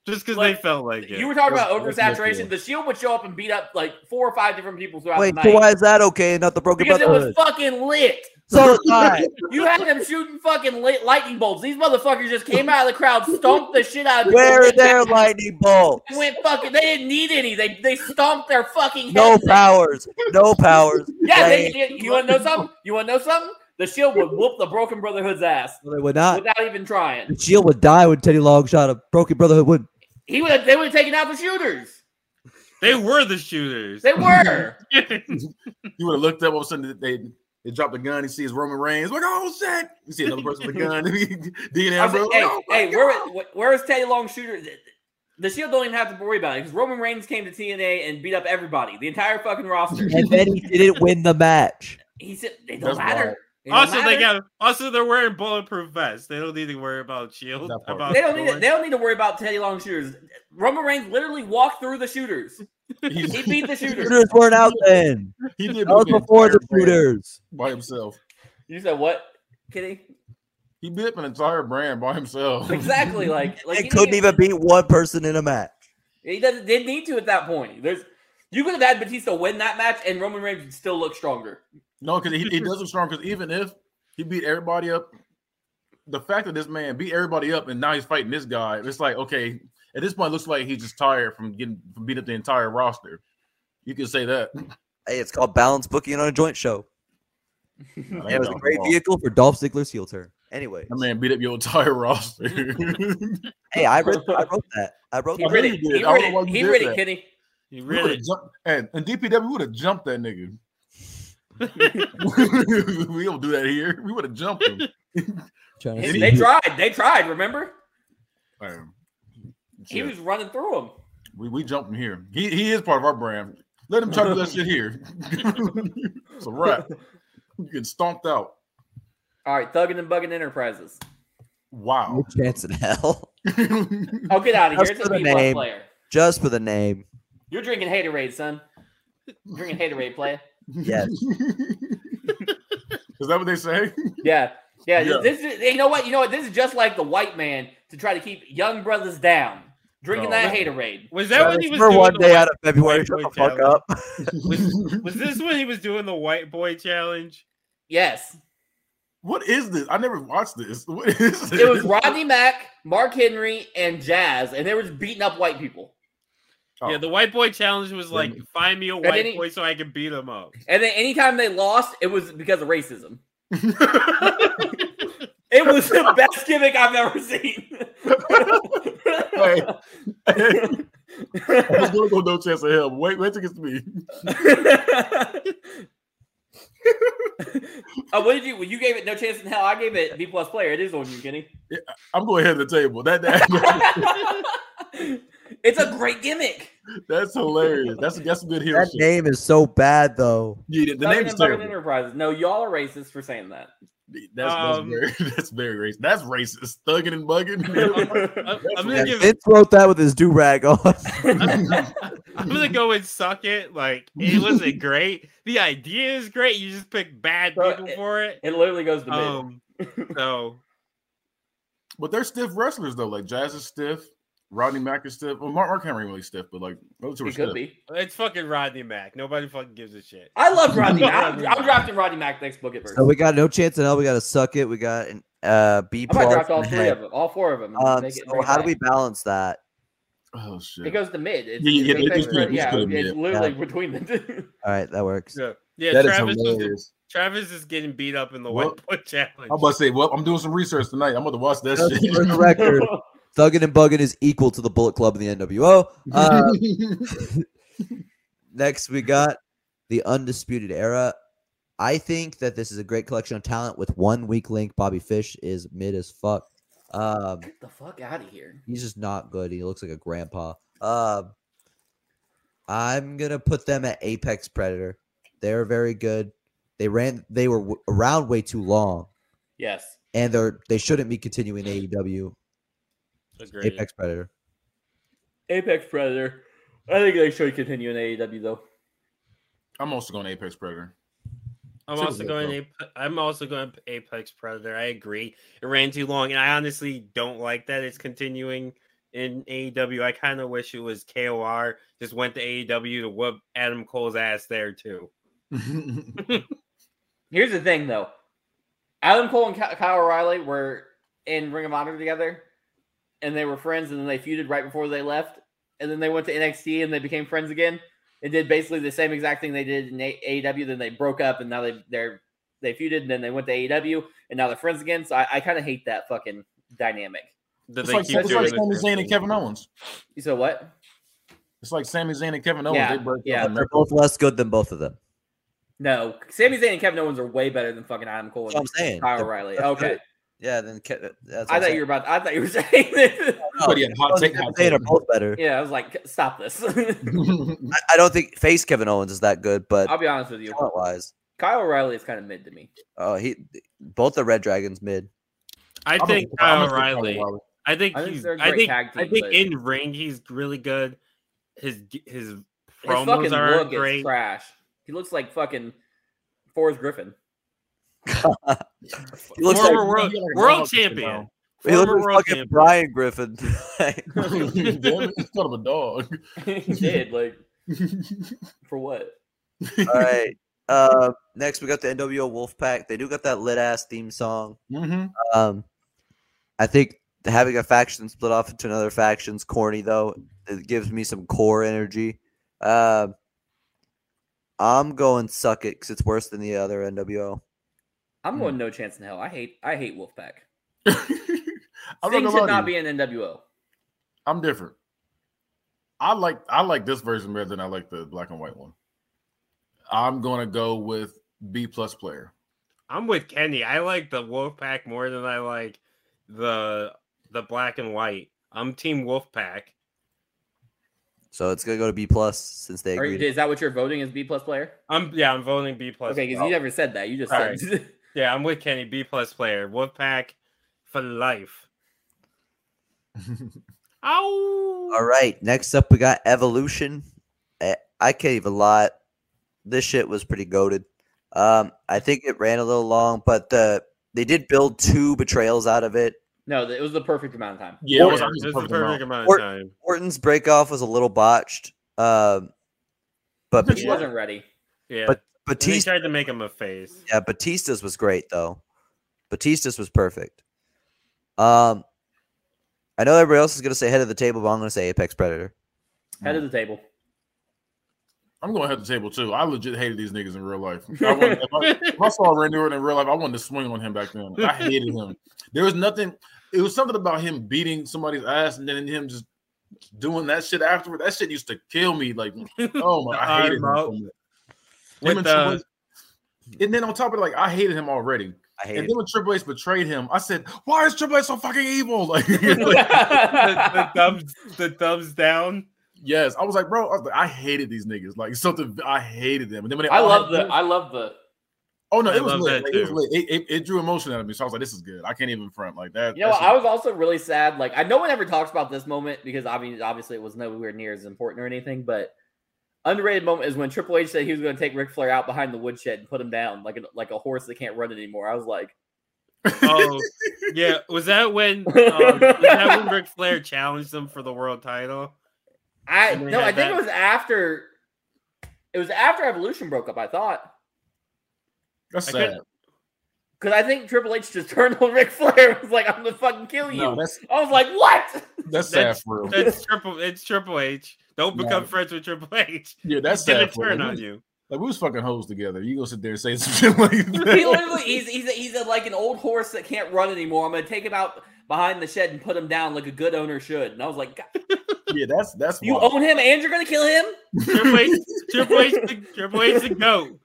Speaker 2: just because
Speaker 3: like,
Speaker 2: they felt like it.
Speaker 3: You were talking about
Speaker 5: That's- that's
Speaker 3: oversaturation. The Shield would show up and beat up like four or five different people throughout
Speaker 1: Wait,
Speaker 3: the
Speaker 1: so
Speaker 3: night
Speaker 1: why is that okay? and Not the Broken
Speaker 3: because it was
Speaker 1: Brotherhood.
Speaker 3: fucking lit.
Speaker 1: So die.
Speaker 3: [laughs] You had them shooting fucking lit lightning bolts. These motherfuckers just came out of the crowd, stomped the shit out of people.
Speaker 1: Where are
Speaker 3: They
Speaker 1: their lightning bolts?
Speaker 3: Went fucking. They didn't need any. They they stomped their fucking.
Speaker 1: No
Speaker 3: heads in.
Speaker 1: powers.
Speaker 3: [laughs]
Speaker 1: No powers.
Speaker 3: Yeah,
Speaker 1: Lame.
Speaker 3: they, did. you want to know something? You want to know something? The Shield would whoop the Broken Brotherhood's ass
Speaker 6: No, they would not.
Speaker 3: without even trying.
Speaker 6: The Shield would die when Teddy Longshot of Broken Brotherhood would.
Speaker 3: He would. They would have taken out the shooters.
Speaker 2: they were the shooters.
Speaker 5: [laughs]
Speaker 3: They were.
Speaker 5: you would have looked up all of a sudden they they dropped the gun. He sees Roman Reigns. Like oh shit! You see another person with a gun. [laughs] Dean
Speaker 3: I was
Speaker 5: Ambrose.
Speaker 3: like, hey,
Speaker 5: oh, my
Speaker 3: hey,
Speaker 5: God.
Speaker 3: where, where is Teddy Long Shooter? the Shield don't even have to worry about it because Roman Reigns came to TNA and beat up everybody, the entire fucking roster.
Speaker 6: and then he didn't win the match.
Speaker 3: he said they don't
Speaker 5: That's
Speaker 3: matter.
Speaker 5: wild.
Speaker 3: They don't
Speaker 2: Also, they
Speaker 3: matter.
Speaker 2: got also they're wearing bulletproof vests. They don't need to worry about shield.
Speaker 5: That part.
Speaker 2: About
Speaker 3: They don't need to,
Speaker 2: scoring.
Speaker 3: they don't need to worry about Teddy Long shooters. Roman Reigns literally walked through the shooters. He
Speaker 5: "Oh, He,
Speaker 3: beat the shooters.
Speaker 5: [laughs]
Speaker 6: Shooters weren't out then.
Speaker 5: he did
Speaker 6: That was
Speaker 5: beat an
Speaker 6: before the
Speaker 5: entire brand
Speaker 6: shooters.
Speaker 5: by himself.
Speaker 3: You said what, Kitty?
Speaker 5: He beat up an entire brand by
Speaker 3: [laughs]
Speaker 5: himself.
Speaker 3: Exactly. Like, like he
Speaker 1: It couldn't
Speaker 3: didn't
Speaker 1: even beat one person in a match.
Speaker 3: He doesn't didn't need to at that point. There's you could have had Batista win that match and Roman Reigns would still look stronger.
Speaker 5: No, because he, he does look strong. Because even if he beat everybody up, the fact that this man beat everybody up and now he's fighting this guy, it's like okay, at this point, it looks like he's just tired from getting from beating up the entire roster. You can
Speaker 6: [laughs]
Speaker 5: say that.
Speaker 1: Hey, it's called balance booking on a joint show.
Speaker 5: That
Speaker 1: It was a
Speaker 5: don't
Speaker 1: great
Speaker 5: belong.
Speaker 1: vehicle for Dolph Ziggler's heel turn. Anyway,
Speaker 5: That man beat up your entire [laughs] roster. [laughs]
Speaker 1: hey, I wrote, I wrote that. I wrote
Speaker 3: He
Speaker 5: I
Speaker 1: that.
Speaker 5: read
Speaker 3: read
Speaker 5: really
Speaker 3: it.
Speaker 5: did.
Speaker 3: He
Speaker 5: I
Speaker 3: read
Speaker 5: don't know
Speaker 3: it.
Speaker 5: why
Speaker 3: He
Speaker 5: you
Speaker 3: read
Speaker 5: did
Speaker 3: it,
Speaker 5: that.
Speaker 3: Kitty.
Speaker 2: You
Speaker 5: we would
Speaker 2: really [laughs]
Speaker 5: have jumped, and, and DPW would have jumped that nigga. [laughs] we don't do that here. We would have
Speaker 3: [laughs]
Speaker 5: jumped him.
Speaker 6: Trying to
Speaker 1: [laughs]
Speaker 5: Did
Speaker 3: They
Speaker 5: he-
Speaker 6: see.
Speaker 3: they tried. They tried, remember?
Speaker 5: Um,
Speaker 3: He
Speaker 5: shit.
Speaker 3: was running through him.
Speaker 5: We we jump him here. He he is part of our brand. Let him try to do that shit here. [laughs] it's a wrap. You get stomped out.
Speaker 3: All right, Thuggin' and Buggin' Enterprises.
Speaker 5: Wow.
Speaker 1: [laughs]
Speaker 6: No chance.
Speaker 1: It's in hell.
Speaker 3: Oh, get out of
Speaker 1: That's
Speaker 3: here. It's a
Speaker 1: for the
Speaker 3: B1
Speaker 1: name.
Speaker 3: player.
Speaker 1: Just for the name.
Speaker 3: You're drinking Haterade, son. Drinking Haterade, player.
Speaker 1: Yes.
Speaker 5: Is that what
Speaker 3: [laughs]
Speaker 5: they say?
Speaker 3: Yeah. Yeah.
Speaker 5: Yeah.
Speaker 3: This is, you know what? You know what? This is just like the white man to try to keep young brothers down. Drinking
Speaker 5: Oh,
Speaker 3: that
Speaker 5: man.
Speaker 3: Haterade.
Speaker 2: was that when he was
Speaker 1: for
Speaker 2: doing
Speaker 1: one
Speaker 2: the
Speaker 1: day
Speaker 2: white-
Speaker 1: out of February. Shut the
Speaker 2: Whiteboy
Speaker 1: fuck
Speaker 2: challenge.
Speaker 1: up.
Speaker 2: [laughs] Was this when he was doing the white boy challenge?
Speaker 3: Yes.
Speaker 5: [laughs] what is this? I never watched this. What is this?
Speaker 3: It
Speaker 5: [laughs]
Speaker 3: was Rodney Mack, Mark Henry, and Jazz, and they were just beating up white people.
Speaker 5: Oh.
Speaker 2: Yeah, the white boy challenge was like, find me a
Speaker 3: then
Speaker 2: white
Speaker 3: he-
Speaker 2: boy so I can beat him
Speaker 3: [laughs]
Speaker 2: up.
Speaker 3: And then anytime they lost, it was because of
Speaker 5: [laughs]
Speaker 3: racism. It was the best gimmick I've ever [laughs]
Speaker 5: Hey, [laughs]
Speaker 3: seen.
Speaker 5: hey, there's no, no- no chance of help. Wait, wait till it gets to me.
Speaker 3: Uh, what did you? Well, you gave it no chance in hell. I gave it B plus player. It is on you, Kenny.
Speaker 5: I'm going ahead of the table. That, that
Speaker 3: [laughs] it's a great gimmick.
Speaker 5: that's hilarious. That's that's [laughs] some good hero
Speaker 1: That
Speaker 5: shit.
Speaker 1: name is so bad though.
Speaker 5: Yeah, the- the
Speaker 3: Southern
Speaker 5: name is
Speaker 3: and Southern
Speaker 5: terrible.
Speaker 3: Enterprises. No, y'all are racist for saying [laughs] that.
Speaker 5: That's, that's,
Speaker 2: Um,
Speaker 5: very, [laughs] that's very racist. That's racist. Thugging and
Speaker 3: [laughs]
Speaker 5: bugging. [laughs]
Speaker 2: I'm, I'm
Speaker 1: Yeah,
Speaker 2: gonna give.
Speaker 1: Vince wrote that with his do rag on. [laughs]
Speaker 2: I'm, I'm gonna go and suck it. Like it
Speaker 5: [laughs]
Speaker 2: wasn't great. The idea is great. You just pick bad
Speaker 3: Bro, eh,
Speaker 2: people
Speaker 3: it-
Speaker 2: for it.
Speaker 3: It literally goes to me.
Speaker 5: Oh,
Speaker 3: [laughs]
Speaker 2: Um, so
Speaker 5: But they're stiff wrestlers though. Like Jazz is stiff, Rodney Mack is stiff. Well, Mark Mark Henry ain't really stiff, but like those two are
Speaker 3: it
Speaker 5: stiff.
Speaker 3: could be.
Speaker 2: it's fucking Rodney Mack. Nobody fucking gives a shit.
Speaker 3: I love Rodney. Mack. I'm,
Speaker 2: Rodney
Speaker 3: I'm
Speaker 2: Mack.
Speaker 3: drafting Rodney Mack next book at first.
Speaker 1: so we got no chance in hell. We got to suck it. We got an uh, B
Speaker 3: I might
Speaker 1: plus.
Speaker 3: draft all
Speaker 1: and a
Speaker 3: three
Speaker 1: half.
Speaker 3: of them, all four of them. and
Speaker 1: Um,
Speaker 3: make
Speaker 1: so
Speaker 3: it- bring it
Speaker 1: how do
Speaker 3: back.
Speaker 1: we balance that?
Speaker 5: Oh shit.
Speaker 3: It goes to mid. It's,
Speaker 5: Yeah, yeah,
Speaker 3: it's
Speaker 5: yeah,
Speaker 3: basically-
Speaker 5: it's good, it's
Speaker 3: yeah,
Speaker 5: good,
Speaker 3: it's
Speaker 5: yeah.
Speaker 3: literally between the
Speaker 1: [laughs]
Speaker 3: two.
Speaker 1: All right, that works.
Speaker 2: So, yeah,
Speaker 5: That is
Speaker 2: Travis was the,
Speaker 5: hilarious.
Speaker 2: Travis is getting beat up in the
Speaker 5: Well,
Speaker 2: white boy [laughs] challenge.
Speaker 5: I'm about to say, well, I'm doing some research tonight. I'm about to watch that
Speaker 1: Just
Speaker 5: shit.
Speaker 1: for the
Speaker 3: [laughs]
Speaker 1: record, Thuggin' and Buggin' is equal to the Bullet Club in the NWO. Uh, Um, [laughs] next, we got the Undisputed Era. I think that this is a great collection of talent with one weak link. Bobby Fish is mid as fuck. Um,
Speaker 3: Get the fuck out of here.
Speaker 1: he's just not good. He looks like a grandpa. Um, I'm gonna put them at Apex Predator. They're very good. They ran. They were w- around way too long,
Speaker 3: Yes.
Speaker 1: and they're they shouldn't be continuing E AEW.
Speaker 2: Agreed.
Speaker 1: Apex Predator.
Speaker 3: Apex Predator. I think they should continue in AEW though.
Speaker 5: [laughs] I'm also going Apex Predator.
Speaker 2: I'm
Speaker 5: Super
Speaker 2: also
Speaker 5: good,
Speaker 2: going.
Speaker 5: though.
Speaker 2: Ape- I'm also going Apex Predator. I agree. It ran too long, and I honestly don't like that it's continuing in AEW. I kind of wish it was KOR just went to AEW to whoop Adam Cole's ass there too.
Speaker 3: Here's the thing though. Adam Cole and Ky- Kyle O'Reilly were in Ring of Honor together, and they were friends, and then they feuded right before they left, and then they went to NXT and they became friends again. It did basically the same exact thing they did in A- AEW. Then they broke up, and now they they're they feuded, and then they went to AEW, and now they're friends again. So I, I kind of hate that fucking dynamic.
Speaker 2: That
Speaker 5: it's
Speaker 2: they
Speaker 5: like,
Speaker 2: keep
Speaker 5: it's
Speaker 2: doing
Speaker 5: like
Speaker 2: the
Speaker 5: Sami
Speaker 2: same
Speaker 5: Zayn
Speaker 2: thing.
Speaker 5: and Kevin Owens.
Speaker 3: You said what?
Speaker 5: It's like Sami Zayn and Kevin Owens.
Speaker 3: Yeah,
Speaker 5: they break
Speaker 3: yeah.
Speaker 5: up and
Speaker 1: They're
Speaker 5: they're [laughs]
Speaker 1: both less good than both of them.
Speaker 3: No, Sami Zayn and Kevin Owens are way better than fucking Adam Cole
Speaker 1: That's what I'm
Speaker 3: and
Speaker 1: saying.
Speaker 3: Kyle
Speaker 1: They're-
Speaker 3: O'Reilly.
Speaker 1: that's
Speaker 3: Okay,
Speaker 1: good. Yeah. Then Ke- that's what
Speaker 3: I
Speaker 1: I'm
Speaker 3: thought
Speaker 1: saying.
Speaker 3: you were about. I thought you were [laughs] saying this.
Speaker 5: But yeah, hot take, hot
Speaker 1: Zane
Speaker 5: take.
Speaker 1: are both better.
Speaker 3: Yeah, I was like, stop this. [laughs]
Speaker 1: I, I don't think face Kevin Owens is that good, but
Speaker 3: I'll be honest with you.
Speaker 1: talent wise,
Speaker 3: Kyle O'Reilly is kind of mid to me.
Speaker 1: oh, he both the Red Dragons mid.
Speaker 2: I
Speaker 5: I'm a-
Speaker 2: think Kyle
Speaker 5: I'm a-
Speaker 2: O'Reilly. I think
Speaker 3: I think
Speaker 2: he's.
Speaker 3: they're a
Speaker 2: I
Speaker 3: great
Speaker 2: think.
Speaker 3: tag
Speaker 2: I
Speaker 3: team,
Speaker 2: think
Speaker 3: but-
Speaker 2: in ring he's really good. His his
Speaker 3: His
Speaker 2: promos
Speaker 3: fucking
Speaker 2: are
Speaker 3: look is
Speaker 2: great.
Speaker 3: trash. He looks like fucking Forrest Griffin. [laughs]
Speaker 1: He looks
Speaker 2: former
Speaker 1: like
Speaker 2: world
Speaker 5: he looks
Speaker 2: world
Speaker 5: like Rock Griffin
Speaker 2: champion.
Speaker 5: now.
Speaker 1: he looks
Speaker 2: Former
Speaker 1: like
Speaker 2: world
Speaker 1: fucking
Speaker 2: champion.
Speaker 1: Brian Griffin. Like,
Speaker 5: [laughs] Damn it, he's kind of a dog. [laughs]
Speaker 3: he did like for what?
Speaker 1: All right. Uh, next, we got the NWO Wolfpack. They do got that lit ass theme song.
Speaker 5: hmm
Speaker 1: Um, I think having a faction split off into another faction's corny though. It gives me some core energy. Um, I'm going suck it because it's worse than the other NWO.
Speaker 3: I'm going no chance in hell. I hate I hate Wolfpack.
Speaker 5: [laughs] I'm
Speaker 3: Sting
Speaker 5: gonna
Speaker 3: should
Speaker 5: lie to
Speaker 3: not
Speaker 5: you.
Speaker 3: be in NWO.
Speaker 5: I'm different. I like I like this version better than I like the black and white one. I'm gonna go with B plus player.
Speaker 2: I'm with Kenny. I like the Wolfpack more than I like the the black and white. I'm Team Wolfpack.
Speaker 1: So it's gonna go to B plus since they
Speaker 3: Are you,
Speaker 1: agreed.
Speaker 3: is that what you're voting as B plus player?
Speaker 2: I'm yeah. I'm voting B plus.
Speaker 3: Okay, because you never said that. You just
Speaker 2: Sorry.
Speaker 3: said
Speaker 2: Yeah, I'm with Kenny. B plus player. Wolfpack for
Speaker 5: [laughs]
Speaker 2: life. Ow.
Speaker 1: All right. Next up, we got Evolution. Eh, I can't even lie. This shit was pretty goaded. Um, I think it ran a little long, but the they did build two betrayals out of it.
Speaker 3: [laughs] no. It was the perfect amount of time.
Speaker 5: Yeah, it was
Speaker 2: Yeah,
Speaker 5: actually
Speaker 2: this is the
Speaker 5: perfect
Speaker 2: perfect
Speaker 5: amount.
Speaker 2: amount
Speaker 1: Or-
Speaker 2: of time.
Speaker 1: Orton's breakoff was a little botched, um, but
Speaker 3: He
Speaker 1: Batista,
Speaker 3: wasn't ready.
Speaker 2: Yeah,
Speaker 1: But-
Speaker 2: and they
Speaker 1: Batista
Speaker 2: tried to make him a face.
Speaker 1: yeah, Batista's was great though. Batista's was perfect. Um, I know everybody else is gonna say head of the table, but I'm gonna say Apex Predator.
Speaker 3: Head of the table.
Speaker 5: I'm going to have the table too. I legit hated these niggas in real life. I wanted- if, I, if I saw Randy Orton in real life, I wanted to swing on him back then. I hated him. There was nothing. It was something about him beating somebody's ass and then him just doing that shit afterward. That shit used to kill
Speaker 2: [laughs]
Speaker 5: me. Like, oh my, I hated him.
Speaker 2: arm
Speaker 5: so
Speaker 2: out.
Speaker 5: much.
Speaker 2: With
Speaker 5: Him and
Speaker 2: the-
Speaker 5: Triple H- and then on top of it, like I hated him already.
Speaker 1: I hate
Speaker 5: And
Speaker 1: it.
Speaker 5: then when Triple H betrayed him, I said, "Why is Triple H so fucking evil?" [laughs] Like, like,
Speaker 2: [laughs] the, the
Speaker 3: I
Speaker 2: thumbs, the thumbs down.
Speaker 5: [laughs] yes, I was like, "Bro, I, was like, I hated these niggas." Like something, I hated them. And then when they all
Speaker 3: love
Speaker 5: had-
Speaker 3: the I love the
Speaker 5: Oh no,
Speaker 2: I
Speaker 5: it was,
Speaker 2: love that
Speaker 5: lit. Like, it, was
Speaker 2: too.
Speaker 5: lit. It, it, it drew emotion out of me, so I was like, "This is good." I can't even front like that.
Speaker 3: You know,
Speaker 5: that's
Speaker 3: what? I
Speaker 5: [laughs]
Speaker 3: was also really sad. Like, I no one ever talks about this moment because obviously, obviously, it was nowhere near as important or anything. But underrated moment is when Triple H said he was going to take Ric Flair out behind the woodshed and put him down like a, like a horse that can't run anymore. I was like,
Speaker 2: Oh, yeah. Was that when? Um, was that when Ric Flair challenged them for the world title?
Speaker 3: I
Speaker 2: And we
Speaker 3: no, I
Speaker 2: had
Speaker 3: think it
Speaker 2: that-
Speaker 3: was after. It was after Evolution broke up. I thought
Speaker 5: that's
Speaker 2: I
Speaker 5: sad.
Speaker 3: because I think Triple H just [laughs] turned on Ric Flair. and was like, I'm going to fucking kill you.
Speaker 5: No, that's
Speaker 3: I was like, what?
Speaker 5: that's sad
Speaker 2: That's-
Speaker 5: for real.
Speaker 2: It's triple. It's Triple H. Don't become friends with Triple H.
Speaker 5: Yeah, that's
Speaker 2: He's gonna
Speaker 5: sad. For
Speaker 2: turn
Speaker 5: real.
Speaker 2: on you.
Speaker 5: Like we was fucking hoes together. You gonna sit there and say [laughs] some shit
Speaker 2: [laughs]
Speaker 3: [laughs]
Speaker 5: like
Speaker 3: he
Speaker 5: that?
Speaker 3: [laughs] literally he's he's, he's a, like an old horse that can't run anymore. I'm gonna take him out behind the shed and put him down like a good owner should. And I was like, "God,
Speaker 5: yeah, that's that's
Speaker 3: you
Speaker 5: wild.
Speaker 3: own him and you're gonna kill him?
Speaker 2: Triple H. Triple H. The, Triple H. The goat.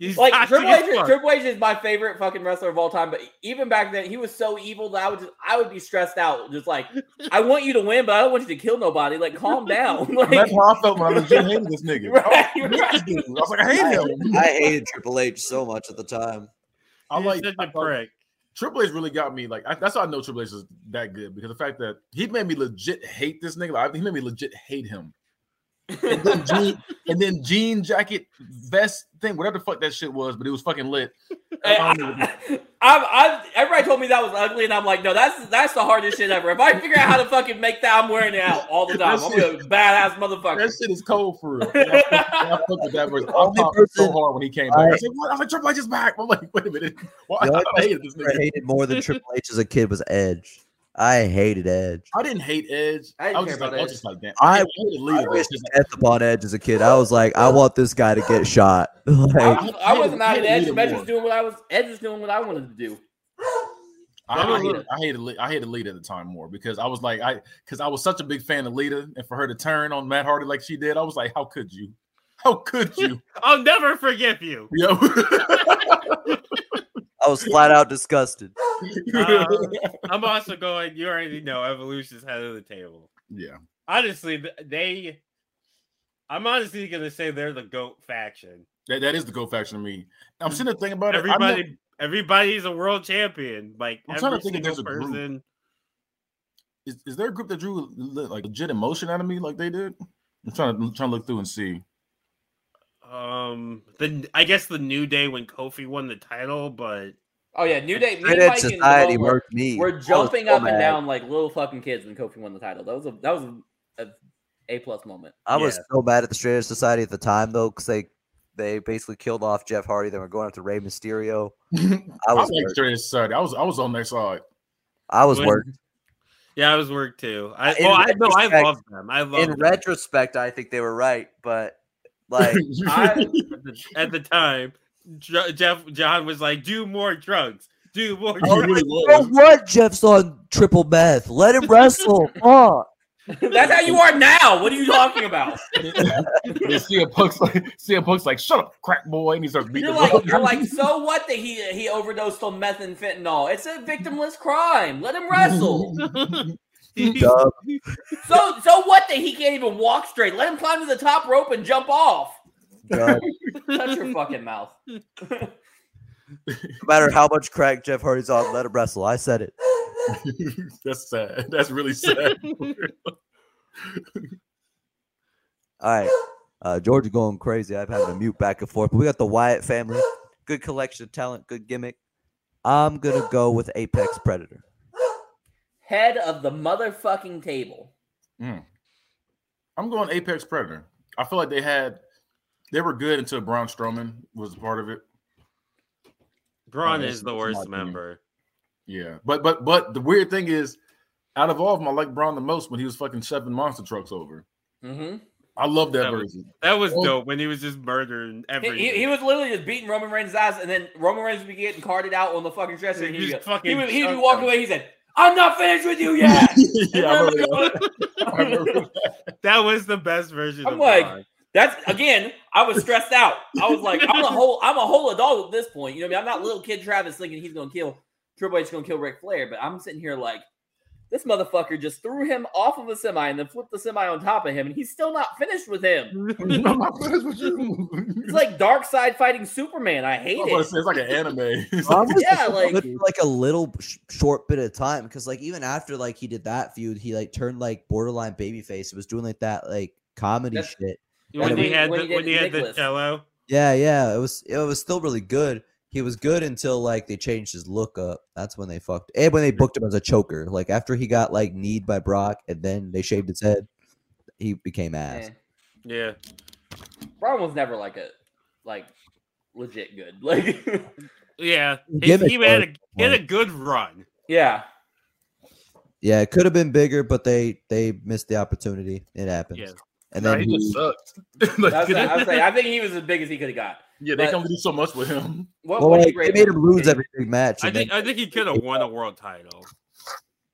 Speaker 2: He's
Speaker 3: Like
Speaker 2: toxic
Speaker 3: Triple
Speaker 2: as
Speaker 3: H, is-
Speaker 2: fuck.
Speaker 3: Triple H is my favorite fucking wrestler of all time. But even back then, he was so evil that I would just I would be stressed out. Just like I want you to win, but I don't want you to kill nobody. Like calm down. [laughs] Like,
Speaker 5: That's how I felt when I legit hated
Speaker 2: [laughs]
Speaker 5: this nigga.
Speaker 3: Right,
Speaker 5: I, was,
Speaker 3: right.
Speaker 5: I was like, I hate him.
Speaker 1: I hated Triple H so much at the time.
Speaker 5: I
Speaker 2: He's
Speaker 5: like
Speaker 2: such
Speaker 5: I
Speaker 2: a
Speaker 5: like-
Speaker 2: prick.
Speaker 5: Triple H really got me. Like I, that's how I know Triple H is that good because the fact that he made me legit hate this nigga. Like, he made me legit hate him. And
Speaker 1: [laughs]
Speaker 5: then jean, and then jean jacket vest thing, whatever the fuck that shit was, but it was fucking lit.
Speaker 3: Hey, I, I, I, everybody told me that was ugly, and I'm like, no, that's that's the hardest shit ever. If I figure out how to fucking make that, I'm wearing it out all the time.
Speaker 5: That
Speaker 3: I'm gonna be a badass motherfucker.
Speaker 5: That shit is cold for [laughs] real. And I,
Speaker 3: [laughs]
Speaker 5: fuck- and I fucked with that verse. I popped so hard when he came back. I, said, what? I was like, Triple H is back. I'm like, wait a minute. Why?
Speaker 1: The
Speaker 5: I,
Speaker 1: only
Speaker 5: I hated this
Speaker 1: I
Speaker 5: nigga.
Speaker 1: hated more than Triple H as a kid was Edge. I hated Edge.
Speaker 5: I didn't hate Edge.
Speaker 3: I
Speaker 5: I,
Speaker 3: didn't care
Speaker 5: was just like,
Speaker 3: about
Speaker 5: I was
Speaker 3: Edge.
Speaker 5: just like, damn.
Speaker 1: I-
Speaker 5: hated
Speaker 1: I
Speaker 5: Lita.
Speaker 1: wish death upon Edge as a kid. I was like, I want this guy to get shot. [laughs]
Speaker 3: I,
Speaker 1: Like,
Speaker 3: was, I wasn't out at
Speaker 5: Hated
Speaker 3: Edge.
Speaker 5: Lita
Speaker 3: Edge was
Speaker 5: more.
Speaker 3: doing what I was. Edge was doing what I wanted to do.
Speaker 5: I,
Speaker 2: That
Speaker 5: I
Speaker 2: was
Speaker 5: hated, I hated Li- I hated Lita at the time more because I was like I because I was such a big fan of Lita and for her to turn on Matt Hardy like she did, I was like, how could you? How could you? [laughs]
Speaker 2: I'll never forgive you.
Speaker 5: Yo,
Speaker 1: I I was flat out disgusted.
Speaker 2: Um, I'm also going. You already know Evolution's head of the table.
Speaker 5: yeah.
Speaker 2: Honestly, th- they. I'm honestly gonna say they're the goat faction.
Speaker 5: That, that is the go faction to me. I'm sitting there thinking about it. I'm not-
Speaker 2: Everybody, everybody's a world champion. Like
Speaker 5: I'm trying
Speaker 2: every
Speaker 5: to think if
Speaker 2: single
Speaker 5: there's a group.
Speaker 2: person.
Speaker 5: is, is there a group that drew le- like legit emotion out of me like they did? I'm trying to trying to look through and see.
Speaker 2: Um, the I guess the new day when Kofi won the title, but
Speaker 3: Oh yeah, New Day. Me,
Speaker 1: Red
Speaker 3: Mike,
Speaker 1: Dead
Speaker 3: and
Speaker 1: Society
Speaker 3: Will were-
Speaker 1: worked me. I
Speaker 3: We're
Speaker 1: was
Speaker 3: jumping
Speaker 1: Oh, so
Speaker 3: up and
Speaker 1: mad.
Speaker 3: down like little fucking kids when Kofi won the title. That was a that was a a plus moment.
Speaker 1: I was
Speaker 2: Yeah.
Speaker 1: so mad at the Straight Edge Society at the time though, because they they basically killed off Jeff Hardy. They were going after Rey
Speaker 5: [laughs]
Speaker 1: Mysterio. I
Speaker 5: I
Speaker 1: was
Speaker 5: was
Speaker 1: worked.
Speaker 5: like straight society. I was I was on their side.
Speaker 1: I was
Speaker 2: When-
Speaker 1: worked.
Speaker 2: yeah, I was worked too. I
Speaker 1: In
Speaker 2: well, I know I
Speaker 1: retrospect-
Speaker 2: love them. I love
Speaker 1: In
Speaker 2: them.
Speaker 1: retrospect, I think they were right, but
Speaker 5: [laughs]
Speaker 1: like
Speaker 2: I, at, the, at the time, Dr- Jeff John was like, "Do more drugs, do more
Speaker 5: Oh,
Speaker 2: drugs."
Speaker 5: really
Speaker 6: So
Speaker 5: was.
Speaker 6: what? Jeff's on triple meth. Let him
Speaker 5: [laughs]
Speaker 6: wrestle. Oh,
Speaker 3: That's how you are now. What are you talking about?
Speaker 5: CM Punk's like CM Punk's like shut up, crack boy, and he starts beating
Speaker 3: You're
Speaker 5: him up.
Speaker 3: like you're like so what that he he overdosed on meth and fentanyl. It's a victimless crime. Let him
Speaker 5: [laughs]
Speaker 3: wrestle.
Speaker 2: He's-
Speaker 1: Dub.
Speaker 3: so so what that he can't even walk straight. Let him climb to the top rope and jump off.
Speaker 5: [laughs]
Speaker 1: God, no
Speaker 3: Shut your fucking mouth.
Speaker 1: matter how much crack Jeff Hardy's on, let him wrestle. I said it.
Speaker 5: [laughs] That's sad. That's really
Speaker 3: [laughs]
Speaker 5: sad.
Speaker 1: All right. Uh, Georgia going crazy. I've had to mute back and forth, but we got the Wyatt family. Good collection of talent, good gimmick. I'm going to go with Apex Predator.
Speaker 3: Head of the motherfucking table.
Speaker 5: Mm. I'm going Apex Predator. I feel like they had they were good until Braun Strowman was a part of it.
Speaker 2: Braun
Speaker 5: Oh,
Speaker 2: is
Speaker 5: that's-
Speaker 2: the
Speaker 5: that's my
Speaker 2: worst
Speaker 5: opinion.
Speaker 2: member.
Speaker 5: Yeah, but but but the weird thing is, out of all of them, I like Braun the most when he was fucking shoving monster trucks over.
Speaker 3: Mm-hmm.
Speaker 5: I love that
Speaker 2: That was-
Speaker 5: version. [laughs]
Speaker 2: That was
Speaker 5: Oh.
Speaker 2: dope when he was just murdering
Speaker 3: He,
Speaker 2: everything.
Speaker 3: he, he was literally just beating Roman Reigns' ass, and then Roman Reigns would be getting carted out on the fucking dresser. And
Speaker 2: He
Speaker 3: he'd,
Speaker 2: just
Speaker 3: be, he
Speaker 2: fucking
Speaker 3: would, he'd be
Speaker 2: chucked
Speaker 3: walking
Speaker 2: him.
Speaker 3: away. He said, "I'm not finished with you yet."
Speaker 5: yeah, I
Speaker 3: [laughs]
Speaker 5: remember that. I remember
Speaker 3: I'm
Speaker 5: that.
Speaker 2: that was the best version.
Speaker 3: I'm
Speaker 2: of
Speaker 3: like,
Speaker 2: Braun.
Speaker 3: That's again. I was stressed out. I was like,
Speaker 5: [laughs]
Speaker 3: "I'm a whole, I'm a whole adult at this point." You know, what I mean, I'm not little kid Travis thinking he's gonna kill Triple H, gonna kill Ric Flair, but I'm sitting here like, this motherfucker just threw him off of a semi and then flipped the semi on top of him, and he's still not finished with him.
Speaker 2: [laughs]
Speaker 3: [laughs]
Speaker 5: I'm not finished with [laughs] you.
Speaker 3: It's like Dark Side fighting Superman. I
Speaker 5: I
Speaker 3: hate it.
Speaker 5: was about to say, it's like an
Speaker 3: [laughs]
Speaker 5: anime. It's
Speaker 1: Braun
Speaker 5: like-
Speaker 1: was
Speaker 3: Yeah,
Speaker 1: just
Speaker 3: like-
Speaker 1: good for, like a little sh- short bit of time because like even after like he did that feud, he like turned like borderline babyface. It was doing like that like comedy
Speaker 3: That's-
Speaker 1: shit.
Speaker 2: when
Speaker 1: when
Speaker 2: he
Speaker 3: he-
Speaker 2: had
Speaker 3: when
Speaker 2: the,
Speaker 3: he did
Speaker 2: when he had the
Speaker 3: Nicholas.
Speaker 2: cello.
Speaker 1: Yeah, yeah. It was it was still really good. He was good until like they changed his look up. That's when they fucked. And when they booked him as a choker, like after he got like kneed by Brock, and then they shaved his head, he became ass.
Speaker 3: Eh.
Speaker 2: Yeah,
Speaker 3: Braun was never like a like legit good. [laughs] Like
Speaker 2: yeah. He,
Speaker 1: Gimmick
Speaker 2: he had a
Speaker 1: was
Speaker 2: he had a good run.
Speaker 3: yeah.
Speaker 1: Yeah, it could have been bigger, but they they missed the opportunity. It happens.
Speaker 2: Yeah.
Speaker 1: And
Speaker 5: Nah,
Speaker 1: then
Speaker 5: he
Speaker 1: he-
Speaker 5: just sucked. [laughs] Like,
Speaker 3: I was, I was saying, I think he was as big as he could have got.
Speaker 5: yeah, they
Speaker 3: but-
Speaker 5: can do so much
Speaker 3: [laughs]
Speaker 5: with him. [laughs]
Speaker 3: What,
Speaker 1: well,
Speaker 3: what
Speaker 1: like,
Speaker 3: he
Speaker 1: they
Speaker 3: rated-
Speaker 1: made him lose every big match.
Speaker 2: I
Speaker 1: and then-
Speaker 2: think I think he could have won a world title.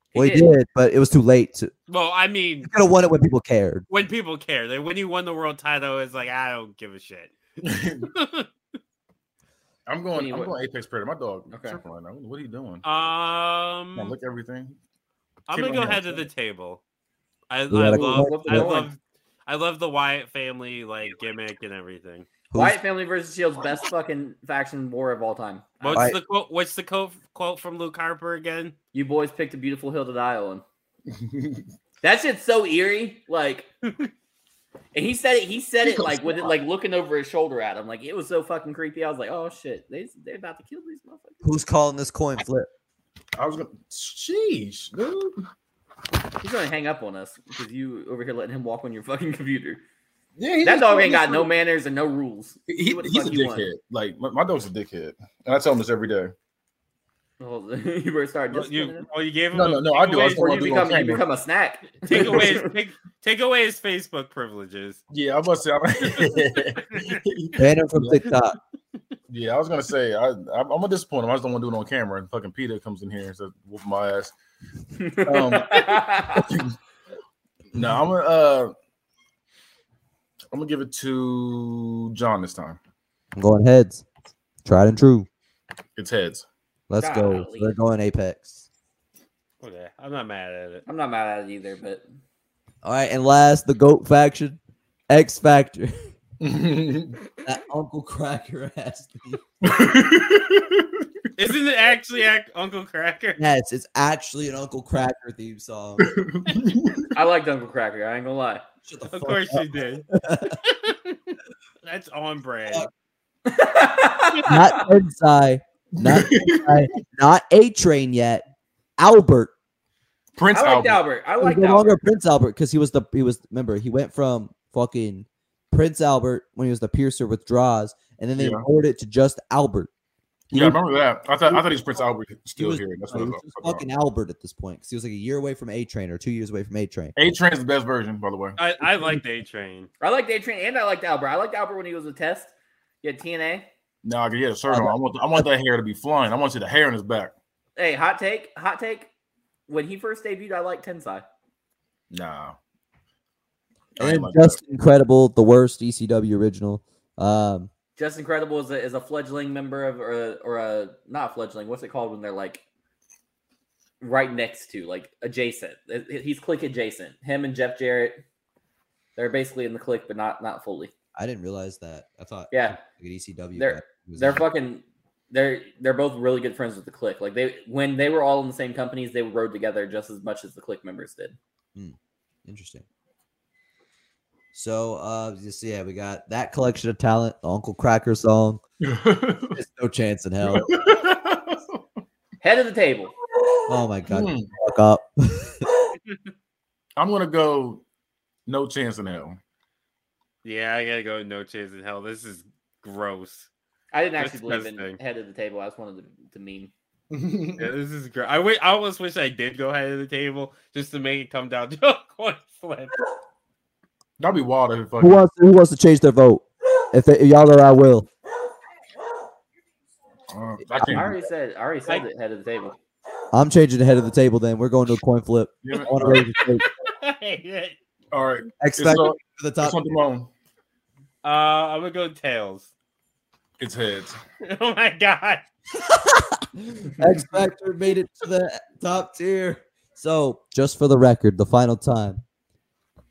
Speaker 3: he
Speaker 1: well, he
Speaker 3: did.
Speaker 1: did. but it was too late. To,
Speaker 2: Well, I mean,
Speaker 1: he could have won it when people cared.
Speaker 2: when people care, they when he won the world title, it's like I don't give a shit.
Speaker 5: I'm going. I'm
Speaker 3: Anyway.
Speaker 5: going Apex Predator. My dog.
Speaker 3: Okay.
Speaker 5: tripping Right now. What are you doing?
Speaker 2: Um,
Speaker 5: Come
Speaker 3: Mm-hmm.
Speaker 5: on, look everything.
Speaker 2: I'm
Speaker 5: Keep
Speaker 2: gonna
Speaker 5: on
Speaker 2: go
Speaker 5: going.
Speaker 2: ahead to the table. I, I
Speaker 1: like,
Speaker 2: love,
Speaker 3: what's
Speaker 2: I
Speaker 3: going?
Speaker 2: love, I love the Wyatt family like gimmick and everything.
Speaker 1: Who's-
Speaker 3: Wyatt Family versus Shield's best fucking faction war of all time.
Speaker 2: What's
Speaker 1: Wyatt-
Speaker 2: the quote? What's the quote, quote from Luke Harper again?
Speaker 3: You boys picked a beautiful hill to die on. [laughs] That shit's so eerie. Like, and he said it. He said it like with it like looking over his shoulder at him. Like it was so fucking creepy. I was like, oh shit, they they're about to kill these motherfuckers.
Speaker 1: Who's calling this coin
Speaker 2: [laughs]
Speaker 1: flip?
Speaker 5: I was gonna. Sheesh, dude.
Speaker 3: He's gonna hang up on us because you over here letting him walk on your fucking computer.
Speaker 5: Yeah, he
Speaker 3: [laughs] That
Speaker 5: just-
Speaker 3: dog ain't got no manners and no rules.
Speaker 5: He-
Speaker 3: Do what the
Speaker 5: he's a
Speaker 3: fuck you want.
Speaker 5: dickhead. Like my, my dog's a dickhead, and I tell him this every day.
Speaker 3: Well, [laughs] you better start
Speaker 2: Well,
Speaker 3: disciplining
Speaker 2: you,
Speaker 3: him.
Speaker 2: well, you gave him
Speaker 5: No,
Speaker 2: a-
Speaker 5: no, no,
Speaker 2: take
Speaker 5: I do. I
Speaker 2: away-
Speaker 5: just
Speaker 3: Or
Speaker 5: wanna
Speaker 3: you
Speaker 5: do it on
Speaker 3: become you
Speaker 5: camera.
Speaker 3: become a snack.
Speaker 2: Take away
Speaker 3: [laughs]
Speaker 2: his take, take away his Facebook privileges.
Speaker 5: Yeah, I was [laughs] gonna say.
Speaker 1: Ban him from
Speaker 5: Yeah.
Speaker 1: TikTok.
Speaker 5: yeah, I was gonna say I, I'm, I'm gonna disappoint him. I just don't want to do it on camera. And fucking Peter comes in here and says, "Whoop my ass." No, I'm gonna. Uh, I'm gonna give it to John this time.
Speaker 1: I'm going heads. Tried and true.
Speaker 5: [laughs] It's heads.
Speaker 1: Let's go.
Speaker 2: Golly.
Speaker 1: They're going Apex.
Speaker 2: Okay, Oh, I'm not mad at it.
Speaker 3: [laughs] I'm not mad at it either, but
Speaker 1: All right, and last, the GOAT faction, X Factor. [laughs]
Speaker 5: Isn't
Speaker 1: that Uncle Cracker ass. dude.
Speaker 2: [laughs] Isn't it actually Ac- Uncle Cracker?
Speaker 1: Yes, it's actually an Uncle Cracker theme
Speaker 2: [laughs]
Speaker 1: song.
Speaker 3: I liked Uncle Cracker. I ain't gonna lie.
Speaker 1: Shut the
Speaker 2: Of
Speaker 1: fuck
Speaker 2: course
Speaker 1: up.
Speaker 2: you did. [laughs] That's on brand.
Speaker 1: [laughs] Not Tensai, not
Speaker 2: [laughs]
Speaker 1: Tensai, not A Train yet. Albert.
Speaker 5: Prince
Speaker 3: I liked
Speaker 5: Albert.
Speaker 3: Albert. I
Speaker 1: He's
Speaker 3: liked
Speaker 1: no
Speaker 3: Albert.
Speaker 1: longer Prince Albert because he was the he was remember he went from fucking Prince Albert when he was the piercer with Draws, and then they
Speaker 5: Yeah.
Speaker 1: lowered it to just Albert.
Speaker 5: Yeah, I remember that. I thought I thought he was Prince Albert
Speaker 1: He
Speaker 5: still
Speaker 1: was,
Speaker 5: here. That's
Speaker 1: no,
Speaker 5: what I
Speaker 1: he
Speaker 5: thought.
Speaker 1: was just fucking Albert at this point because he was like a year away from A Train or two years away from A Train.
Speaker 5: A Train's the best version, by the way.
Speaker 2: I, I like Day Train.
Speaker 3: I liked Adrian and I liked Albert. I liked Albert when he was a test. He had TNA.
Speaker 5: No, I can get a shirt on. I want I want that hair to be flying. I want you the hair in his back.
Speaker 3: Hey, hot take, hot take. When he first debuted, I liked Tensai.
Speaker 5: Nah. I ain't
Speaker 1: And
Speaker 5: like that.
Speaker 1: just incredible, the worst ECW original. Um,
Speaker 3: Just Incredible is a, is a fledgling member of, or a, or a not fledgling. What's it called when they're like right next to, like adjacent? It- it- He's click adjacent. Him and Jeff Jarrett, they're basically in the click, but not not fully.
Speaker 1: I didn't realize that. I thought
Speaker 3: Yeah.
Speaker 1: like an ECW.
Speaker 3: They're-
Speaker 1: guy was
Speaker 3: They're
Speaker 1: in-
Speaker 3: fucking. They're they're both really good friends with the click. Like they when they were all in the same companies, they rode together just as much as the click members did.
Speaker 1: Interesting. So, uh, just yeah, we got that collection of talent. The Uncle Cracker
Speaker 3: [laughs]
Speaker 1: song. There's no chance in hell.
Speaker 3: Head of the table.
Speaker 1: Oh my god,
Speaker 5: Hmm.
Speaker 1: fuck up.
Speaker 5: [laughs] I'm gonna go no chance in hell.
Speaker 2: Yeah, I gotta go. No chance in hell. This is gross.
Speaker 3: I didn't
Speaker 2: That's
Speaker 3: actually believe in
Speaker 2: disgusting.
Speaker 3: head of the table. I just wanted to, to mean.
Speaker 2: Yeah, this is gross. I wait. I almost wish I did go ahead of the table just to make it come down [laughs] to a coin flip. [laughs]
Speaker 5: That'd be wild if it
Speaker 1: Who
Speaker 5: fucking
Speaker 1: wants who wants to change their vote? If, they, if y'all are, I will.
Speaker 5: uh, I
Speaker 3: I
Speaker 5: can't
Speaker 3: already said. I already said it. Head of the table.
Speaker 1: I'm changing the head of the table. Then we're going to a coin flip.
Speaker 5: do
Speaker 1: I
Speaker 5: it.
Speaker 1: want to raise the [laughs] stake.
Speaker 2: I hate it.
Speaker 5: All right.
Speaker 1: X
Speaker 5: It's,
Speaker 1: Factor
Speaker 5: uh,
Speaker 1: to the top.
Speaker 5: it's on Damone.
Speaker 2: Uh, I'm gonna go tails. [laughs]
Speaker 5: It's heads.
Speaker 2: Oh my god.
Speaker 1: X Factor made it to the top tier. So, just for the record, the final time.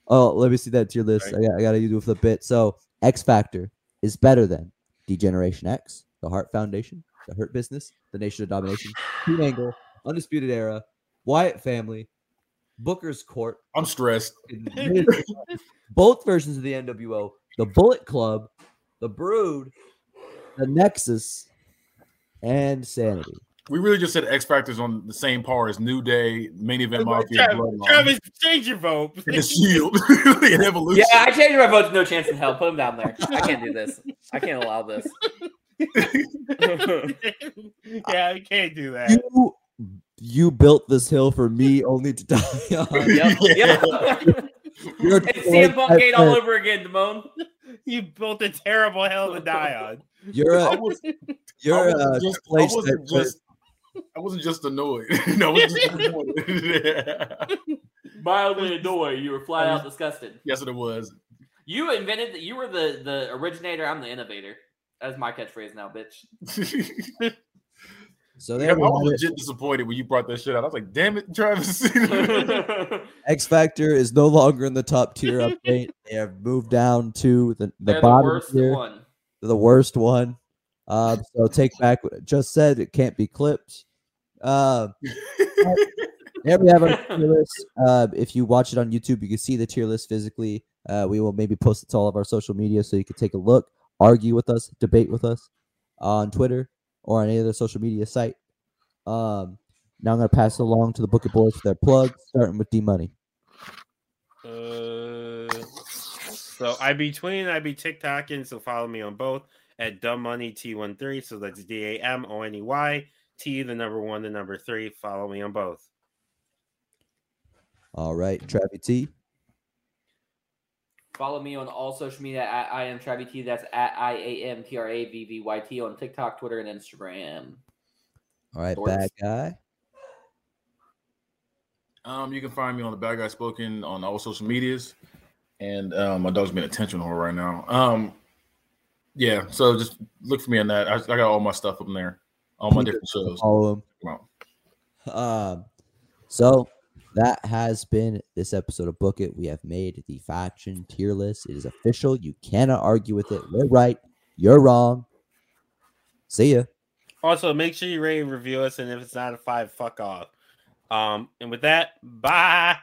Speaker 1: Oh, let me see that tier list. I, got, I gotta do it for the bit. So, X Factor is better than Degeneration X, the Heart Foundation, the Hurt Business, the Nation of Domination, Team Angle, Undisputed Era, Wyatt Family, Booker's Court,
Speaker 5: I'm stressed.
Speaker 1: [laughs] both versions of the NWO, the Bullet Club, the Brood, the Nexus, and Sanity.
Speaker 5: We really just said X Factor's on the same par as New Day, Main Event Mafia,
Speaker 2: Travis,
Speaker 5: Bloodline,
Speaker 2: Travis, change your vote.
Speaker 5: and the Shield, [laughs] and
Speaker 3: Yeah,
Speaker 5: Evolution.
Speaker 3: I changed my vote to no chance in hell. Put him down there. I can't do this. I can't allow this. [laughs]
Speaker 2: [laughs] yeah, I can't do that.
Speaker 1: You, you built this hill for me only to die [laughs] on. [laughs]
Speaker 3: Yep. yep.
Speaker 1: You're
Speaker 3: it's CM Punk
Speaker 1: my
Speaker 3: Gate all
Speaker 1: friend.
Speaker 3: over again, Damone.
Speaker 2: You built a terrible hell to die on.
Speaker 1: You're
Speaker 5: I
Speaker 1: a
Speaker 5: was- I
Speaker 1: you're a
Speaker 5: wasn't just- I
Speaker 1: displaced
Speaker 5: wasn't
Speaker 1: type
Speaker 5: just- [laughs] I wasn't just annoyed. [laughs] no, I wasn't just annoyed. [laughs]
Speaker 3: Mildly annoyed. You were flat out disgusted.
Speaker 5: yes, it was. [laughs]
Speaker 3: You invented. The, you were the the originator. I'm the innovator. That's my catchphrase now, [laughs] bitch.
Speaker 1: person. So
Speaker 5: Yeah,
Speaker 1: there
Speaker 5: I
Speaker 1: we
Speaker 5: was
Speaker 1: have it.
Speaker 5: legit disappointed when you brought that shit out. I was like, damn it, Travis. [laughs]
Speaker 1: X Factor is no longer in the top tier update. They have moved down to the, the
Speaker 3: They're
Speaker 1: bottom
Speaker 3: worst
Speaker 1: tier.
Speaker 3: one.
Speaker 1: the worst one. Um, so take back what I just said. It can't be clipped. Um, but there we have our tier list. Uh, if you watch it on YouTube, you can see the tier list physically. Uh, we will maybe post it to all of our social media so you can take a look, argue with us, debate with us on Twitter or on any other social media site. Um, now I'm going to pass it along to the Book of Boys for their plug, starting with D Money.
Speaker 2: Uh, so I be tweeting, I be TikToking, so follow me on both at Dumb Money T13. So that's D A M O N E Y T, the number one, the number three. Follow me on both.
Speaker 1: All right, Travi T.
Speaker 3: Follow me on all social media at I am Travy T. That's at I A M T R A V V Y T on TikTok, Twitter, and Instagram.
Speaker 1: All right,
Speaker 3: Dorks.
Speaker 1: bad guy.
Speaker 5: um, you can find me on the Bad Guy Spoken on all social medias. And um, my dog's being attention whore right now. Um, yeah, so just look for me on that. I, I got all my stuff up there. all my different shows.
Speaker 1: Follow him.
Speaker 5: Wow.
Speaker 1: Um, so that has been this episode of Book It. We have made the faction tier list. It is official. You cannot argue with it. We're right. You're wrong. See ya.
Speaker 2: Also, make sure you rate and review us, and if it's not a five, fuck off. Um, and with that, bye.